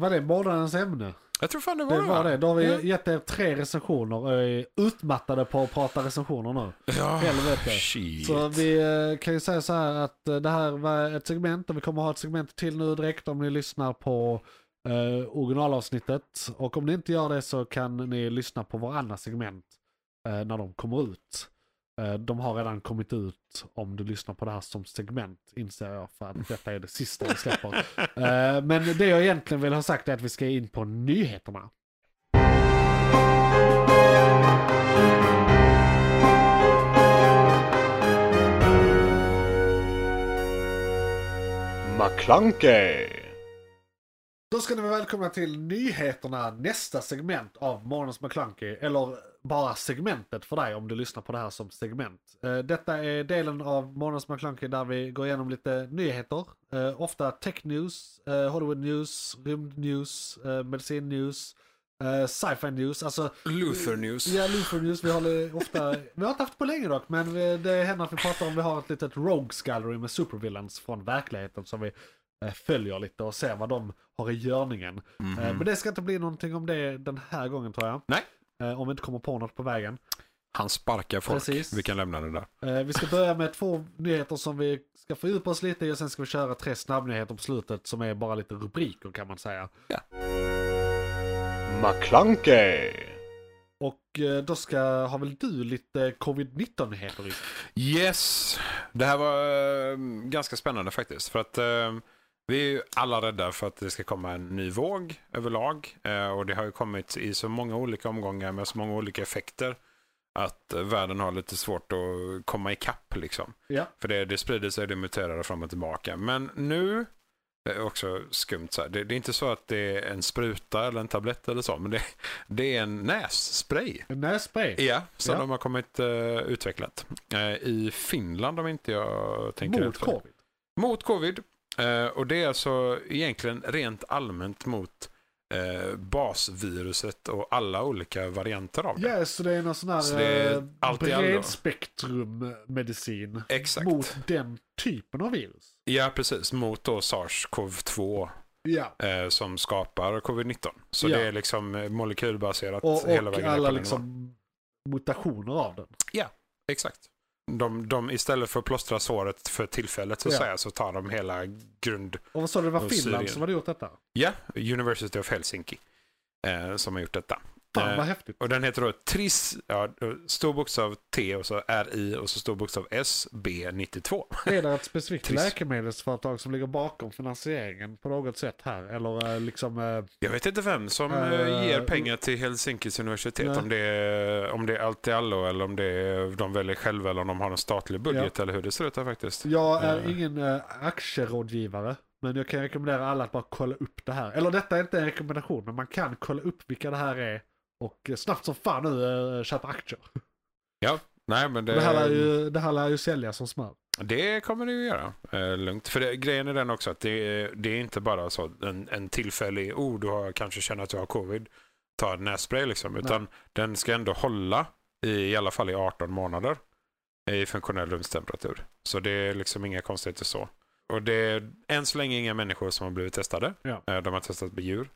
S2: Var det månadens ämne?
S3: Jag tror fan det var
S2: Det var
S3: va?
S2: det. Då har
S3: Ja.
S2: vi gett er tre recensioner. och är Utmattade på att prata recensioner nu.
S3: Ja,
S2: Helvete.
S3: shit.
S2: Så vi eh, kan ju säga så här att eh, det här var ett segment och vi kommer ha ett segment till nu direkt om ni lyssnar på eh, originalavsnittet. Och om ni inte gör det så kan ni lyssna på varandra segment eh, när de kommer ut. Eh, de har redan kommit ut om du lyssnar på det här som segment inser jag för att detta är det sista vi släpper. Eh, men det jag egentligen vill ha sagt är att vi ska in på nyheterna.
S4: McClunkey!
S2: Då ska ni vara välkomna till nyheterna, nästa segment av Månens McKlunky. Eller bara segmentet för dig om du lyssnar på det här som segment. Eh, Detta är delen av Månens McKlunky där vi går igenom lite nyheter. Eh, Ofta tech news, eh, Hollywood news, rymd news, eh, medicin news, eh, sci-fi news. Alltså,
S3: Luther News.
S2: ja, Luther news vi har ofta, vi har inte haft på länge dock, men eh, det händer att vi pratar om, vi har ett litet rogues gallery med supervillains från verkligheten som vi eh, följer lite och ser vad de har i görningen. Eh, Men det ska inte bli någonting om det den här gången tror jag.
S3: Nej.
S2: Eh, Om vi inte kommer på något på vägen.
S3: Han sparkar folk.
S2: Precis.
S3: Vi kan lämna det där.
S2: Eh, Vi ska börja med två nyheter som vi ska fördjupa oss lite i och sen ska vi köra tre snabbnyheter på slutet som är bara lite rubriker kan man säga.
S4: McClunkey!
S2: Och eh, då ska, har väl du lite covid-19 nyheter? Isak?
S3: Yes, det här var eh, ganska spännande faktiskt. För att eh, vi är ju alla rädda för att det ska komma en ny våg överlag. Eh, och det har ju kommit i så många olika omgångar med så många olika effekter. Att eh, världen har lite svårt att komma ikapp liksom.
S2: Ja.
S3: För det, det sprider sig, det muterar fram och tillbaka. Men nu, det är också skumt så här. Det, det är inte så att det är en spruta eller en tablett eller så. Men det, det är en nässpray.
S2: En nässpray.
S3: Ja, så
S2: Ja.
S3: de har kommit eh, utvecklat. Eh, I Finland om inte jag tänker
S2: Mot
S3: rätt fel.
S2: covid.
S3: Mot covid. Eh, och det är alltså egentligen rent allmänt mot eh, basviruset och alla olika varianter av det.
S2: Ja, så det är någon sån
S3: Så
S2: här
S3: det är
S2: eh,
S3: allt i allo.
S2: bredspektrummedicin
S3: Exakt.
S2: mot den typen av virus.
S3: Ja, precis. Mot då SARS-CoV-2.
S2: Ja.
S3: eh, som skapar covid-19. Så
S2: Ja.
S3: det är liksom eh, molekylbaserat
S2: Och,
S3: hela
S2: och
S3: vägen ner på
S2: alla
S3: den nivån.
S2: liksom mutationer av den.
S3: Exakt. De, de, istället för att plåstra såret för tillfället så, att
S2: Ja.
S3: säga, så tar de hela grund...
S2: Och vad sa du, det var
S3: Och
S2: Finland
S3: Syrien.
S2: som hade gjort detta?
S3: Ja, University of Helsinki eh, som har gjort detta.
S2: Fan
S3: Eh,
S2: vad häftigt.
S3: Och den heter då TRIS, ja, stor bokstav T och så RI och så stor bokstav S, B 92.
S2: Är det ett specifikt
S3: Trist.
S2: läkemedelsföretag som ligger bakom finansieringen på något sätt här? Eller eh, liksom... eh,
S3: Jag vet inte vem som
S2: Eh,
S3: eh, ger pengar till Helsinkis universitet.
S2: nej.
S3: Om det, är, om det är allt i allo eller om det är, de väljer själva eller om de har en statlig budget eller hur det ser ut där faktiskt.
S2: Jag är
S3: Eh.
S2: ingen eh, aktierådgivare, men jag kan rekommendera alla att bara kolla upp det här. Eller detta är inte en rekommendation, men man kan kolla upp vilka det här är och eh, snabbt som fan nu eh, köpa aktier.
S3: Nej, men det,
S2: Det här lär ju, det här lär ju sälja som smör.
S3: Det kommer det ju göra. Eh, lugnt. För det, grejen är den också att det, det är inte bara så en, en tillfällig, oh du har, kanske känner att du har covid, ta en nässpray liksom. Utan den ska ändå hålla i, i alla fall i 18 månader i funktionell rumstemperatur. Så det är liksom inga konstigheter så. Och det är än så länge inga människor som har blivit testade.
S2: Ja.
S3: Eh, De har testat på djur.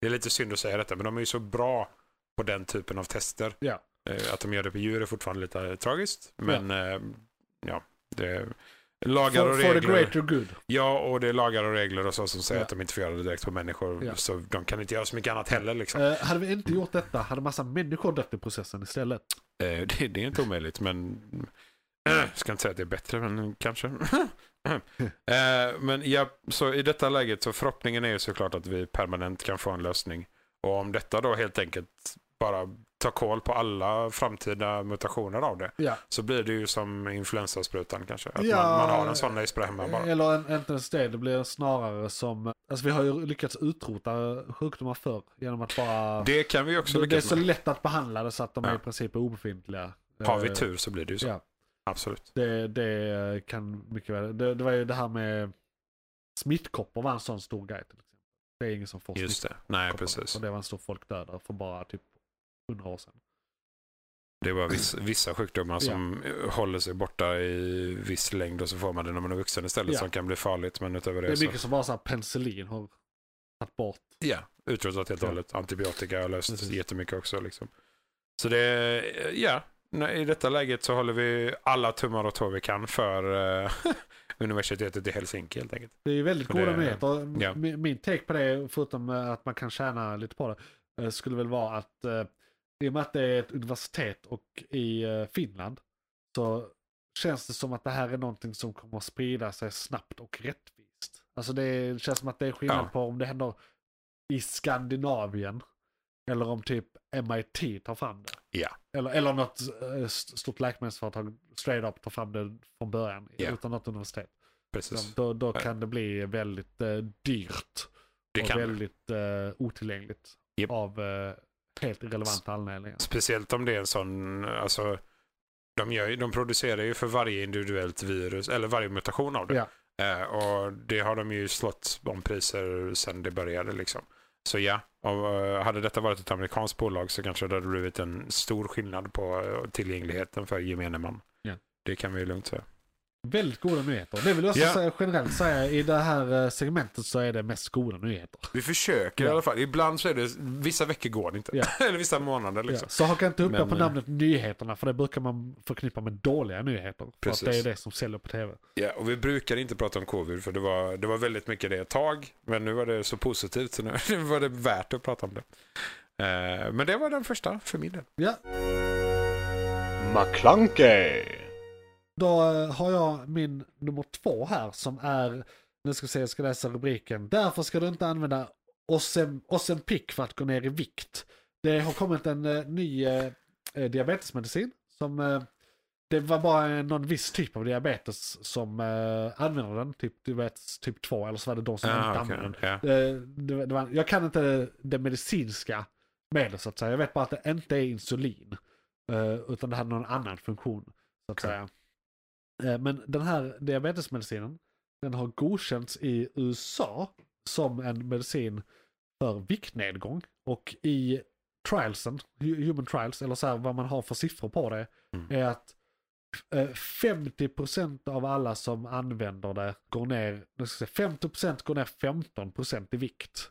S3: Det är lite synd att säga detta, men de är ju så bra på den typen av tester.
S2: Ja.
S3: Eh, Att de gör det på djur är fortfarande lite tragiskt, men eh, ja, det är lagar
S2: For,
S3: och
S2: for the
S3: regler.
S2: greater good.
S3: Ja, och det är lagar och regler och så som säger
S2: Ja.
S3: att de inte får göra det direkt på människor.
S2: Ja.
S3: Så de kan inte göra så mycket annat heller. Liksom.
S2: Eh, hade vi inte gjort detta hade massa människor dött i processen istället.
S3: Eh, det, det är inte omöjligt, men ska inte säga att det är bättre, men kanske. eh, men ja, så i detta läget så förhoppningen är ju såklart att vi permanent kan få en lösning. Och om detta då helt enkelt bara tar koll på alla framtida mutationer av det.
S2: Ja.
S3: Så blir det ju som influensasprutan kanske. Att
S2: Ja.
S3: man, man har en sån i spray hemma bara.
S2: Eh, Eller en- inte ens det, det blir snarare som... Alltså vi har ju lyckats utrota eh, sjukdomar förr genom att bara...
S3: Det kan vi också
S2: det, det är
S3: lyckas
S2: så
S3: med.
S2: lätt att behandla det så att de är
S3: Ja.
S2: i princip obefintliga.
S3: Har vi
S2: Eh,
S3: tur så blir det ju typ så.
S2: Ja.
S3: Absolut.
S2: Det, det kan mycket väl. Det, det var ju det här med smittkoppor var en sån stor grej till exempel. Det är ingen som får
S3: Just det. Nej, precis.
S2: Och det var en stor folkdödare för bara typ 100 år sedan.
S3: Det var vissa, vissa sjukdomar som håller sig borta i viss längd och så får man det när man är vuxen istället
S2: Ja.
S3: som kan bli farligt. Men utöver det,
S2: Det är
S3: så...
S2: mycket som bara så här penicillin har tagit bort.
S3: Ja, utrotat helt och
S2: Ja.
S3: hållet. Antibiotika har löst
S2: Precis.
S3: jättemycket också. Liksom. Så det, ja, nej, i detta läget så håller vi alla tummar och tår vi kan för eh, universitetet i Helsinki helt enkelt.
S2: Det är ju väldigt
S3: Så
S2: goda
S3: det-
S2: nyheter.
S3: ja.
S2: Min min take på det, förutom eh, att man kan tjäna lite på det, eh, skulle väl vara att eh, i och med att det är ett universitet och i eh, Finland så känns det som att det här är någonting som kommer att sprida sig snabbt och rättvist. Alltså det känns som att det är skillnad
S3: Ja.
S2: på om det händer i Skandinavien eller om typ MIT tar fram det.
S3: Ja.
S2: Eller, eller om något eh, st- stort läkemedelsföretag straight up tar fram det från början
S3: Ja.
S2: utan något universitet.
S3: Precis.
S2: Då, då
S3: Ja.
S2: kan det bli väldigt eh, dyrt
S3: Det
S2: och
S3: kan det.
S2: väldigt eh, otillgängligt
S3: Japp.
S2: av eh, helt irrelevanta anledningar.
S3: Speciellt om det är en sån, alltså, de, gör, ju- de producerar ju för varje individuellt virus, eller varje mutation av det.
S2: Ja.
S3: Eh, och det har de ju slått om priser sedan det började liksom. Så ja, och, eh, hade detta varit ett amerikanskt bolag så kanske det hade blivit en stor skillnad på eh, tillgängligheten för gemene man.
S2: Ja.
S3: Det kan vi ju lugnt säga.
S2: Väldigt goda nyheter. Det vill jag också
S3: Ja.
S2: säga, generellt säga, i det här eh, segmentet så är det mest goda nyheter.
S3: Vi försöker
S2: Ja.
S3: i alla fall. Ibland så är det, vissa veckor går det inte.
S2: Ja.
S3: eller vissa månader liksom.
S2: Ja. Så haka inte upp er
S3: Men,
S2: på
S3: eh,
S2: namnet nyheterna för det brukar man förknippa med dåliga nyheter. För
S3: Precis.
S2: att det är det som säljer på tv.
S3: Ja, och vi brukar inte prata om covid för det var, det var väldigt mycket det ett tag. Men nu var det så positivt så nu nu var det värt att prata om det. Eh, men det var den första för min del.
S2: Ja,
S4: McClunkey!
S2: Då eh, har jag min nummer två här som är, nu ska vi se, jag ska läsa rubriken. Därför ska du inte använda Ozem- Ozempic för att gå ner i vikt. Det har kommit en eh, ny eh, eh, diabetesmedicin som eh, det var bara eh, någon viss typ av diabetes som eh, använde den, typ diabetes typ 2 eller så var det de som inte
S3: Ah,
S2: använde
S3: okej.
S2: den.
S3: ja.
S2: Eh, det, det var, jag kan inte det medicinska med det så att säga. Jag vet bara att det inte är insulin. eh, Utan det hade någon annan funktion. Så att
S3: Okej.
S2: säga. Eh, Men den här diabetesmedicinen, den har godkänts i USA som en medicin för viktnedgång. Och i trialsen, hu- human trials, eller så här vad man har för siffror på det,
S3: Mm.
S2: är att eh, 50% av alla som använder det går ner, nu ska jag säga, 50% går ner 15% i vikt.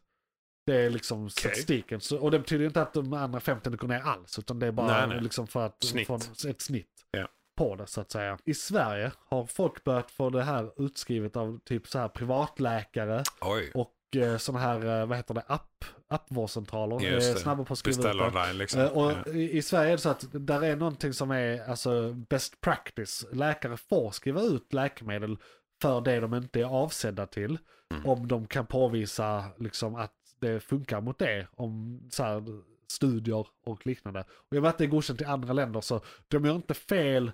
S2: Det är liksom statistiken. Så, och det betyder inte att de andra 50 går ner alls, utan det är bara
S3: Nej, nej.
S2: Liksom för att
S3: Snitt.
S2: få ett snitt
S3: Ja.
S2: på det så att säga. I Sverige har folk börjat få det här utskrivet av typ så här privatläkare
S3: Oj.
S2: och eh, sådana här, eh, vad heter det, app, appvårdcentraler.
S3: Just
S2: eh,
S3: det.
S2: Snabba på att skriva ut
S3: Beställ
S2: det.
S3: online liksom.
S2: Eh, Och
S3: Ja.
S2: i, I Sverige är det så att där är någonting som är alltså, best practice. Läkare får skriva ut läkemedel för det de inte är avsedda till.
S3: Mm.
S2: Om de kan påvisa liksom, att det funkar mot det. Om så här, studier och liknande. Och jag vet att det är godkänt i andra länder så de gör inte fel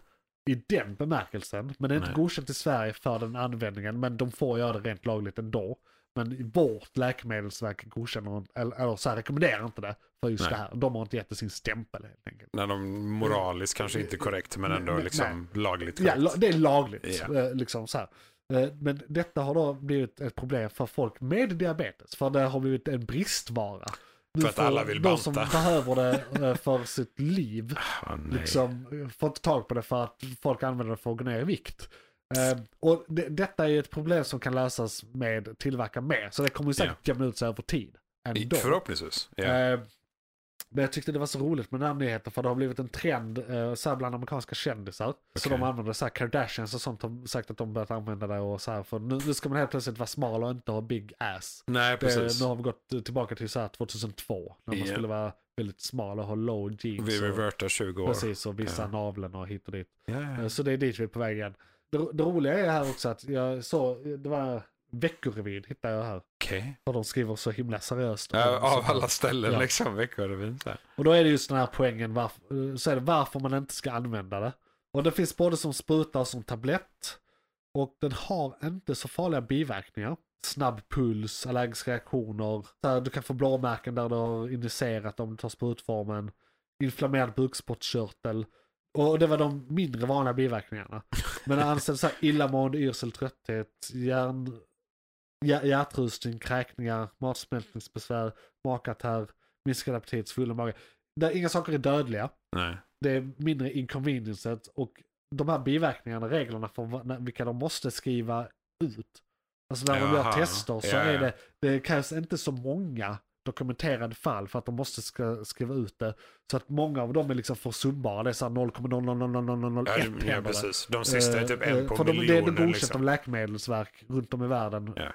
S2: i den bemärkelsen. Men det är inte
S3: Nej.
S2: godkänt i Sverige för den användningen. Men de får göra det rent lagligt ändå. Men vårt läkemedelsverk godkänner inte- eller, eller så här, rekommenderar inte det för just
S3: Nej.
S2: det här. De har inte gett det sin stämpel helt enkelt.
S3: När de moraliskt kanske inte är korrekt men ändå
S2: Nej.
S3: liksom lagligt
S2: Ja,
S3: korrekt.
S2: la- det är lagligt.
S3: Ja.
S2: eh, Liksom så här. Eh, Men detta har då blivit ett problem för folk med diabetes. För det har blivit en bristvara. Nu
S3: För att
S2: får
S3: alla vill
S2: De som
S3: banta.
S2: behöver det eh, för sitt liv
S3: Ah, nej.
S2: liksom, får inte tag på det för att folk använder det för att gå ner i vikt. Eh, och det, detta är ju ett problem som kan lösas med tillverka mer. Så det kommer ju säkert jämna ut sig över tid.
S3: I-
S2: Ändå.
S3: Förhoppningsvis. Ja.
S2: Eh, Men jag tyckte det var så roligt med den här nyheten för det har blivit en trend eh, så här bland amerikanska kändisar. Så
S3: Okej.
S2: de använder så här Kardashians och sånt har sagt att de börjat använda det och så här. För nu, nu ska man helt plötsligt vara smal och inte ha big ass.
S3: nej,
S2: Det,
S3: precis.
S2: nu har vi gått eh, tillbaka till så här 2002 när man
S3: Ja.
S2: skulle vara väldigt smal och ha low jeans.
S3: Vi
S2: och,
S3: revertar 20 år.
S2: precis, och vissa
S3: Ja.
S2: naveln och hit och dit.
S3: Ja, ja.
S2: Eh, Så det är dit vi är på väg igen. Det, ro- det roliga är här också att jag såg, det var Veckorevyn hittade jag här.
S3: Okej.
S2: För de skriver så himla seriöst. om
S3: Ja,
S2: sånt
S3: av
S2: här.
S3: alla ställen
S2: Ja.
S3: liksom, Veckorevyn. så här.
S2: Och då är det just den här poängen varför, så är det varför man inte ska använda det. Och det finns både som spruta och som tablett. Och den har inte så farliga biverkningar. Snabb puls, allergiska reaktioner. Så här, du kan få blåmärken där du har injicerat om du tar sprutformen. Inflammerad bukspottkörtel. Och det var de mindre vanliga biverkningarna. Men det anses så här illamående, yrsel, trötthet, hjärn, hjär- hjärtrusning, kräkningar, matsmältningsbesvär, magkatarr, minskad aptit, svullen mage. Där inga saker är dödliga.
S3: Nej.
S2: Det är mindre inconveniences och de här biverkningarna, reglerna för vad- när- vilka de måste skriva ut. Alltså när de gör
S3: Jaha.
S2: tester så
S3: Ja,
S2: är
S3: ja.
S2: det, det krävs inte så många dokumenterade fall för att de måste ska, skriva ut det. Så att många av dem är liksom försumbara. Det är så här 0,0000001
S3: Ja,
S2: händer
S3: ja,
S2: det.
S3: precis. De sista är typ
S2: Eh,
S3: en
S2: eh,
S3: på
S2: för de, Det är
S3: miljonen.
S2: godkänt av
S3: liksom.
S2: läkemedelsverk runt om i världen.
S3: Ja.
S2: Eh,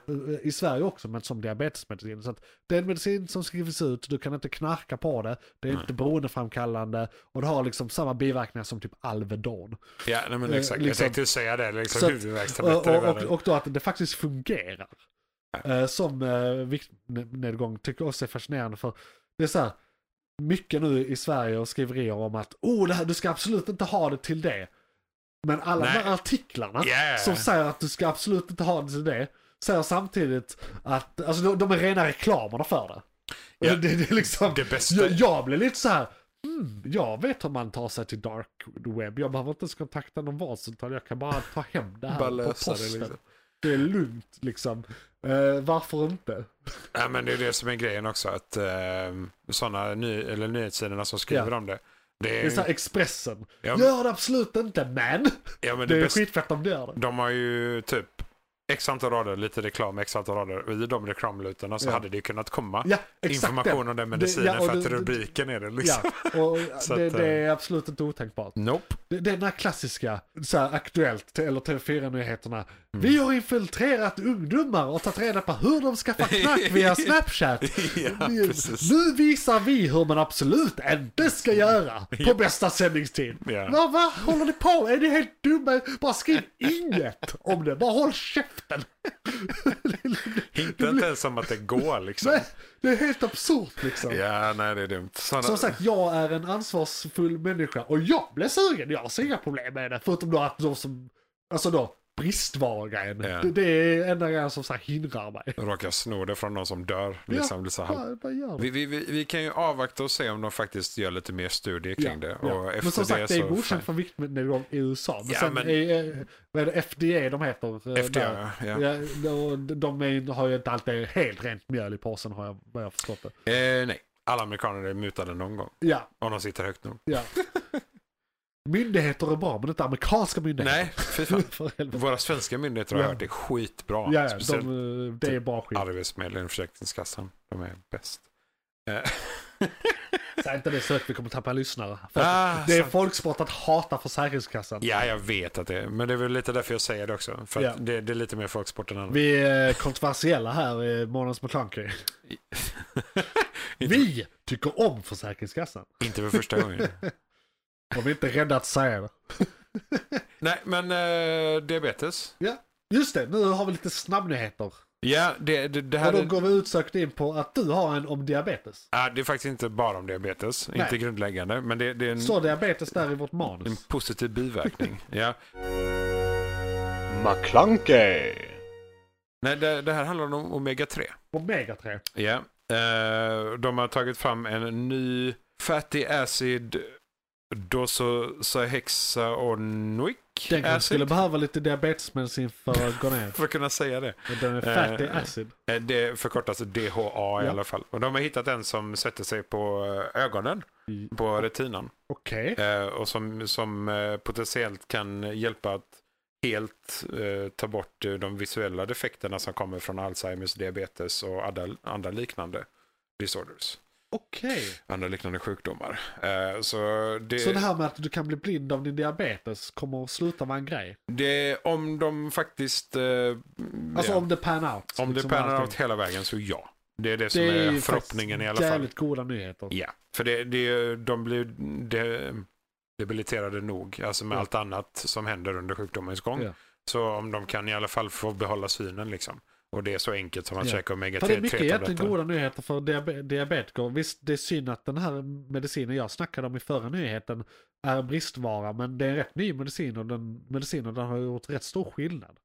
S2: I Sverige också, men som diabetesmedicin. Så att det är en medicin som skrivs ut, du kan inte knarka på det, det är inte beroendeframkallande och det har liksom samma biverkningar som typ Alvedon.
S3: Ja, nej, men
S2: eh,
S3: exakt.
S2: liksom-
S3: Jag tänkte säga det.
S2: Så
S3: Liksom,
S2: att- Och,
S3: Huvudvärkstabletter i
S2: och, och,
S3: världen.
S2: och då att det faktiskt fungerar. Eh, Som eh, viktnedgång tycker också är fascinerande för det är så här, mycket nu i Sverige och skriverier om att oh, det här, du ska absolut inte ha det till det. Men alla de
S3: Nej.
S2: här artiklarna
S3: Yeah.
S2: som säger att du ska absolut inte ha det till det, säger samtidigt att, alltså de, de är rena reklamerna för det.
S3: Ja.
S2: Det, det är liksom,
S3: Det bästa-
S2: jag, jag blir lite så här, hmm, jag vet hur man tar sig till dark web, jag behöver inte ens kontakta någon vårdcentral, jag kan bara ta hem det här
S3: Bara
S2: på
S3: lösa det,
S2: posten. Det,
S3: liksom.
S2: är lugnt liksom. Eh, varför inte?
S3: Ja, men det är det som är grejen också. Att sådana ny, eller nyhetssidorna som skriver om det. Det är,
S2: Det är så här Expressen,
S3: Eh. Ja, men-
S2: gör det absolut inte men,
S3: ja, men
S2: det
S3: det
S2: är
S3: bästa-
S2: skitfett om du gör det.
S3: De har ju typ x antal rader, lite reklam, x antal rader. Och i de reklamlutorna så
S2: Ja.
S3: hade det ju kunnat komma
S2: Ja, exakt
S3: information
S2: det.
S3: om den
S2: Det-
S3: medicinen
S2: ja, och
S3: för att
S2: det- det-
S3: rubriken är det liksom.
S2: Ja, och
S3: Så
S2: det,
S3: att, eh.
S2: det är absolut inte otänkbart.
S3: Nope.
S2: Det, det är den här klassiska, så här, Aktuellt te- eller TV4-nyheterna.
S3: Mm.
S2: Vi har infiltrerat ungdomar och tagit reda på hur de skaffar knack via Snapchat.
S3: Ja,
S2: Nu-
S3: precis.
S2: nu visar vi hur man absolut inte ska göra på bästa sändningstid.
S3: Ja.
S2: Vad va, håller ni på Är ni helt dumma? Bara skriv inget om det, bara håll käften.
S3: Inte inte ens som att det går liksom.
S2: Nej, det är helt absurt liksom.
S3: ja, nej det är dumt. Såna...
S2: Som sagt, jag är en ansvarsfull människa och jag blev sugen. Jag ser inga problem med det. Förutom då att de som, alltså då, bristvaran.
S3: Ja.
S2: Det, det är enda grejen som så här hindrar mig.
S3: Råkar sno det från någon som dör. Liksom, blir så
S2: ja,
S3: här-
S2: vad- vad gör du?
S3: vi, vi, vi, vi kan ju avvakta och se om de faktiskt gör lite mer studier kring det.
S2: Ja,
S3: Och
S2: ja.
S3: efter
S2: Men som sagt, det är
S3: så-
S2: godkänt för viktnedgång i USA. Men
S3: Ja,
S2: sen
S3: men-
S2: är, eh, vad är det, FDA de heter. eh,
S3: FDA,
S2: där.
S3: ja.
S2: Ja, och de är, har ju inte alltid helt rent mjöl i påsen har jag, vad jag förstått det.
S3: Eh, nej, alla amerikaner är mutade någon gång.
S2: Ja,
S3: Om de sitter högt nog.
S2: ja. Myndigheter är bra, men inte amerikanska myndigheter.
S3: Nej, fy fan.
S2: För helvete.
S3: Våra svenska myndigheter har
S2: Ja.
S3: jag hört är skitbra.
S2: Ja, ja,
S3: Speciellt typ
S2: de, eh, det är bra skit.
S3: Arbetsförmedlingen och Försäkringskassan. De är bäst. Eh.
S2: Säg inte det så högt, vi kommer tappa lyssnare. Folk,
S3: Ah,
S2: det är
S3: sant.
S2: folksport att hata Försäkringskassan.
S3: Ja, jag vet att det är. Men det är väl lite därför jag säger det också. För att
S2: Ja.
S3: det, det är lite mer folksport än annat.
S2: Vi är kontroversiella här i Månadens McClunky.
S3: inte,
S2: Vi tycker om Försäkringskassan.
S3: inte för första gången.
S2: Och vi är inte rädda att säga det.
S3: Nej, men eh, diabetes.
S2: Just det, nu har vi lite snabbnyheter.
S3: Ja, det, det, det här
S2: Och då
S3: är,
S2: går vi utsökt in på att du har en om diabetes.
S3: ah, det är faktiskt inte bara om diabetes.
S2: Nej.
S3: Inte grundläggande. Men det, det är en,
S2: Står diabetes där i vårt
S3: en
S2: manus?
S3: positiv biverkning. ja.
S4: McClunkey.
S3: Nej, det, det här handlar om omega-3.
S2: Omega-3.
S3: Ja. Eh, de har tagit fram en ny fatty acid docosahexaonoic
S2: Den kanske
S3: acid.
S2: skulle behöva lite diabetesmedicin för att gå ner.
S3: För att kunna säga det.
S2: Men Den är fatty
S3: Eh,
S2: acid.
S3: Eh, Det förkortas DHA i
S2: Ja.
S3: alla fall. Och de har hittat en som sätter sig på eh, ögonen,
S2: Mm.
S3: på retinan.
S2: Okej.
S3: Eh, Och som, som eh, potentiellt kan hjälpa att helt eh, ta bort eh, de visuella defekterna som kommer från Alzheimers, diabetes och andra, andra liknande disorders.
S2: Okej.
S3: Andra liknande sjukdomar. Eh, Så det,
S2: Så det här med att du kan bli blind av din diabetes kommer att sluta vara en grej?
S3: det, om de faktiskt... eh,
S2: Alltså
S3: ja,
S2: om det pan out.
S3: om det
S2: liksom,
S3: pannar
S2: allting.
S3: ut hela vägen så ja. Det är det som
S2: Det är
S3: är
S2: ju
S3: förhoppningen i
S2: faktiskt
S3: alla fall.
S2: Jävligt goda nyheter.
S3: Ja, för det, det, de blir de, debiliterade nog, alltså med
S2: Ja.
S3: allt annat som händer under sjukdomens gång.
S2: Ja.
S3: Så om de kan i alla fall få behålla synen liksom. Och det är så enkelt som att
S2: Ja. För
S3: käka
S2: det är mycket
S3: omega-3-tabletter.
S2: egentligen goda nyheter för diabe- diabetiker. Visst, det är synd att den här medicinen jag snackade om i förra nyheten är bristvara, men det är en rätt ny medicin och den, medicinen den har gjort rätt stor skillnad.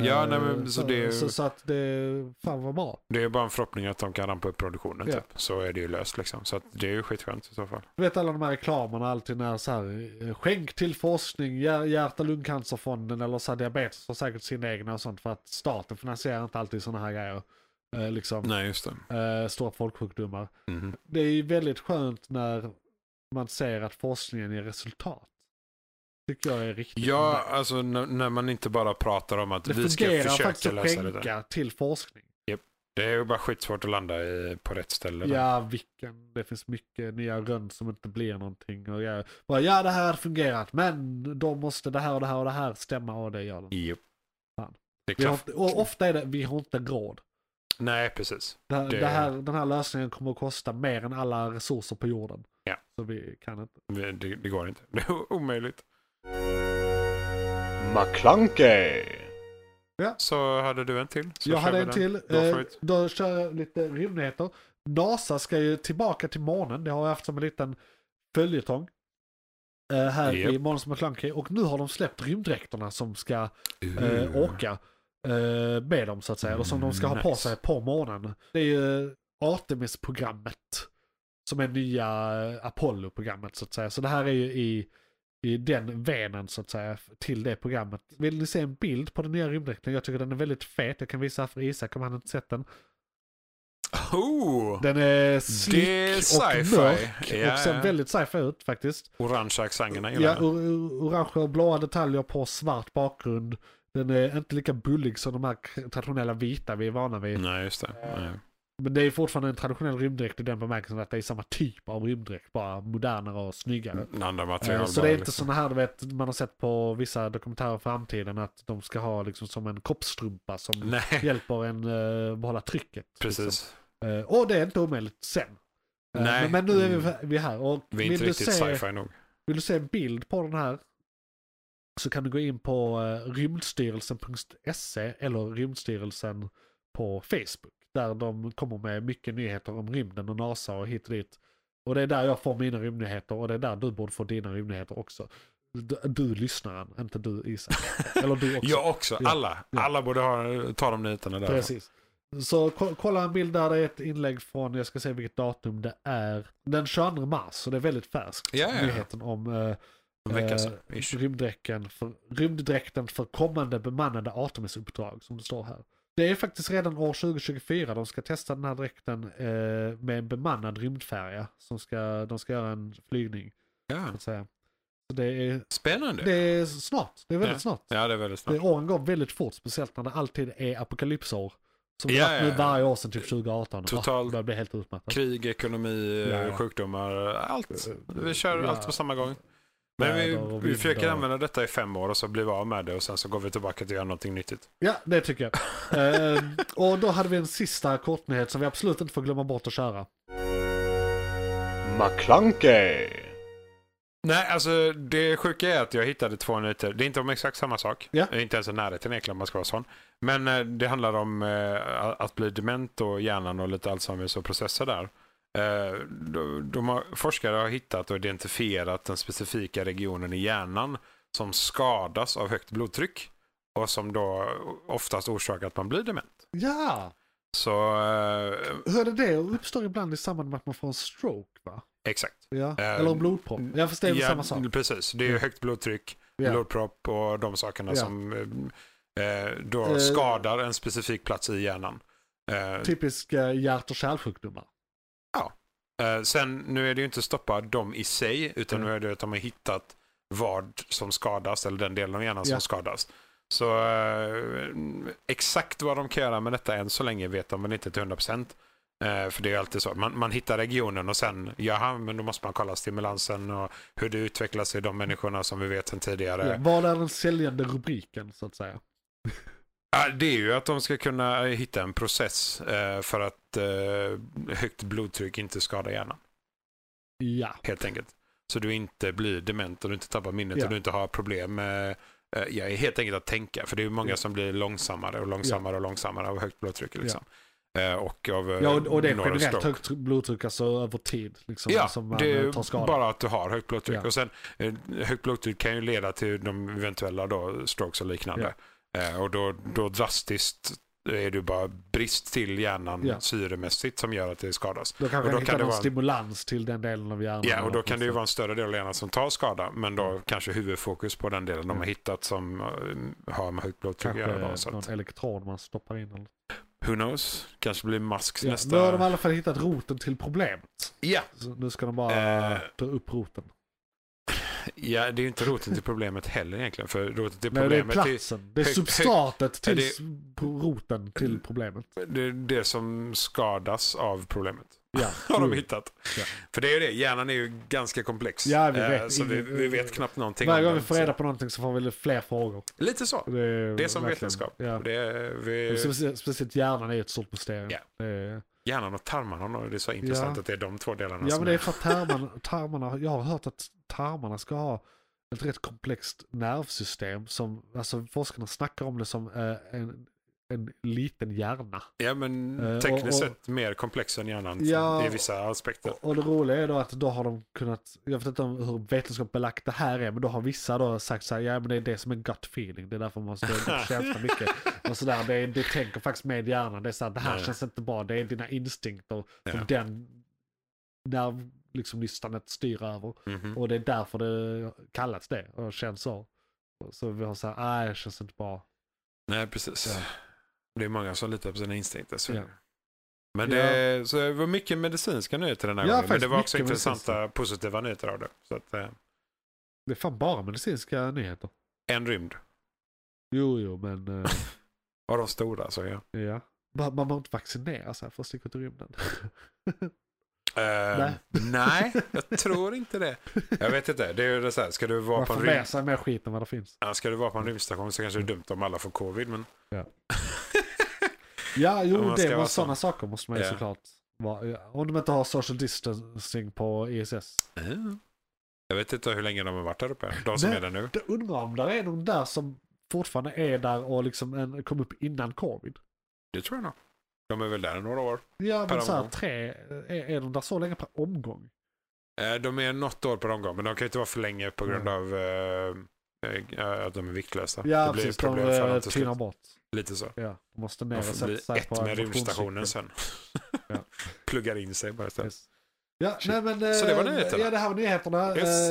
S3: Ja,
S2: Eh,
S3: nej, men så det är ju-
S2: så, så att det, fan vad bra.
S3: Det är bara en förhoppning att de kan rampa upp produktionen.
S2: Ja.
S3: Typ. Så är det ju löst liksom. Så att det är ju skitskönt i så fall.
S2: Du vet alla de här reklamerna alltid när så här, eh, skänk till forskning, hjär- hjärt-lungcancerfonden eller så här, diabetes har säkert sina egna och sånt för att staten finansierar inte alltid sådana här grejer. Eh, liksom
S3: Nej, just det. Mm.
S2: eh, stora folksjukdomar. Det är ju väldigt skönt när man ser att forskningen ger resultat. Tycker jag är riktigt
S3: Ja,
S2: nice.
S3: alltså när, när man inte bara pratar om att
S2: det
S3: vi ska
S2: fungerar faktiskt
S3: försöka
S2: att
S3: lösa det där.
S2: skänka till forskning.
S3: Det är ju bara skitsvårt att landa i, på rätt ställe. där.
S2: Ja, vilken. Det finns mycket nya rön som inte blir någonting. Och jag, bara, ja, det här har fungerat, men då måste det här och det här och det här stämma och det gör det.
S3: Japp.
S2: Fan.
S3: Det är
S2: Vi har,
S3: klart.
S2: inte- och ofta är det, vi har inte råd.
S3: Nej, precis.
S2: Det, här-
S3: Det-
S2: Det här, den här lösningen kommer att kosta mer än alla resurser på jorden.
S3: Ja.
S2: Så vi kan inte.
S3: Det, det går inte. Det är omöjligt.
S4: McClunkey.
S3: Så hade du en till. Så
S2: jag
S3: kör
S2: hade
S3: vi
S2: en
S3: den.
S2: till.
S3: Go
S2: Eh,
S3: for it.
S2: Då kör jag lite rymdnyheter. NASA ska ju tillbaka till månen. Det har jag haft som en liten följetong. eh, Här
S3: Japp.
S2: i Månens McClunky. Och nu har de släppt rymddräkterna som ska eh, åka eh, med dem så att säga. Eller som de ska ha på
S3: Nice.
S2: sig på månen. Det är ju eh, Artemis-programmet. Som är nya eh, Apollo-programmet så att säga. Så det här är ju i, i den venen så att säga till det programmet. Vill ni se en bild på den nya rymddräkten? Jag tycker den är väldigt fet. Jag kan visa här för Isak om han inte sett den.
S3: Oh!
S2: Den är slick
S3: Det är
S2: och
S3: sci-fi.
S2: mörk.
S3: Ja,
S2: och ser
S3: ja.
S2: väldigt sci-fi ut faktiskt.
S3: Orangea accenterna gillar
S2: Ja,
S3: jag.
S2: or- or- orange och blåa detaljer på svart bakgrund. Den är inte lika bullig som de här k- traditionella vita vi är vana vid.
S3: Nej, just det. Nej.
S2: Men det är fortfarande en traditionell rymddräkt i den bemärkelsen att det är samma typ av rymddräkt, bara modernare och snyggare.
S3: En Andra
S2: Eh,
S3: material
S2: Så
S3: bara,
S2: det är inte
S3: Mm. liksom.
S2: sådana här du vet, man har sett på vissa dokumentärer i framtiden att de ska ha liksom som en kroppstrumpa som
S3: Nej,
S2: hjälper en eh, behålla trycket. Liksom.
S3: precis.
S2: Eh, och det är inte omöjligt sen. Eh,
S3: Nej. Mm.
S2: Men, men nu är vi, vi är här. Och
S3: Vi är
S2: vill,
S3: inte
S2: du
S3: riktigt
S2: se,
S3: sci-fi nog.
S2: vill du se en bild på den här så kan du gå in på eh, rymdstyrelsen.se E eller rymdstyrelsen på Facebook. Där de kommer med mycket nyheter om rymden och NASA och hit och dit. Och det är där jag får mina rymdnyheter och det är där du borde få dina rymdnyheter också. Du, du lyssnaren, inte du Isak. Eller du också.
S3: Jag också.
S2: Ja.
S3: Alla.
S2: Ja.
S3: Alla borde ha, ta de nyheterna där.
S2: Precis. Så ko- kolla en bild där det är ett inlägg från, jag ska se vilket datum det är, den 22 mars, så det är väldigt färskt.
S3: Ja, ja, ja.
S2: Nyheten om eh,
S3: En vecka sedan.
S2: eh,
S3: ish.
S2: rymddräkten för, rymddräkten för kommande bemannade Artemis-uppdrag som det står här. Det är faktiskt redan år 2024 de ska testa den här dräkten eh, med en bemannad rymdfärja. Som ska, de ska göra en flygning
S3: Ja.
S2: så att säga. Så det är,
S3: Spännande.
S2: det är snart. Det är väldigt
S3: Ja.
S2: snart.
S3: Ja, det är väldigt
S2: Det,
S3: snabbt.
S2: åren går väldigt fort, speciellt när det alltid är apokalypsår. Som det
S3: Ja,
S2: har varit
S3: ja,
S2: nu
S3: ja.
S2: varje år sedan typ 2018.
S3: Totalt-
S2: Ah, börjar bli helt utmattat.
S3: Krig, ekonomi, eh,
S1: Ja, ja.
S3: sjukdomar, allt. Vi kör
S2: Ja.
S3: allt på samma gång. Men vi,
S2: Väder och
S3: vi
S2: vind
S3: försöker
S2: och-
S3: använda detta i fem år och så blir vi av med det och sen så går vi tillbaka till att göra någonting nyttigt.
S2: Ja, det tycker jag. Ehm, och då hade vi en sista kortnyhet som vi absolut inte får glömma bort att köra.
S4: McClunkey.
S3: Nej, alltså det sjuka är att jag hittade två nyheter. Det är inte om exakt samma sak.
S2: Ja.
S3: Det är Inte ens i närheten egentligen om man ska vara sån. Men eh, det handlar om eh, att bli dement och hjärnan och lite Alzheimers och processer där. Eh, de, de har, forskare har hittat och identifierat den specifika regionen i hjärnan som skadas av högt blodtryck och som då oftast orsakar att man blir dement.
S2: Ja!
S3: Så eh,
S2: Hörde det uppstår ibland i samband med att man får en stroke va?
S3: exakt.
S2: Ja.
S3: Eh,
S2: Eller en blodpropp. Ja fast det är väl
S3: Ja,
S2: samma sak. Mm.
S3: Precis, det är ju högt blodtryck.
S2: Ja.
S3: blodpropp och de sakerna
S2: Ja.
S3: som eh, då
S2: Eh.
S3: skadar en specifik plats i hjärnan. Eh,
S2: Typiska hjärt och kärlsjukdomar.
S3: eh, sen, nu är det ju inte stoppa dem i sig, utan
S2: Mm.
S3: nu är det att de har hittat vad som skadas, eller den delen av hjärnan
S2: Ja.
S3: som skadas. Så eh, exakt vad de kan göra med detta än så länge vet de väl inte till 100%. Eh, för det är ju alltid så. Man, man hittar regionen och sen, jaha, men då måste man kolla stimulansen och hur det utvecklas i de människorna som vi vet sedan tidigare.
S2: Ja. Vad är den säljande rubriken så att säga?
S3: Ja, det är ju att de ska kunna eh, hitta en process eh, för att eh, högt blodtryck inte skadar hjärnan,
S2: Ja.
S3: helt enkelt. Så du inte blir dement och du inte tappar minnet
S2: Ja.
S3: och du inte har problem med eh, ja, helt enkelt att tänka. För det är ju många
S2: Ja.
S3: som blir långsammare och långsammare och långsammare av högt blodtryck. Liksom. Eh, och av eh,
S2: Ja, och, och det är
S3: några
S2: generellt
S3: stroke.
S2: högt blodtryck alltså över tid. Liksom,
S3: Ja,
S2: som man
S3: det
S2: eh, tar skada.
S3: är bara att du har högt blodtryck.
S2: Ja.
S3: Och sen, eh, högt blodtryck kan ju leda till de eventuella då, strokes och liknande. Eh, och då, då drastiskt är du bara brist till hjärnan
S2: Ja.
S3: syremässigt som gör att det skadas.
S2: Då kanske
S3: och då
S2: man
S3: kan
S2: hittar
S3: det
S2: någon
S3: vara en-
S2: stimulans till den delen av hjärnan.
S3: Ja, och då
S2: eller
S3: kan det ju
S2: något
S3: vara en större del av hjärnan som tar skada, men då
S2: Mm.
S3: kanske huvudfokus på den delen de
S2: Ja.
S3: har hittat som eh, har med högt blodtryck att
S2: Mm. Kanske
S3: göra. Då, så
S2: någon
S3: att,
S2: elektron man stoppar in. Eller...
S3: who knows? Kanske blir masks
S2: Ja,
S3: nästa...
S2: nu har de i alla fall hittat roten till problemet.
S3: Ja.
S2: Så nu ska de bara
S3: Eh.
S2: ta upp roten.
S3: ja, det är ju inte roten till problemet heller egentligen, för roten till
S2: Nej, det är
S3: problemet är
S2: platsen. Det är
S3: högt-
S2: substratet till
S3: Ja, det- Mm.
S2: s- på roten till problemet.
S3: Det är det som skadas av problemet.
S2: Ja,
S3: Har de
S2: true.
S3: hittat.
S2: Ja.
S3: För det är ju det, hjärnan är ju ganska komplex.
S2: Ja, vi
S3: Eh,
S2: vet
S3: Så vi,
S2: ingen-
S3: vi vet knappt någonting
S2: Varje
S3: om
S2: gång vi
S3: den.
S2: får reda på någonting så får vi fler frågor.
S3: Så- Lite så.
S2: Det är,
S3: Det är som
S2: verkligen-
S3: vetenskap.
S2: Ja.
S3: Det är, vi,
S2: Specie- Speciellt hjärnan är ett stort mysterium.
S3: Ja.
S2: Det är-
S3: hjärnan och tarmarna, och det är så intressant
S2: Ja.
S3: att det är de två delarna
S2: Ja
S3: som
S2: men det är för att tarmarna, tarmarna, jag har hört att tarmarna ska ha ett rätt komplext nervsystem som, alltså forskarna snackar om det som eh, en, en liten hjärna.
S3: Ja, men
S2: Eh, och-
S3: tekniskt
S2: och-
S3: sett mer komplex än hjärnan
S2: Ja,
S3: i vissa aspekter.
S2: Och, och det roliga är då att då har de kunnat, jag vet inte om hur vetenskap belagt det här är, men då har vissa då sagt så här, ja men det är det som är gut feeling, det är därför man står känsla mycket. Och sådär, det, det tänker faktiskt med hjärnan, det är så här, det här
S3: Ja.
S2: känns inte bra, det är dina instinkter som
S3: Ja.
S2: den nerv, liksom nystanet styr över.
S3: Mhm.
S2: Och det är därför det kallas det och känns så. Så vi har så här, nej det känns inte bra.
S3: Nej, precis.
S2: Ja.
S3: Det är många som litar på sina instinkter. Så.
S2: Ja.
S3: Men det, så det var mycket medicinska nyheter den här
S2: Ja,
S3: gången. Men
S2: faktiskt
S3: det var också
S2: mycket
S3: intressanta positiva nyheter av det. Så att, eh,
S2: Det är fan bara medicinska nyheter.
S3: en rymd.
S2: Jo, jo, men eh,
S3: Av de stora så ja.
S2: ja. Man, man behöver inte vaccinera sig för att sticka ut i rymden.
S3: Eh,
S2: Nej.
S3: nej, jag tror inte det. Jag vet inte. Det är ju det så här, ska, du vara
S2: Man
S3: på en
S2: får
S3: rym-
S2: med sig mer skit än vad det finns.
S3: ja, ska du vara på en rymdstation så kanske det är dumt om alla får covid. Men...
S2: Ja. Ja, jo,
S3: Om man ska
S2: det var
S3: vara
S2: sådana
S3: sån.
S2: saker måste man ju
S3: Ja.
S2: såklart vara. ja. Om de inte har social distancing på E ISS.
S3: Eh, Jag vet inte hur länge de har varit där uppe. De som
S2: Nej.
S3: är där nu.
S2: Jag undrar om där är någon där som fortfarande är där och liksom en, kom upp innan covid.
S3: Det tror jag nog. De är väl där i några år.
S2: Ja,
S3: Per
S2: men så här,
S3: omgång.
S2: tre, är, är de där så länge per omgång?
S3: Eh, De är något år på omgång, men de kan ju inte vara för länge på grund
S2: Nej.
S3: av eh, eh, att de är viktlösa.
S2: Ja,
S3: det blir
S2: precis.
S3: problem för
S2: De
S3: dem
S2: eh,
S3: till slut.
S2: tynar bort.
S3: Lite så.
S2: Ja, de måste ner
S3: De
S2: och
S3: får
S2: sätta
S3: bli
S2: sig
S3: ett
S2: på
S3: med
S2: en
S3: rymdstationen
S2: motionscykel.
S3: sen.
S2: Ja.
S3: Pluggar in sig bara istället.
S2: Yes. Ja, nej, men, eh,
S3: Så det var nyheterna.
S2: Ja, det här var nyheterna.
S3: Yes.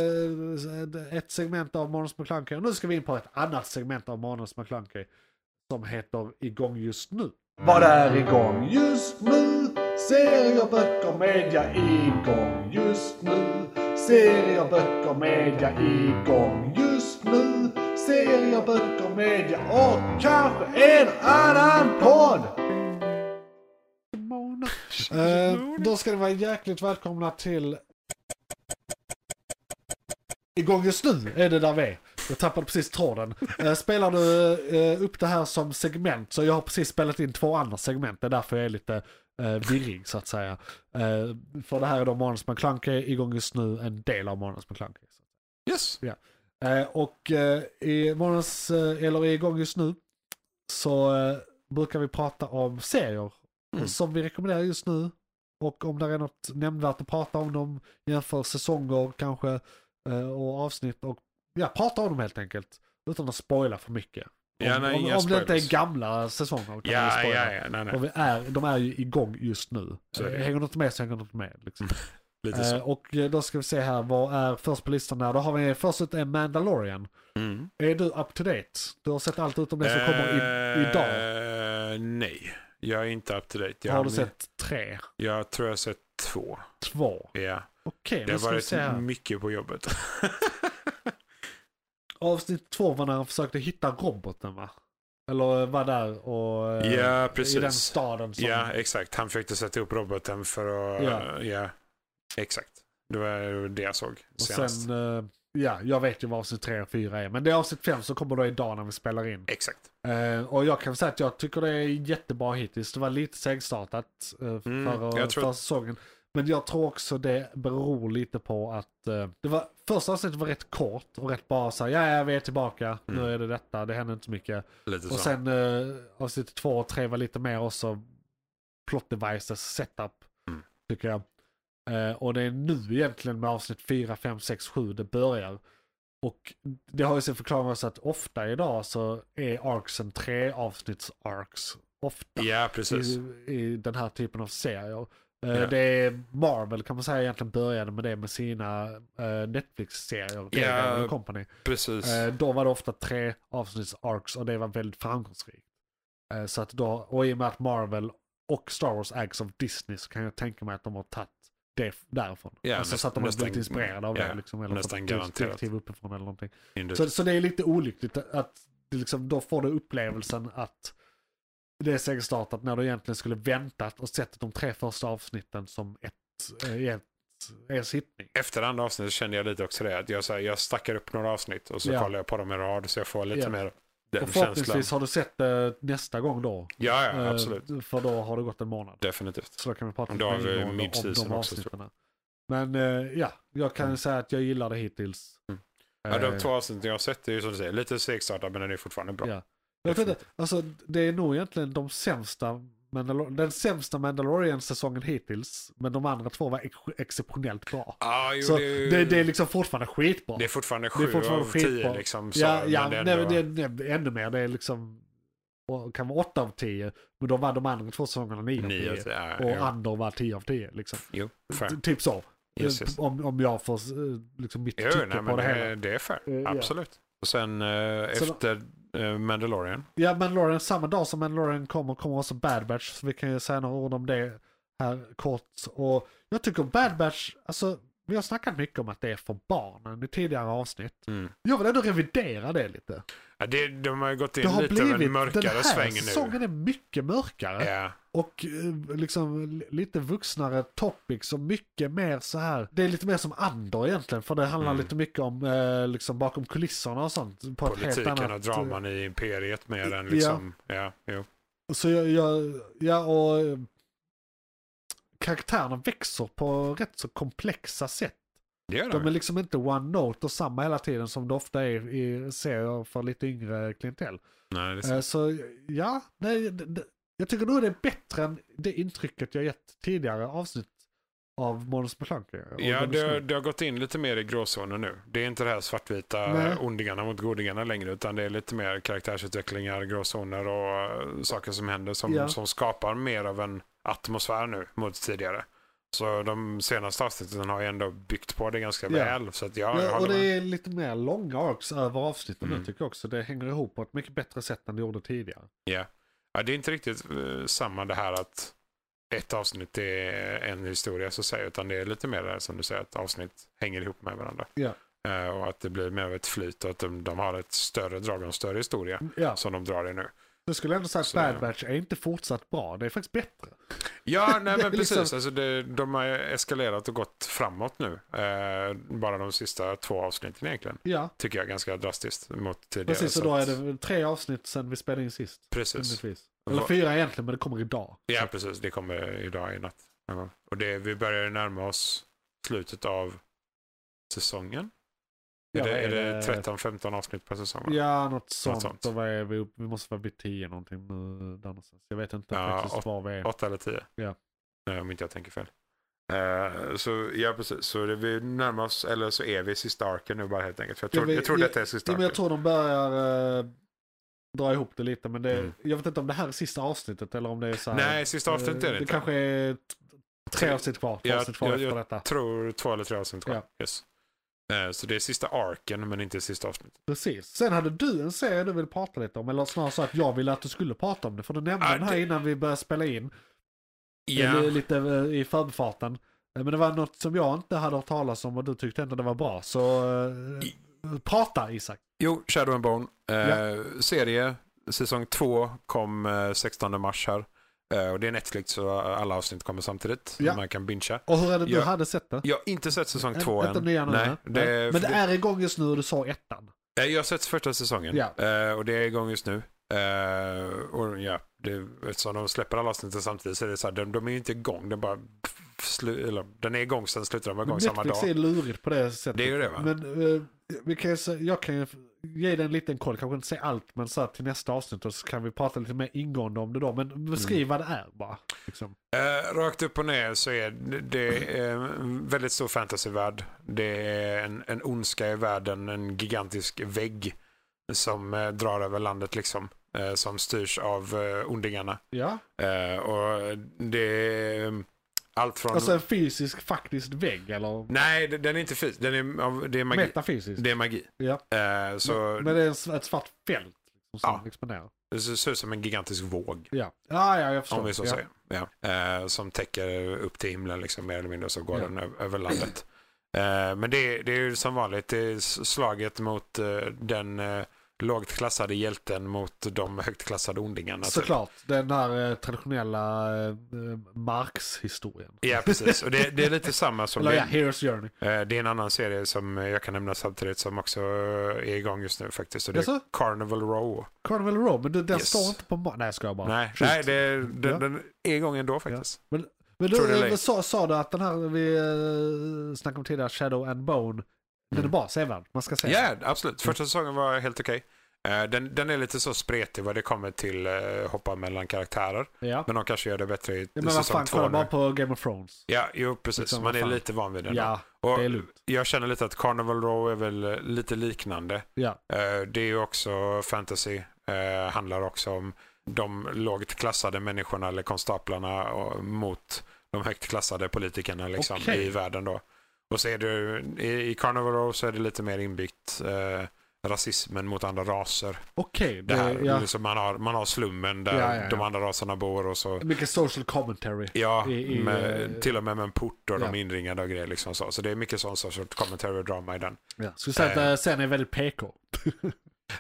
S2: Eh, Ett segment av Månadens McKlunky. Och nu ska vi in på ett annat segment av Månadens McKlunky. Som heter Igång just nu. Vad är igång just nu? Serier, böcker, media igång just nu. Serier, böcker, media igång just nu. Serier, böcker, media och kanske en annan podd. Eh, då ska ni vara jäkligt välkomna till igång just nu är det där vi är. Jag tappade precis tråden. Eh, Spelar du eh, upp det här som segment så jag har precis spelat in två andra segment. Det är därför jag är lite eh, virrig så att säga. Eh, För det här är då Månadens McKlunky, igång just nu en del av Månadens McKlunky.
S3: Yes!
S2: Eh, Och eh, i Månadens, eh, eller igång just nu, så eh, brukar vi prata om serier
S3: Mm.
S2: som vi rekommenderar just nu. Och om det är något nämnvärt att prata om dem, jämför säsonger kanske eh, och avsnitt och ja, prata om dem helt enkelt. Utan att spoila för mycket. Om,
S3: Ja, nej,
S2: om,
S3: inga
S2: om det inte
S3: spoilers.
S2: är gamla säsonger kan man ju
S3: Ja,
S2: spoila.
S3: ja, ja. Nej, nej.
S2: Och vi är, de är ju igång just nu.
S3: Så är det. Mm,
S2: Hänger du inte med så hänger du inte med. Liksom.
S3: Lite så.
S2: Eh, och eh, då ska vi se här, vad är först på listan där? Då har vi först ut är Mandalorian.
S3: Mm.
S2: Är du up to date? Du har sett allt utom det som kommer i, idag.
S3: Eh, nej, jag är inte up to date. Jag,
S2: har du sett tre,
S3: jag tror jag har sett två.
S2: två?
S3: Ja.
S2: Okej,
S3: Det
S2: då
S3: har
S2: ska vi
S3: varit
S2: se här. Eh,
S3: mycket på jobbet.
S2: Avsnitt två var när han försökte hitta roboten va? Eller eh, var där och... eh,
S3: ja,
S2: I den
S3: precis.
S2: staden som...
S3: Ja, exakt. Han försökte sätta upp roboten för att...
S2: Ja.
S3: Ja, exakt. Det var det jag såg
S2: och
S3: senast.
S2: sen, eh, ja, jag vet ju vad avsnitt tre och fyra är. Men det är avsnitt fem som kommer då idag när vi spelar in.
S3: Exakt.
S2: Eh, och jag kan säga att jag tycker det är jättebra hittills. Det var lite segstartat uh,
S3: Mm,
S2: för,
S3: jag tror-
S2: för säsongen. Men jag tror också det beror lite på att eh, det var, första avsnittet var rätt kort och rätt bara så här, ja, ja vi är tillbaka, nu
S3: Mm.
S2: är det detta, det händer inte så mycket.
S3: Lite
S2: Och
S3: så.
S2: sen eh, avsnitt två och tre var lite mer också plot devices, setup,
S3: Mm.
S2: tycker jag. Eh, och det är nu egentligen med avsnitt 4, 5, 6, 7 det börjar. Och det har ju sin förklaring också att ofta idag så är arcsen tre avsnitts arcs. Ofta
S3: ja, precis.
S2: i, i den här typen av serier. Eh,
S3: Ja.
S2: Det är Marvel kan man säga egentligen började med det med sina eh, Netflix-serier, Daredevil och Company.
S3: Precis.
S2: Eh, då var det ofta tre avsnitts arcs och det var väldigt framgångsrikt. Eh, så att då, och i och med att Marvel och Star Wars ägs av Disney så kan jag tänka mig att de har tagit det f- därifrån.
S3: Ja,
S2: alltså så
S3: nästan-
S2: att de har blivit
S3: nästan-
S2: inspirerade av
S3: ja,
S2: det. Liksom, eller
S3: nästan
S2: fått ett
S3: garanterat.
S2: perspektiv uppifrån eller någonting.
S3: Indus.
S2: Så, så det är lite olyckligt att det liksom, då får du upplevelsen att det är segerstartat när du egentligen skulle väntat och sett de tre första avsnitten som ett, eh, i ett, en sittning.
S3: Efter andra avsnittet kände jag lite också det. Att jag, så här, jag stackar upp några avsnitt och så
S2: Ja.
S3: kollar jag på dem i rad så jag får lite
S2: Ja.
S3: mer
S2: Och
S3: den känslan.
S2: förhoppningsvis har du sett det nästa gång då.
S3: Ja, ja,
S2: Eh,
S3: absolut.
S2: För då har det gått en månad.
S3: Definitivt.
S2: Så då kan vi prata
S3: Då har
S2: mer
S3: vi
S2: ingående
S3: mid-season också,
S2: Men eh, ja, jag kan
S3: Mm.
S2: säga att jag gillar det hittills.
S3: Mm. Ja, de
S2: Eh,
S3: två avsnitten jag har sett är ju som du säger lite segstartade men den är fortfarande bra.
S2: Ja. jag vet inte, alltså, det är nog egentligen de sämsta Mandalor- den sämsta Mandalorian-säsongen hittills. Men de andra två var ex- exceptionellt bra.
S3: Ah, jo,
S2: så
S3: det, är ju-
S2: det, det är liksom fortfarande skitbra.
S3: det är fortfarande
S2: Det
S3: sju
S2: är fortfarande
S3: av
S2: skitbra.
S3: tio. Liksom, så,
S2: ja,
S3: men
S2: ja
S3: det är
S2: det,
S3: ändå-
S2: det, det, är ännu mer. Det är liksom, och kan vara åtta av tio. Men då var de andra två säsongerna nio av
S3: nio.
S2: tio.
S3: av tio. Ja,
S2: Och
S3: jo.
S2: Andor var 10 av 10. Liksom.
S3: Jo, fair.
S2: T- Typ så.
S3: Yes, yes.
S2: Om, om jag får eh, liksom mitt
S3: Jo,
S2: tycke
S3: nej,
S2: på
S3: men
S2: det
S3: det,
S2: hela.
S3: är- det är fair.
S2: Eh, ja.
S3: Absolut. Och sen eh,
S2: Så-
S3: efter eh, Mandalorian.
S2: Ja, Mandalorian, samma dag som Mandalorian kommer kommer också Bad Batch. Så vi kan ju säga några ord om det här kort. Och jag tycker Bad Batch, alltså vi har snackat mycket om att det är för barnen i tidigare avsnitt.
S3: Mm.
S2: Jag vill ändå revidera det lite.
S3: Ja, det, de har ju gått
S2: Det
S3: in
S2: har
S3: lite av en
S2: blivit, den
S3: mörkare
S2: här
S3: sväng nu.
S2: säsongen är mycket mörkare.
S3: Ja,
S2: Och eh, liksom li- lite vuxnare topics och mycket mer så här. Det är lite mer som Andor egentligen. För det handlar
S3: Mm.
S2: lite mycket om eh, liksom bakom kulisserna och sånt. På ett helt
S3: politiken
S2: annat... eh,
S3: och draman i imperiet mer än liksom... Ja, jo.
S2: Så jag, jag, ja och eh, karaktärerna växer på rätt så komplexa sätt.
S3: Det gör
S2: De
S3: de.
S2: är liksom inte one note och samma hela tiden som det ofta är i serier för lite yngre klientell.
S3: Nej, det är sant.
S2: Eh, Så ja, nej, d- d- jag tycker nog det är bättre än det intrycket jag gett tidigare avsnitt av Måns McKlunky. och
S3: Ja,
S2: Dennis
S3: det har,
S2: Lund.
S3: det har gått in lite mer i gråzonen nu. Det är inte det här svartvita
S2: Nej.
S3: ondingarna mot godingarna längre, utan det är lite mer karaktärsutvecklingar, gråzoner och eh, saker som händer som,
S2: Ja.
S3: som skapar mer av en atmosfär nu mot tidigare. Så de senaste avsnitten har ju ändå byggt på det ganska
S2: Ja.
S3: väl. Så att jag, jag
S2: Ja, och
S3: håller med.
S2: det är lite mer långa arcs över avsnitten
S3: Mm.
S2: nu tycker jag också. Det hänger ihop på ett mycket bättre sätt än det gjorde tidigare.
S3: Ja, det är inte riktigt eh, samma det här att ett avsnitt är en historia så att säga, utan det är lite mer det här som du säger att avsnitt hänger ihop med varandra.
S2: Ja.
S3: Eh, och att det blir mer av ett flyt och att de, de har ett större drag och en större historia
S2: Ja,
S3: som de drar i nu.
S2: nu skulle jag ändå säga att
S3: Så-
S2: Bad Batch är inte fortsatt bra. Det är faktiskt bättre.
S3: Ja, nej
S2: Det
S3: men
S2: är liksom-
S3: precis. Alltså det, de har eskalerat och gått framåt nu. Eh, bara de sista två avsnitten egentligen.
S2: Ja,
S3: Tycker jag ganska drastiskt mot tidigare.
S2: precis. Och
S3: så
S2: då är
S3: att-
S2: det väl tre avsnitt sen vi spelade in sist.
S3: Precis.
S2: ungefär. Eller fyra egentligen, men det kommer idag.
S3: Ja, precis. Det kommer idag i natt. någon gång. Och det, vi börjar närma oss slutet av säsongen.
S2: Ja, vad
S3: är, det,
S2: är
S3: är det
S2: det?
S3: 13-15 avsnitt per säsong? va?
S2: Ja, något sånt.
S3: sånt.
S2: Och vad är vi, upp- vi måste vara vid tio någonting nu. där någonstans. Jag vet inte
S3: Ja,
S2: faktiskt var vi är.
S3: Åtta eller tio?
S2: Ja.
S3: Nej, om inte jag tänker fel. Eh, så ja, precis. Så det, vi närmar oss, eller så är vi i sista arken nu bara helt enkelt. För jag
S2: Ja,
S3: tror,
S2: vi-
S3: jag tror
S2: ja,
S3: detta är sista
S2: Ja, men
S3: arken.
S2: jag tror de börjar eh, dra ihop det lite. Men det,
S3: Mm.
S2: jag vet inte om det här är sista avsnittet eller om det är så här, Eh,
S3: Nej, sista avsnittet är det
S2: Det
S3: inte.
S2: kanske är t- tre
S3: Tre-
S2: avsnitt kvar. Två
S3: Ja,
S2: avsnitt kvar
S3: ja,
S2: efter detta.
S3: tror två eller tre avsnitt kvar.
S2: Ja.
S3: Yes. Eh, så det är sista arken, men inte sista avsnittet.
S2: Precis. Sen hade du en serie du ville prata lite om. Eller snarare så att jag ville att du skulle prata om det. För du nämnde
S3: Ja,
S2: den här
S3: det-
S2: innan vi började spela in.
S3: Ja,
S2: Eller Lite eh, i förbifarten. Eh, Men det var något som jag inte hade hört talas om och du tyckte ändå det var bra. Så eh,
S3: I-
S2: prata Isak.
S3: jo, Shadow and Bone. Eh,
S2: Ja.
S3: Serie, säsong två kom eh, 16 mars här. Eh, och det är Netflix så alla avsnitt kommer samtidigt.
S2: Ja.
S3: Man kan bingea.
S2: Och hur är det du
S3: Ja.
S2: hade sett det?
S3: Jag har inte sett säsong två
S2: Inte
S3: än.
S2: nya nu,
S3: Nej,
S2: nej.
S3: det,
S2: Men det är igång just nu och du sa ettan.
S3: Nej, Jag har sett första säsongen
S2: Ja.
S3: Eh, och det är igång just nu. Eh, och ja, det, eftersom de släpper alla avsnitt samtidigt så är det så här, de, de är ju inte igång. Den, bara, slu, eller, den är igång, sen slutar de vara igång samma
S2: Netflix
S3: dag.
S2: är lurigt på det sättet.
S3: Det är ju det, va?
S2: Men eh, vi kan, ju se- jag kan ju ge dig en liten koll, kanske inte säga allt, men så här, till nästa avsnitt och så kan vi prata lite mer ingående om det då. Men beskriv
S3: Mm.
S2: vad det är bara. Liksom.
S3: Eh, rakt upp och ner så är det, det är en väldigt stor fantasyvärld. Det är en, en ondska i världen, en gigantisk vägg som eh, drar över landet liksom. Eh, som styrs av eh, ondingarna.
S2: Ja,
S3: Eh, och det är eh, allt från...
S2: alltså en fysisk faktiskt vägg eller
S3: Nej, den den är inte fysisk. Den är, av- det är magi.
S2: metafysisk.
S3: Det är magi.
S2: Ja.
S3: Eh, så
S2: Men det är en s- ett svart fält liksom, som
S3: Ja.
S2: exponerar.
S3: det ser ut som en gigantisk våg.
S2: Ja. ja, ja, jag förstår.
S3: Om vi så
S2: ja.
S3: säger. Ja. Eh, som täcker upp till himlen liksom, mer eller mindre så går
S2: Ja.
S3: den ö- över landet. Eh, men det, det är ju som vanligt det är s- slaget mot eh, den eh, lågt klassade hjälten mot de högt klassade ondingarna. typ.
S2: Såklart, den där eh, traditionella eh, eh, Marx-historien.
S3: Ja, precis. Och det, det är lite samma som...
S2: Eller ja,
S3: det,
S2: Hero's Journey.
S3: eh, det är en annan serie som jag kan nämna samtidigt som också eh, är igång just nu faktiskt. Och det är
S2: Jaså?
S3: Carnival Row.
S2: Carnival Row, men du, den
S3: Yes.
S2: står inte på... ma- Nej, jag skojar bara.
S3: Nej,
S2: Schysst.
S3: nej det, den,
S2: Ja.
S3: den är igång ändå faktiskt.
S2: Men, men
S3: Tror det är
S2: du eh,
S3: late.
S2: sa, sa du att den här vi eh, snackade om tidigare, Shadow and Bone, den är
S3: Mm.
S2: bra, sevärd. Man ska
S3: Ja,
S2: se
S3: absolut.
S2: Mm.
S3: Första säsongen var helt okej. Eh, Den, den är lite så spretig vad det kommer till eh, hoppa mellan karaktärer.
S2: den. Ja.
S3: Men de kanske gör det bättre i
S2: Ja, men vad
S3: säsong
S2: fan,
S3: två
S2: kolla
S3: nu.
S2: bara på Game of Thrones.
S3: Ja, jo precis.
S2: Liksom,
S3: Man
S2: vad
S3: är
S2: fan.
S3: lite van vid det.
S2: Ja,
S3: då. Och
S2: det är lugnt.
S3: Jag känner lite att Carnival Row är väl eh, lite liknande.
S2: Ja.
S3: Eh, Det är ju också fantasy. Eh, Handlar också om de lågt klassade människorna eller konstaplarna och- mot de högt klassade politikerna liksom,
S2: Okej.
S3: i världen. Då. Och så är det, ju- i, i Carnival Row så är det lite mer inbyggt eh, rasismen mot andra raser.
S2: Okej,
S3: Det här,
S2: det- ja.
S3: liksom man, har, man har slummen där
S2: Ja, ja, ja.
S3: de andra raserna bor och så
S2: mycket social commentary.
S3: Ja,
S2: I- i, eh,
S3: med, till och med med en port och de
S2: ja.
S3: är inringade och grejer. Liksom så. så det är mycket sån sorts commentary och drama i den.
S2: Ja. Skulle säga att
S3: Eh.
S2: eh, serien är väldigt PK.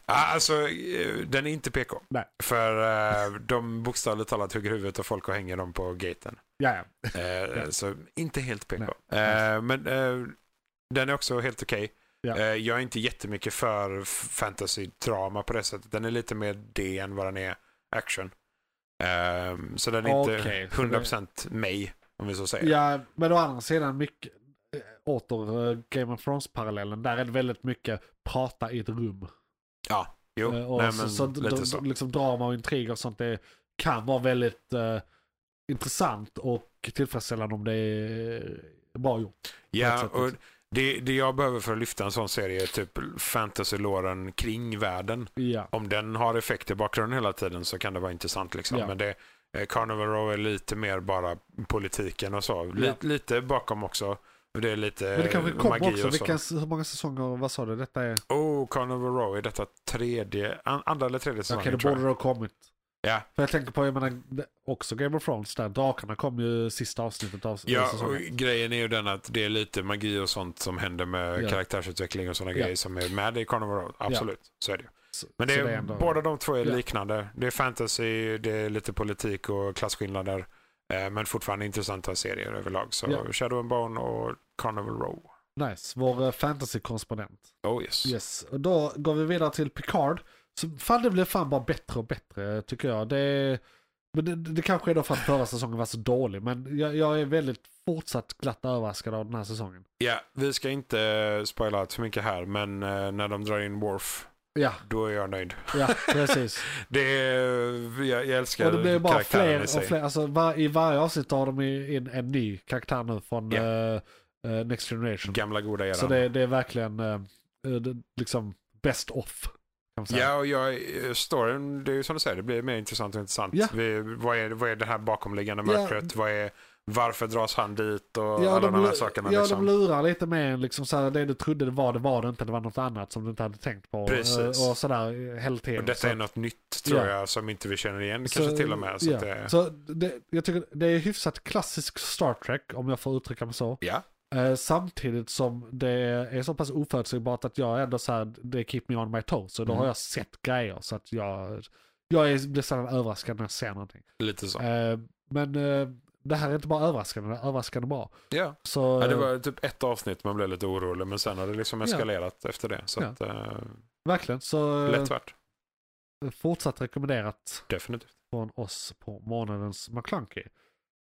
S3: Ja, Alltså, eh, den är inte PK.
S2: Nej.
S3: För eh, de bokstavligt talat hugger huvudet av folk och hänger dem på gaten.
S2: ja, ja.
S3: Eh, Så inte helt PK.
S2: Nej.
S3: Eh, men eh, den är också helt okej.
S2: Ja.
S3: Eh, jag är inte jättemycket för f- fantasy-drama på det sättet. Den är lite mer det än vad den är action. Eh, så den är
S2: Okej, så
S3: inte 100% mig, om vi så säger.
S2: Ja, men å andra sidan mycket, eh, åter eh, Game of Thrones-parallellen, där är det väldigt mycket prata i ett rum.
S3: Jo,
S2: Eh, och
S3: nej,
S2: så,
S3: men
S2: så,
S3: lite
S2: d-
S3: så.
S2: Liksom drama och intriger och sånt det kan vara väldigt eh, intressant och tillfredsställande om det är bra gjort. ett
S3: Ja,
S2: sätt
S3: och
S2: också.
S3: det, det jag behöver för att lyfta en sån serie är typ fantasy-låren kring världen.
S2: Ja,
S3: om den har effekt i bakgrunden hela tiden så kan det vara intressant. Liksom.
S2: Ja.
S3: Men det, eh, Carnival Row är lite mer bara politiken och så. Li-
S2: Ja.
S3: Lite bakom också. Det är lite
S2: men det kanske
S3: eh,
S2: kommer
S3: magi
S2: också.
S3: och så.
S2: Vilka, hur många säsonger, vad sa du, detta är?
S3: Oh, Carnival Row är detta tredje, an, andra eller tredje
S2: Okej,
S3: säsongen tror
S2: det
S3: jag.
S2: borde det ha kommit.
S3: Ja.
S2: För jag tänker på, jag menar, det- också Game of Thrones där, drakarna kom ju sista avsnittet av eh,
S3: Ja, och
S2: säsongen.
S3: grejen är ju den att det är lite magi och sånt som händer med
S2: Ja.
S3: karaktärsutveckling och sådana
S2: Ja.
S3: grejer som är med i Carnival Row. Absolut, så är det ju.
S2: Så-
S3: Men det
S2: så
S3: är,
S2: ändå-
S3: båda de två är
S2: Ja.
S3: liknande. Det är fantasy, det är lite politik och klasskillnader. Eh, men fortfarande intressanta serier överlag. Så
S2: Ja.
S3: Shadow and Bone och Carnival Row.
S2: Nice, vår eh, fantasy-korrespondent.
S3: Oh yes.
S2: Yes, och då går vi vidare till Picard. Så fan det blev fan bara bättre och bättre tycker jag. Det, men det, det kanske är då för att förra säsongen var så dålig. Men jag, jag är väldigt fortsatt glatt överraskad av den här säsongen.
S3: Ja, vi ska inte eh, spoila allt för mycket här, men eh, när de drar in Worf,
S2: Ja,
S3: då är jag nöjd.
S2: ja precis.
S3: Det är, jag, jag älskar
S2: och det blir bara
S3: karaktären
S2: fler
S3: i
S2: och
S3: sig.
S2: fler. Alltså, var, I varje avsnitt har de ju in en ny karaktär nu från
S3: Ja.
S2: eh, eh, Next Generation.
S3: Gamla goda eran.
S2: Så det, det är verkligen eh, eh, det, liksom best off. Kan man säga.
S3: Ja, och jag, eh, storyn, det är ju som du säger, det blir mer intressant och intressant.
S2: Ja.
S3: Vi, vad, är, vad är det här bakomliggande
S2: Ja.
S3: mörkret? Vad är, varför dras han dit och
S2: Ja,
S3: alla
S2: de,
S3: de, här
S2: lu-
S3: sakerna?
S2: ja
S3: liksom.
S2: de lurar lite med en, liksom så här, det du trodde det var, det var det inte, det var något annat som du inte hade tänkt på.
S3: Precis.
S2: eh, Och sådär eh, hela tiden.
S3: och detta
S2: så,
S3: är något nytt tror
S2: Ja.
S3: jag som inte vi känner igen
S2: så-
S3: kanske till och med. Så
S2: ja.
S3: att det,
S2: så det, jag tycker det är hyfsat klassisk Star Trek, om jag får uttrycka mig så.
S3: ja.
S2: Eh, samtidigt som det är så pass oförutsägbart att jag ändå så här, det är keep me on my toes. Så då
S3: Mm.
S2: har jag sett grejer så att jag, jag är, blir sällan överraskad när jag ser någonting.
S3: lite så.
S2: Eh, men eh, det här är inte bara överraskande, det är överraskande bra.
S3: Ja.
S2: Så,
S3: Ja, det
S2: eh,
S3: var typ ett avsnitt man blev lite orolig men sen har det liksom
S2: Ja.
S3: eskalerat efter det. Så
S2: Ja.
S3: att, eh,
S2: verkligen, så eh,
S3: lätt värt,
S2: fortsatt rekommenderat
S3: definitivt.
S2: från oss på månadens McClunky.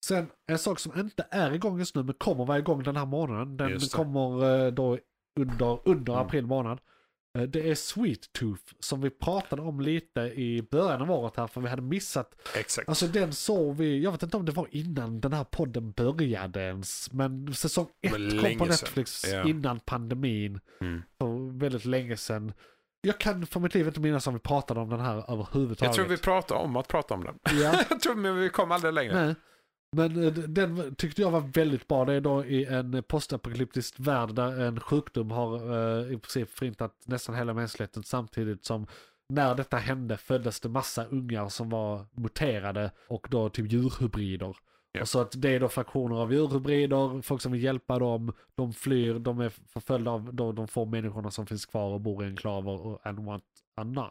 S2: Sen en sak som inte är igång just nu men kommer vara igång den här månaden. Den
S3: Just det.
S2: kommer eh, då under, under
S3: Mm.
S2: april månad. Eh, Det är Sweet Tooth som vi pratade om lite i början av året här för vi hade missat.
S3: Exakt.
S2: Alltså den såg vi, jag vet inte om det var innan den här podden började ens. Men säsong ett
S3: Men
S2: kom
S3: länge
S2: på
S3: sedan.
S2: Netflix
S3: Ja.
S2: innan pandemin.
S3: Mm.
S2: För väldigt länge sedan. Jag kan för mitt liv inte minnas om vi pratade om den här överhuvudtaget.
S3: Jag tror vi pratade om att prata om den.
S2: Ja.
S3: jag tror men vi kom aldrig längre.
S2: Nej. Men eh, den tyckte jag var väldigt bra. Det är då i en eh, postapokalyptisk värld där en sjukdom har eh, i princip förintat nästan hela mänskligheten samtidigt som när detta hände föddes det massa ungar som var muterade och då typ djurhybrider.
S3: Ja.
S2: Och så att det är då fraktioner av djurhybrider, folk som vill hjälpa dem, de flyr, de är förföljda av då de få människorna som finns kvar och bor i enklaver och and what are not.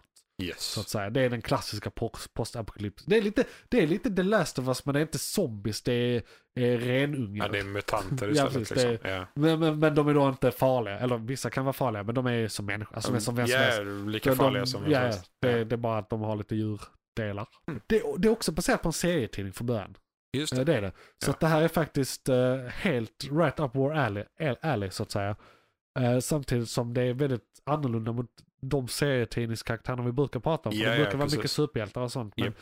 S2: Så att
S3: Yes.
S2: säga. Det är den klassiska post- postapokalypsen. Det är lite, det är lite The Last of Us men det är inte zombies, det är, är renungar.
S3: Ja, det är mutanter
S2: Ja,
S3: istället.
S2: precis, det-
S3: liksom. ja.
S2: men, men, men de är då inte farliga, eller vissa kan vara farliga men de är som människor, alltså de är som vem som helst.
S3: Ja, lika farliga som Mm. vem
S2: ja,
S3: som helst.
S2: Det,
S3: Ja.
S2: det är bara att de har lite djurdelar. Det, det är också baserat på en serietidning från början.
S3: Just
S2: Eh,
S3: det.
S2: Det är det. Så
S3: Ja.
S2: att det här är faktiskt eh, helt right up our alley, al- alley så att säga. Eh, samtidigt som det är väldigt annorlunda mot de serietidningskaraktärerna vi brukar prata om. för
S3: Ja,
S2: det
S3: ja,
S2: brukar vara
S3: precis.
S2: mycket superhjältar och sånt. Men
S3: Japp.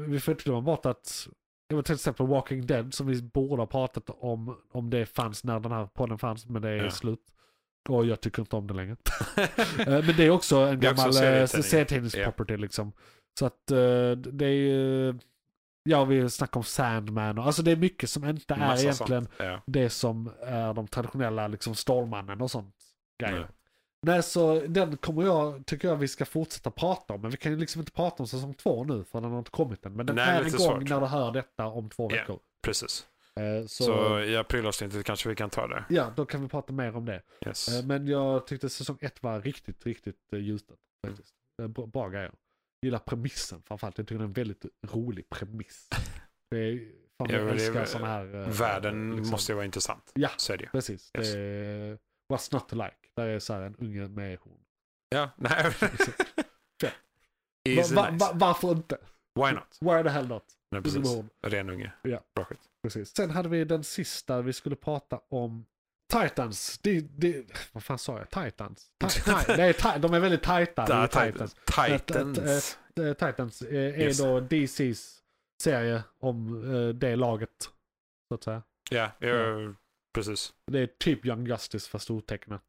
S2: vi får inte glömma bort att det var till exempel Walking Dead som vi borde ha pratat om om det fanns när den här podden fanns men det är
S3: Ja.
S2: slut. Och jag tycker inte om det längre. Eh, men det är också en
S3: Det är
S2: gammal
S3: också
S2: eh,
S3: en serietidning.
S2: serietidningsproperty liksom. Så att eh, det är ju Ja, vi snackar om Sandman och alltså det är mycket som inte är
S3: Massa
S2: egentligen
S3: sånt. Ja.
S2: det som är de traditionella liksom Stålmannen och sånt grejer.
S3: Nej.
S2: Nej. så den kommer jag, tycker jag vi ska fortsätta prata om. Men vi kan ju liksom inte prata om säsong två nu för den har inte kommit än. Men den
S3: Nej,
S2: är igång
S3: lite svårt.
S2: när du hör detta om två
S3: Ja.
S2: veckor.
S3: Precis.
S2: Eh, så,
S3: Så, i aprilavsnittet kanske vi kan ta det.
S2: ja, då kan vi prata mer om det.
S3: Yes.
S2: Eh, men jag tyckte säsong ett var riktigt, riktigt eh, gjuten. Faktiskt.
S3: Mm.
S2: Eh, bra, bra grejer. Gillar premissen framförallt. Jag tycker det är en väldigt rolig premiss. Det är, fan,
S3: Ja,
S2: jag
S3: men det är
S2: älskar
S3: väl-
S2: sådana här... eh,
S3: Världen
S2: liksom-
S3: måste ju vara intressant.
S2: Ja.
S3: Så är det ju.
S2: Precis,
S3: Yes.
S2: det är What's Not To Like. Där är så här en unge med horn.
S3: Ja, nej.
S2: Ja.
S3: Easy
S2: Va- va-
S3: nice.
S2: varför inte?
S3: Why not?
S2: Why the hell not?
S3: Nej,
S2: Precis.
S3: precis. Ren unge.
S2: Ja.
S3: Bra skit.
S2: Precis. Sen hade vi den sista vi skulle prata om. Titans. Det, det, vad fan sa jag? Titans? Ti- ti- det är ti- de är väldigt tajta. Det är Titans. Ett- ett-
S3: Titans.
S2: Eh, Titans eh, är
S3: Yes.
S2: då DCs serie om eh, det laget. Så att säga.
S3: Ja, ja, precis.
S2: Det är typ Young Justice fast otecknat.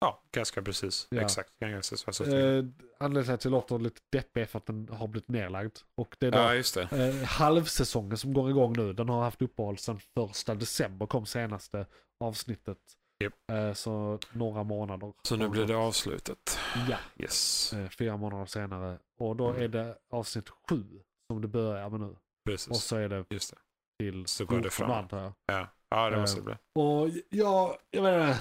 S3: Ja, ganska precis.
S2: Ja.
S3: Exakt. Ja, ganska precis.
S2: Eh, anledningen till att det låter lite deppig är för att den har blivit nedlagd. Och det är då
S3: Ja, just det.
S2: Eh, halvsäsongen som går igång nu, den har haft uppehåll sedan första december kom senaste avsnittet.
S3: Japp.
S2: Eh, så några månader.
S3: Så nu blir det avslutet.
S2: Ja,
S3: Yes.
S2: eh, fyra månader senare. Och då
S3: Mm.
S2: är det avsnitt sju Som det börjar med nu. Och
S3: Precis.
S2: så är det
S3: Just det.
S2: till
S3: Så går det
S2: Nordfront,
S3: fram.
S2: antar jag.
S3: Ja, ja det
S2: Eh,
S3: måste det bli.
S2: Och ja, jag menar,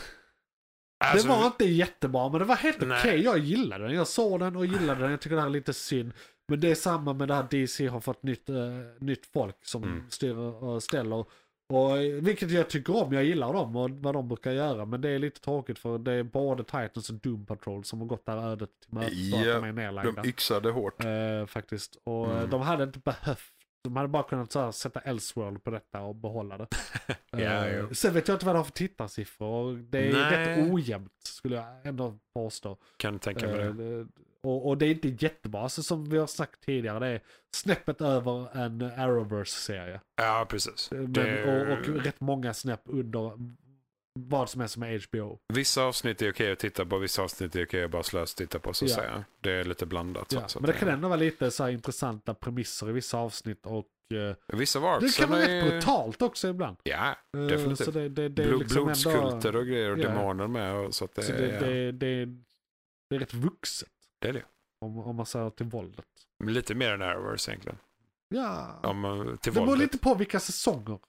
S3: Alltså,
S2: det var inte jättebra men det var helt okej.
S3: Nej.
S2: Jag gillade den. Jag såg den och gillade den. Jag tycker det här är lite synd. Men det är samma med det här DC har fått nytt, eh, nytt folk som
S3: Mm.
S2: styr och ställer. Och, eh, vilket jag tycker om. Jag gillar dem och vad de brukar göra. Men det är lite tråkigt för det är både Titans och Doom Patrol som har gått där ödet till mötes och att
S5: Ja,
S2: de är nedlagda.
S5: De yxade hårt.
S2: Eh, faktiskt. Och eh,
S5: Mm.
S2: de hade inte behövt. De hade bara kunnat så här, sätta Elseworld på detta och behålla det. Eh,
S3: Ja, jo.
S2: Sen vet jag inte vad det har för tittarsiffror. Det är
S3: Nej.
S2: rätt ojämnt skulle jag ändå påstå.
S3: Kan tänka mig
S2: Eh,
S3: det.
S2: det- och, och det är inte jättebra. Så som vi har sagt tidigare, det är snäppet över en Arrowverse-serie. Eh,
S3: Ja, precis.
S2: Men,
S3: Det-
S2: och, och rätt många snäpp under vad som är som är HBO.
S3: Vissa avsnitt är okej att titta på, vissa avsnitt är okej att bara slöst titta på. Så att
S2: Ja.
S3: säga. Det är lite blandat.
S2: Ja.
S3: så att
S2: Men det kan
S3: säga.
S2: ändå vara lite så här intressanta premisser i vissa avsnitt och eh,
S3: Vissa var
S2: det kan vara rätt brutalt också ibland.
S3: Ja,
S2: Eh,
S3: Definitivt.
S2: Så det, det, det är
S3: Bl-
S2: liksom
S3: blodskulter
S2: ändå...
S3: och grejer och
S2: Ja.
S3: demoner med. Och så att det,
S2: Så det, det, det, det är rätt vuxet.
S3: det är det.
S2: Om, om man säger till våldet.
S3: Men Lite mer än Arrowverse egentligen.
S2: Ja.
S3: Om, eh, till
S2: det beror
S3: våldet.
S2: lite på vilka säsonger.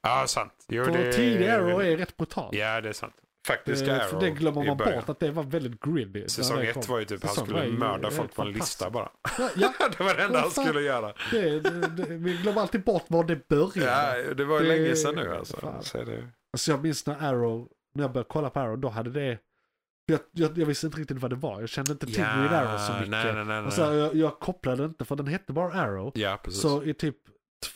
S3: Ja, sant. Jo,
S2: För
S3: det...
S2: tidig Arrow är rätt brutal.
S3: Ja, det är sant.
S2: Eh,
S3: Faktiska Arrow
S2: För det glömmer
S3: i
S2: man
S3: början.
S2: bort att det var väldigt gritty. när
S3: Säsong
S2: det kom.
S3: ett var ju typ han
S2: Säsong var
S3: skulle
S2: ju-
S3: mörda
S2: är
S3: folk på en
S2: fantastisk.
S3: lista bara.
S2: Ja, ja
S3: det var det enda han
S2: Vad fan?
S3: skulle göra.
S2: det, det, det, vi glömmer alltid bort var det
S3: Ja,
S2: började.
S3: det var ju
S2: Det-
S3: länge sedan nu alltså.
S2: fan.
S3: Så är det...
S2: Alltså jag minns när Arrow, när jag började kolla på Arrow, då hade det... Jag, jag, jag visste inte riktigt vad det var. Jag kände inte till Green Arrow så mycket.
S3: nej, nej, nej. nej.
S2: Och så här, jag, jag kopplade inte, för den hette bara Arrow.
S3: ja, precis.
S2: Så i typ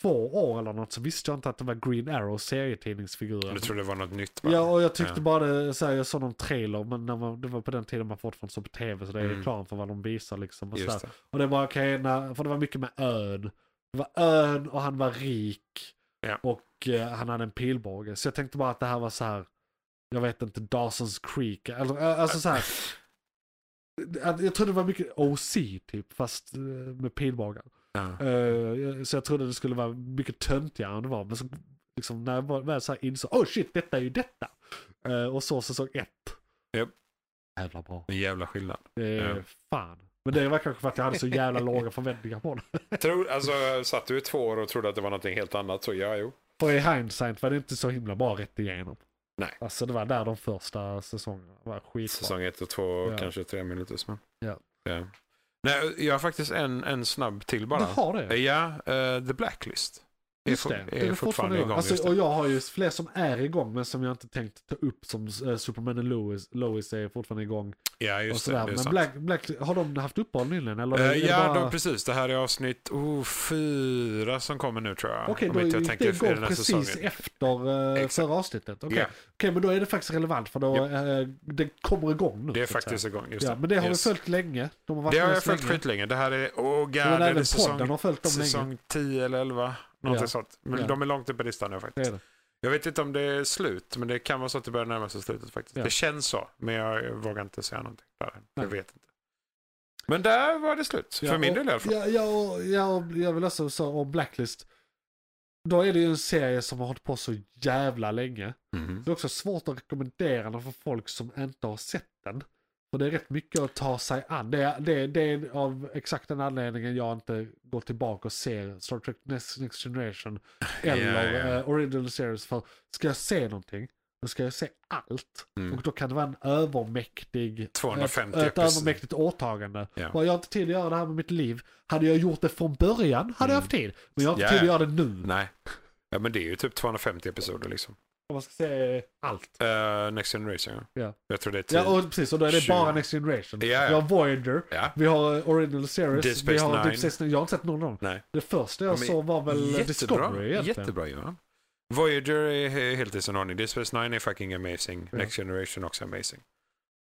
S2: två år eller något så visste jag inte att det var Green Arrow serietidningsfiguren.
S3: Du trodde det var något nytt bara.
S2: Ja, och jag tyckte
S3: Ja.
S2: bara det, så här, jag såg någon trailer, men när man, det var på den tiden man fortfarande såg på tv, så det är
S3: Mm.
S2: reklam för vad de visar liksom. Och, så
S3: Just
S2: här.
S3: det.
S2: och det var okej, när- för det var mycket med ön. Det var ön och han var rik.
S3: Ja.
S2: Och eh, han hade en pilbåge. Så jag tänkte bara att det här var så här, jag vet inte, Dawson's Creek. Eller, eh, alltså så här, att jag trodde det var mycket OC typ, fast eh, med pilbågar.
S3: Ja.
S2: Eh, så jag trodde det skulle vara mycket töntigare än det var. Men så, liksom, när jag var- väl så här insåg, oh shit, detta är ju detta. Eh, och så säsong ett.
S3: Japp.
S2: Jävla bra.
S3: En jävla skillnad.
S2: Det är
S3: Ja.
S2: Eh, fan. Men det var kanske för att jag hade så jävla låga förväntningar på det.
S3: Tror, alltså, satt du i två år och trodde att det var någonting helt annat så ja, jo.
S2: För i hindsight var det inte så himla bra rätt igenom.
S3: Nej.
S2: Alltså det var där de första säsongerna var skitbra.
S3: Säsong ett och två,
S2: Ja.
S3: kanske tre minuter. Men...
S2: Ja.
S3: Ja. Nej, jag har faktiskt en, en snabb till
S2: Du
S3: bara.
S2: har det?
S3: Ja, eh, The Blacklist.
S2: Just
S3: for-
S2: det, den är fortfarande igång.
S3: just
S2: Alltså,
S3: det.
S2: och jag har ju fler som är igång men som jag inte tänkt ta upp som eh, Superman och Lois, Lois är fortfarande igång.
S3: ja, just
S2: och
S3: det. det
S2: sådär.
S3: är
S2: men
S3: sant.
S2: Black, Black, har de haft uppehåll nyligen? Eller
S3: Eh,
S2: är det
S3: ja,
S2: bara-
S3: de, precis. Det här är avsnitt oh, fyra som kommer nu tror jag.
S2: Okej,
S3: Om
S2: då
S3: inte jag
S2: gick det
S3: tänker fel
S2: igång
S3: den här
S2: precis
S3: säsongen.
S2: efter uh,
S3: Exakt.
S2: förra avsnittet. Okej,
S3: Ja.
S2: Okej, men då är det faktiskt relevant för då
S3: Ja.
S2: eh, det kommer igång nu.
S3: Det är
S2: så att
S3: faktiskt
S2: säga.
S3: igång. Just
S2: Ja, men det har
S3: Yes.
S2: vi följt länge. De har varit
S3: Det har
S2: med
S3: jag
S2: så
S3: följt
S2: länge.
S3: skitlänge. Det här är, oh god, det
S2: Men
S3: är
S2: även
S3: det
S2: podden
S3: säsong,
S2: har följt dem länge.
S3: säsong 10 eller 11. Någonting
S2: Ja.
S3: sånt. Men
S2: Ja.
S3: de är långt upp på listan nu
S2: Det
S3: faktiskt.
S2: är det.
S3: Jag vet inte om det är slut, men det kan vara så att det börjar närma sig slutet faktiskt.
S2: Ja.
S3: Det känns så, men jag vågar inte säga någonting. Där. Jag
S2: Nej.
S3: vet inte. Men där var det slut,
S2: Ja,
S3: för min
S2: och-
S3: del i alla fall.
S2: Ja, ja, och, ja, och jag vill också säga om Blacklist. Då är det ju en serie som har hållit på så jävla länge.
S3: Mhm.
S2: Det är också svårt att rekommendera den för folk som inte har sett den. För det är rätt mycket att ta sig an. Det är, det, är- det är av exakt den anledningen jag inte går tillbaka och ser Star Trek Next, Next Generation eller
S3: Ja, ja.
S2: eh, Original Series. För ska jag se någonting, då ska jag se allt.
S3: Mm.
S2: Och då kan det vara en övermäktig,
S3: 250
S2: ett, ett
S3: episoder.
S2: övermäktigt åtagande.
S3: Ja.
S2: Bara, jag har inte tid att göra det här med mitt liv. Hade jag gjort det från början hade jag haft tid. Men jag har inte
S3: Mm. Ja,
S2: tid att
S3: ja.
S2: göra det nu.
S3: Nej. Ja, men det är ju typ 250 episoder liksom.
S2: Om man ska se allt.
S3: Eh, Next Generation,
S2: Ja.
S3: Jag tror det är 10.
S2: Ja, och precis. Och då är det
S3: Tjugo.
S2: bara Next Generation.
S3: Ja, ja.
S2: Vi har Voyager,
S3: Ja.
S2: vi har eh, Original Series,
S3: Deep Space
S2: vi har
S3: Nine.
S2: Deep Space Nine. Jag har inte sett någon av dem.
S3: Nej.
S2: Det första
S3: Ja,
S2: jag
S3: men
S2: såg var väl Discovery
S3: Jättebra,
S2: egentligen.
S3: jättebra Johan. Voyager är he- helt i sin ordning. Deep Space Nine är fucking amazing.
S2: Ja.
S3: Next Generation också amazing.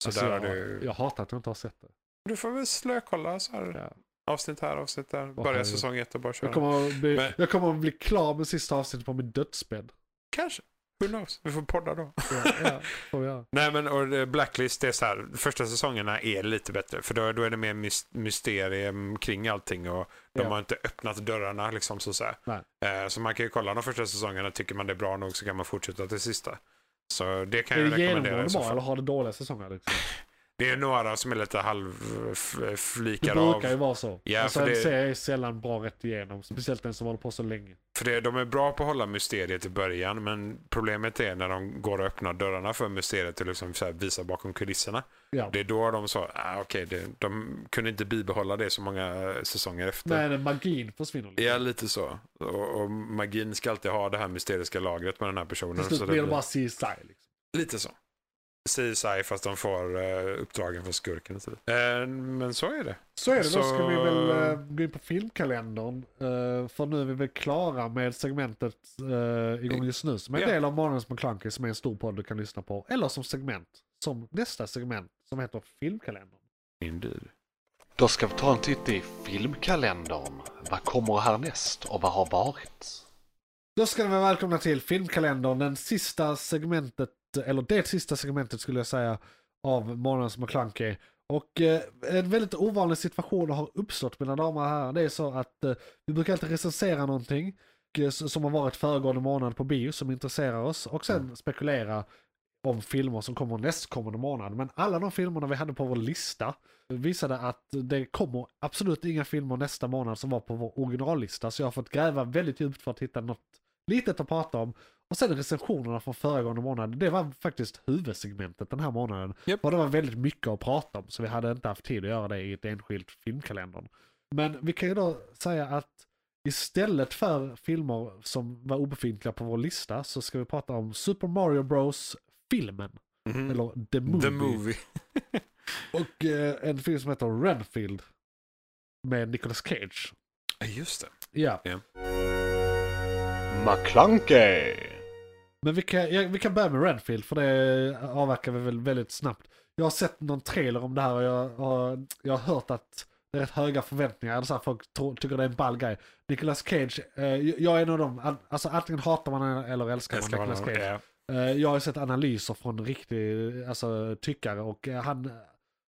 S3: Så
S2: Alltså,
S3: där
S2: jag,
S3: har du...
S2: jag hatar att jag inte har sett det.
S3: Du får väl slökolla så här.
S2: Ja.
S3: Avsnitt här, avsnitt där. Börja
S2: herregud.
S3: säsong ett och bara köra.
S2: Jag, kommer att bli,
S3: Men-
S2: jag kommer att bli klar med sista avsnittet på min dödsbädd.
S3: Kanske. Who knows? Vi får podda då.
S2: Ja, ja, får jag.
S3: Nej men och eh, Blacklist det är så här. Första säsongerna är lite bättre. För då, då är det mer mys- mysterium kring allting. Och de
S2: Ja.
S3: har inte öppnat dörrarna liksom så att säga.
S2: Nej.
S3: Eh, Så man kan ju kolla de första säsongerna. Tycker man det är bra nog så kan man fortsätta till sista. Så det kan
S2: Är
S3: jag
S2: det
S3: rekommendera. i
S2: genomgående
S3: så
S2: bra
S3: fall.
S2: eller har det dåliga säsonger? Liksom?
S3: Det är några som är lite halvflikar
S2: Det
S3: av.
S2: brukar ju vara så.
S3: Ja,
S2: alltså
S3: för
S2: en
S3: det-
S2: serie är sällan bra rätt igenom. Speciellt den som håller på så länge.
S3: För det, de är bra på att hålla mysteriet i början men problemet är när de går och öppnar dörrarna för mysteriet och liksom så här visar bakom kulisserna.
S2: Ja.
S3: Det är då de sa, ah, okej, det- de kunde inte bibehålla det så många säsonger efter.
S2: Nej, eh, magin försvinner lite.
S3: Ja, lite så. Och, och magin ska alltid ha det här mysteriska lagret med den här personen.
S2: Till
S3: så
S2: slut
S3: det
S2: blir det bara CSI. Liksom.
S3: Lite så. CSI fast de får eh, uppdragen från skurken. Och så vidare. Eh, men så är det.
S2: Så är det,
S3: Så-
S2: då ska vi väl eh, gå in på filmkalendern. eh, för nu är vi väl klara med segmentet uh, igång just nu. Som är en
S3: Ja.
S2: del av Månadens McKlunky som är en stor podd du kan lyssna på. Eller som segment, som nästa segment som heter filmkalendern.
S3: Indeed.
S5: Då ska vi ta en titt i filmkalendern. Vad kommer härnäst och vad har varit?
S2: Då ska ni vara välkomna till filmkalendern, den sista segmentet, eller det sista segmentet skulle jag säga, av Månadens McKlunky. Och eh, en väldigt ovanlig situation har uppstått mina damer och herrar. Det är så att eh, vi brukar alltid recensera någonting eh, s- som har varit föregående månad på bio som intresserar oss och sen
S5: Mm.
S2: spekulera om filmer som kommer nästkommande månad. Men alla de filmerna vi hade på vår lista visade att det kommer absolut inga filmer nästa månad som var på vår originallista. Så jag har fått gräva väldigt djupt för att hitta något litet att prata om. Och sen recensionerna från föregående månad, det var faktiskt huvudsegmentet den här månaden.
S3: Japp.
S2: Och det var väldigt mycket att prata om, så vi hade inte haft tid att göra det i ett enskilt filmkalendern. Men vi kan ju då säga att Istället för filmer som var obefintliga på vår lista så ska vi prata om Super Mario Bros filmen.
S3: Mhm.
S2: Eller The Movie.
S3: The Movie.
S2: Och eh, en film som heter Renfield. Med Nicolas Cage.
S3: Ja, Just det.
S2: Ja,
S4: McClunkey.
S2: men vi kan, ja, vi kan börja med Renfield för det avverkar vi väl väldigt snabbt. Jag har sett någon trailer om det här och jag har, jag har hört att det är rätt höga förväntningar. Eller Så här, folk tror, tycker det är en ball grej. Nicolas Cage, eh, jag är en av dem. An- Alltså antingen hatar man eller älskar man
S3: Älskar
S2: Nicolas
S3: honom.
S2: Cage.
S3: Ja.
S2: Eh, Jag har ju sett analyser från riktig alltså, tyckare och eh, han,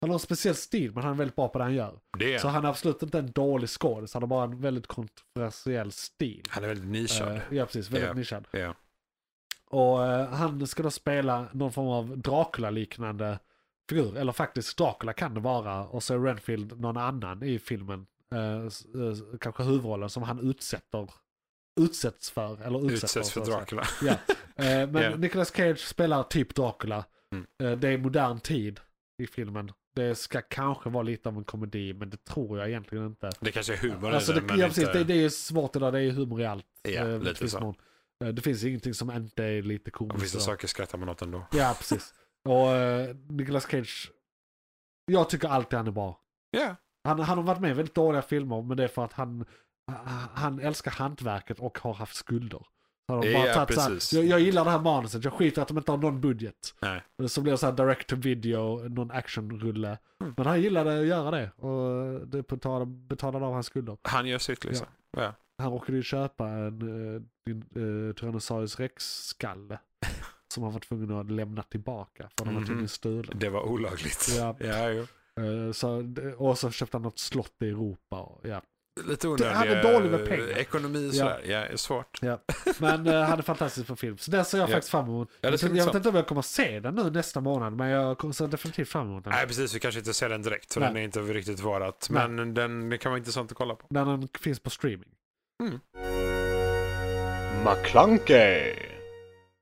S2: han har en speciell stil men han är väldigt bra på det han gör.
S3: Det är
S2: Så
S3: han.
S2: han är absolut inte en dålig skådis, han har bara en väldigt kontroversiell stil.
S3: Han är väldigt nischad.
S2: Eh, ja, precis. Väldigt
S3: Ja.
S2: nischad.
S3: Ja.
S2: Och eh, han ska då spela någon form av Dracula-liknande figur. Eller faktiskt Dracula kan det vara. Och så är Renfield någon annan i filmen. eh, s- eh, kanske huvudrollen som han utsätter. Utsätts för. Eller utsätter,
S3: Utsätts för
S2: så att säga.
S3: Dracula.
S2: Ja. Eh, men
S3: Ja.
S2: Nicolas Cage spelar typ Dracula.
S3: Mm.
S2: Eh, det är modern tid i filmen. Det ska kanske vara lite av en komedi, men det tror jag egentligen inte.
S3: Det kanske är humor
S2: Alltså,
S3: i den,
S2: det,
S3: men
S2: ja,
S3: inte...
S2: precis, det, det är ju svårt idag, det är ju humor i allt.
S3: Ja,
S2: eh,
S3: lite
S2: finns
S3: så.
S2: någon. Eh, Det finns ingenting som inte är lite
S3: Om vissa
S2: komiskt.
S3: saker skrattar man åt ändå.
S2: Ja, precis. Och eh, Nicolas Cage, jag tycker alltid han är bra.
S3: Ja.
S2: Han, han har varit med i väldigt dåliga filmer, men det är för att han, han- han älskar hantverket och har haft skulder. Så Han har
S3: Ja,
S2: bara tagit så
S3: precis.
S2: här, jag, jag gillar det här manuset, jag skiter i att de inte har någon budget. Eh,
S3: Nej.
S2: Så blir det så här direct to video, någon actionrulle.
S3: Mm.
S2: Men han gillade att göra det och det betalade, betalade av hans skulder.
S3: Han gör sitt liksom. Ja.
S2: Han råkade ju köpa en eh, din, eh, Tyrannosaurus rex-skalle. som han var tvungen att lämna tillbaka för den var
S3: Mhm.
S2: tydligen stulen.
S3: Det var olagligt.
S2: Ja.
S3: ja jo.
S2: Eh, så, och så köpte han något slott i Europa. Och, ja.
S3: Lite
S2: Det-
S3: onödig
S2: han är dålig med pengar.
S3: eh, ekonomi och
S2: Ja.
S3: sådär. Ja. är svårt.
S2: Men eh, han är fantastisk på film. Så den ser jag
S3: Ja.
S2: faktiskt fram emot.
S3: Ja, det ska
S2: jag
S3: bli
S2: vet
S3: sant.
S2: inte om jag kommer se den nu nästa månad, men jag kommer- ser definitivt fram emot den.
S3: Nej, precis. Vi kanske inte ser den direkt, för
S2: Nej.
S3: den är inte riktigt varat.
S2: Nej.
S3: Men den, det kan vara intressant att kolla på.
S2: När den finns på streaming.
S4: McClunkey.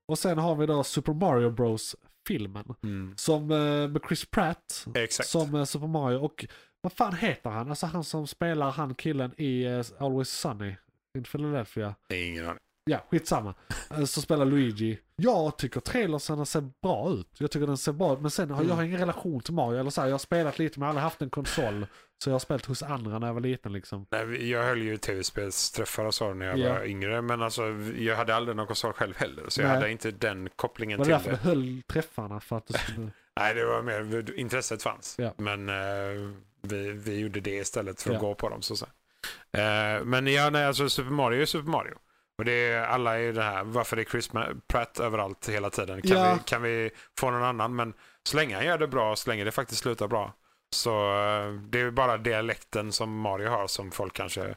S2: Och sen har vi då Super Mario Bros-filmen. Som eh, med Chris Pratt,
S3: Exakt.
S2: som eh, Super Mario. Och vad fan heter han? Alltså han som spelar han killen i eh, Always Sunny. In Philadelphia.
S3: Ingen aning.
S2: Ja, skitsamma. Eh, Som spelar Luigi. Jag tycker trailersarna ser bra ut. Jag tycker den ser bra ut. Men sen har jag har ingen relation till Mario. Eller så här, jag har spelat lite men jag har aldrig haft en konsol. Så jag har spelat hos andra när jag var liten liksom.
S3: Nej, vi- jag höll ju tv-spelsträffar och så när jag
S2: Ja.
S3: var yngre, men alltså, jag hade aldrig någon konsol själv heller. Så jag
S2: Nej.
S3: hade inte den kopplingen
S2: Var det
S3: till
S2: därför
S3: det.
S2: du höll träffarna? För att du skulle...
S3: Nej, det var mer intresset fanns.
S2: Ja.
S3: Men eh, vi, vi gjorde det istället för att
S2: Ja.
S3: gå på dem. Så att säga. Eh, men ja, nej, alltså Super Mario är Super Mario. Och det är, alla är ju det här, varför är Chris Ma- Pratt överallt hela tiden? Kan,
S2: Ja.
S3: vi, kan vi få någon annan? Men så länge han gör det bra, så länge det faktiskt slutar bra. Så eh, det är ju bara dialekten som Mario har som folk kanske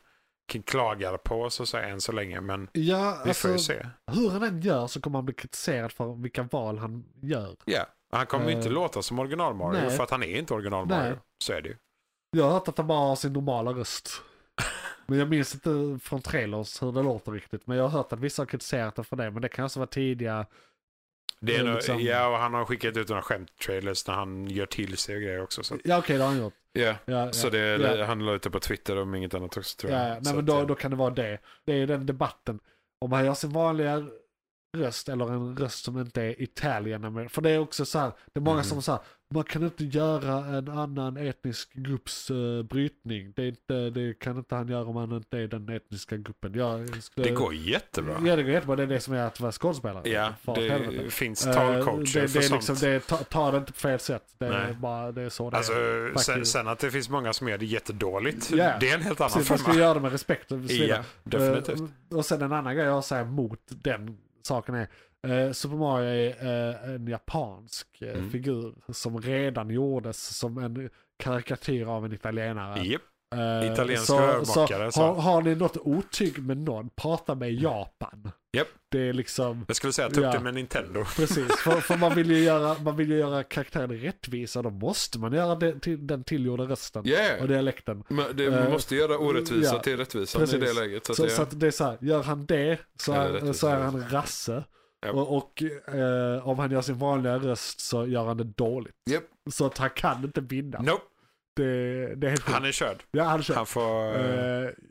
S3: k- klagar på så att säga än så länge. Men
S2: Ja,
S3: vi får ju
S2: alltså
S3: se.
S2: hur han än gör så kommer han bli kritiserad för vilka val han gör.
S3: Ja, Han kommer ju inte
S2: Eh,
S3: låta som original Mario
S2: nej.
S3: för att han är inte original
S2: Nej.
S3: Mario. Så är det ju.
S2: Jag har hört att han bara har sin normala röst. Men jag minns inte från trailers hur det låter riktigt. Men jag har hört att vissa har kritiserat det för det. Men det kan också vara tidiga.
S3: Det är
S2: Det är
S3: nog-
S2: liksom-
S3: Ja, och han har skickat ut några skämt-trailers när han gör till sig och grejer också. Så, att,
S2: Ja okej, det har han gjort.
S3: Ja,
S2: Ja,
S3: så
S2: ja,
S3: det
S2: ja.
S3: han la ut det på Twitter om inget annat också tror jag.
S2: Ja, ja.
S3: Så
S2: nej, men
S3: att,
S2: då,
S3: eh,
S2: då kan det vara det. Det är ju den debatten. Om han gör sin vanliga röst eller en röst som inte är Italien. men- För det är också så här, det är många
S3: Mhm.
S2: som säger man kan inte göra en annan etnisk grupps eh, brytning. Det, är inte, det kan inte han göra om han inte är den etniska gruppen. Jag skulle-
S3: Det går jättebra.
S2: Ja, det går jättebra. Det är det som är att vara skådespelare.
S3: Ja,
S2: För helvete.
S3: det finns
S2: Eh,
S3: talcoacher
S2: det,
S3: för
S2: det är
S3: sånt.
S2: liksom, det är, ta, ta det inte på fel sätt. Det är,
S3: Nej.
S2: bara, det är så det
S3: Alltså,
S2: är.
S3: sen,
S2: faktiskt.
S3: sen att det finns många som gör det jättedåligt,
S2: Ja.
S3: det är en helt annan
S2: Precis, man ska
S3: femma.
S2: göra det med respekt. Och så vidare.
S3: Ja, definitivt.
S2: Eh, och sen en annan grej jag säger mot den saken är eh, Super Mario är eh, en japansk eh,
S3: Mm.
S2: figur som redan gjordes som en karikatyr av en italienare.
S3: Japp.
S2: Eh,
S3: Italienska
S2: så, så.
S3: rörmakare, så.
S2: Har, har ni något otyg med någon, prata med Japan.
S3: Japp.
S2: Det är liksom...
S3: Jag skulle säga ta upp
S2: Ja.
S3: det med Nintendo.
S2: Precis, för, för man, vill ju göra, man vill ju göra karaktären rättvisa. Då måste man göra det, till, den tillgjorda rösten och
S6: Yeah.
S2: dialekten.
S6: Men det,
S2: Eh,
S6: man måste göra orättvisa
S2: ja,
S6: till rättvisan i
S2: precis.
S6: det läget. Så
S2: Så,
S6: att
S2: så,
S6: det,
S2: att det är så här, gör han det så
S6: Ja, det är
S2: är,
S6: rättvist.
S2: så är han rasse.
S6: Ja.
S2: Och, och eh, om han gör sin vanliga röst så gör han det dåligt.
S6: Japp.
S2: Så att han kan inte vinna.
S3: Nope,
S2: Det, det är helt
S3: han
S2: sjukt.
S3: är körd.
S2: Ja, han kör.
S3: Han får...
S2: Eh,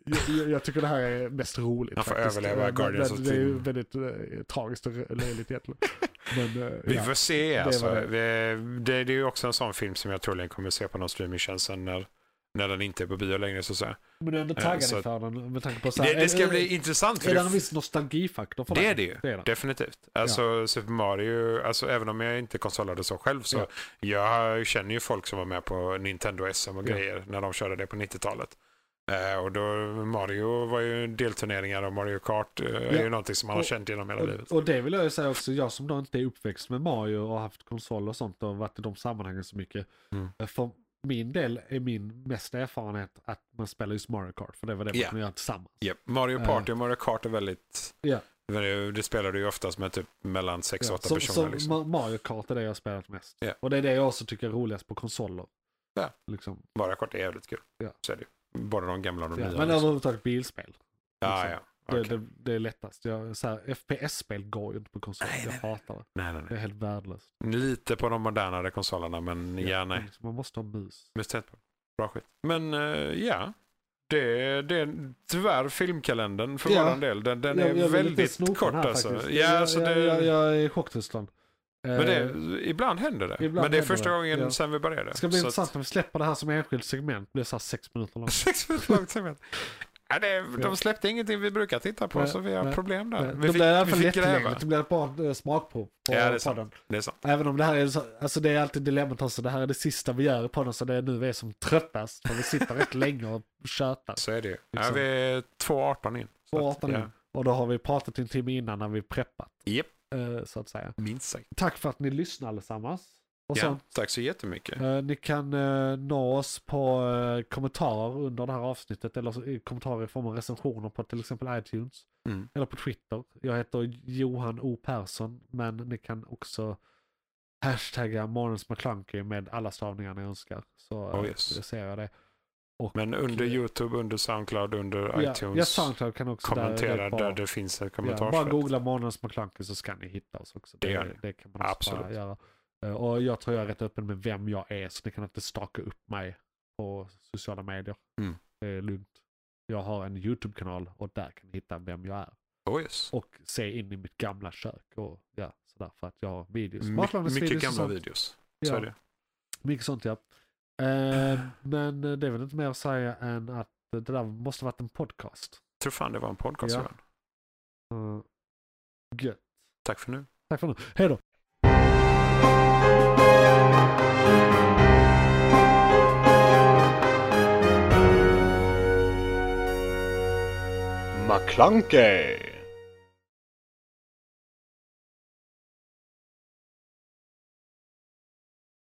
S2: jag- jag, jag tycker det här är mest roligt.
S3: Han får
S2: faktiskt.
S3: överleva
S2: Men-
S3: Guardians
S2: men
S3: of
S2: Det är
S3: the-
S2: ju väldigt eh, tragiskt och löjligt egentligen. Men, eh,
S3: Vi
S2: ja.
S3: får se. Alltså.
S2: var det.
S3: Det, det, det är ju också en sån film som jag troligen kommer se på någon streamingtjänst sen när, när den inte är på bio längre. Så att säga.
S2: Men du är ändå
S3: Eh,
S2: taggad
S3: så-
S2: inför den med tanke på så här,
S3: Det, det
S2: är-
S3: ska
S2: är-
S3: bli intressant. För
S2: Är det
S3: det,
S2: en viss nostalgifaktor för
S3: det
S2: dig?
S3: är det ju.
S2: Det är det.
S3: Definitivt. Alltså Super Mario, alltså, även om jag inte konsolade så själv så
S2: Ja.
S3: jag känner ju folk som var med på Nintendo SM och
S2: Ja.
S3: grejer när de körde det på 90-talet. Eh, och då Mario var ju delturneringar och Mario Kart eh, är ju någonting som man har
S2: Och-
S3: känt genom hela livet.
S2: Och, och det vill jag ju säga också, jag som då inte är uppväxt med Mario och har haft konsol och sånt och varit i de sammanhangen så mycket.
S3: Mm.
S2: Eh, För min del är min mesta erfarenhet att man spelar just Mario Kart, för det var det man
S3: Ja.
S2: kunde göra tillsammans.
S3: Japp. Mario
S2: Eh.
S3: Party och Mario Kart är väldigt...
S2: Ja.
S3: Men det- Det spelar du ju oftast med typ mellan 6 och 8
S2: Så,
S3: personer.
S2: så
S3: liksom.
S2: Ma- Mario Kart är det jag har spelat mest.
S3: Ja.
S2: Och det är det jag också tycker är roligast på konsoler.
S3: Ja.
S2: Liksom.
S3: Mario Kart är jävligt kul.
S2: Ja.
S3: Så är det ju. Både de gamla och de
S2: Ja.
S3: nya.
S2: Men
S3: liksom.
S2: överhuvudtaget bilspel.
S3: ja, ja.
S2: liksom. Det,
S3: Okej.
S2: det, det är lättast. Jag, så här, FPS-spel går ju inte på konsol.
S3: Nej,
S2: jag
S3: nej,
S2: hatar det.
S3: Nej, nej,
S2: Det är helt värdelöst. liksom,
S3: nej. Lite på de modernare konsolerna, men ja, nej.
S2: Man måste ha mus.
S3: Mest tätt på. Bra skit. Men eh, ja, det, det är tyvärr filmkalendern för
S2: Ja.
S3: våran del. Den, den
S2: Jag-
S3: är
S2: jag vill inte
S3: väldigt
S2: sno den
S3: kort
S2: här
S3: alltså.
S2: faktiskt.
S3: Ja, alltså
S2: jag,
S3: det,
S2: jag, jag är i chocktilstånd.
S3: men
S2: Eh,
S3: det, ibland händer det.
S2: ibland
S3: men det
S2: händer
S3: är första
S2: det.
S3: gången
S2: Ja.
S3: sen vi började.
S2: det ska bli
S3: Så
S2: intressant om vi släpper det här som enskilt segment. Det blir så här sex minuter långt.
S3: Att, sex minuter långt segment. Ja, det,
S2: Ja.
S3: de släppte ingenting vi brukar titta på
S2: Nej,
S3: så vi har
S2: nej,
S3: problem där.
S2: Men
S3: Vi
S2: det
S3: fick,
S2: blir i alla
S3: vi
S2: fall
S3: fick
S2: lättillgängligt.
S3: gräva.
S2: Det blir ett bra eh, smakprov på
S3: Ja, det är
S2: podden.
S3: sant. Det är sant.
S2: Även om det här är, så, alltså det är alltid dilemmat också. Det här är det sista vi gör i podden så det är nu vi är som tröttast. För vi sitter rätt länge och tjötar.
S3: Så är det ju. Ja,
S2: Liksom.
S3: vi är 2.18 in. Så
S2: På
S3: att,
S2: 18
S3: ja.
S2: Och då har vi pratat en timme innan när vi preppat.
S3: Japp.
S2: Eh, Så att säga.
S3: Minst sagt.
S2: Tack för att ni lyssnar allesammans. Och
S3: Ja,
S2: sånt.
S3: tack så jättemycket.
S2: Eh, ni kan eh, nå oss på eh, kommentarer under det här avsnittet eller så- i kommentarer i form av recensioner på till exempel iTunes.
S3: Mm.
S2: Eller på Twitter. Jag heter Johan O Persson men ni kan också hashtagga Månens McKlunky med alla stavningar ni önskar. Så eh,
S3: Oh, yes.
S2: då ser jag det. Och,
S3: Men under
S2: eh,
S3: YouTube, under Soundcloud, under
S2: Ja,
S3: iTunes.
S2: ja, Soundcloud kan också
S3: kommentera där,
S2: bara-
S3: det finns ett
S2: Ja, bara
S3: kommentarsfält.
S2: googla Månens McKlunky så ska ni hitta oss också.
S3: Det gör ni.
S2: kan man också bara
S3: Absolut.
S2: göra. Eh, Och jag tror jag är rätt öppen med vem jag är så ni kan inte staka upp mig på sociala medier.
S3: Mm.
S2: Det är lugnt. Jag har en YouTube-kanal och där kan ni hitta vem jag är.
S3: oh, yes.
S2: Och se in i mitt gamla kök och ja, sådär för att jag har videos.
S3: My,
S2: Matlagningsvideos
S3: mycket
S2: och
S3: gamla
S2: sånt.
S3: videos.
S2: Ja,
S3: Så är det.
S2: Mycket sånt ja. Eh, Men det är väl inte mer att säga än att det där måste varit en podcast.
S3: Tror fan det var en podcast.
S2: Ja.
S3: Johan.
S2: Eh, Gött.
S3: Tack för nu.
S2: Tack för nu. Hej då.
S4: McClunkey!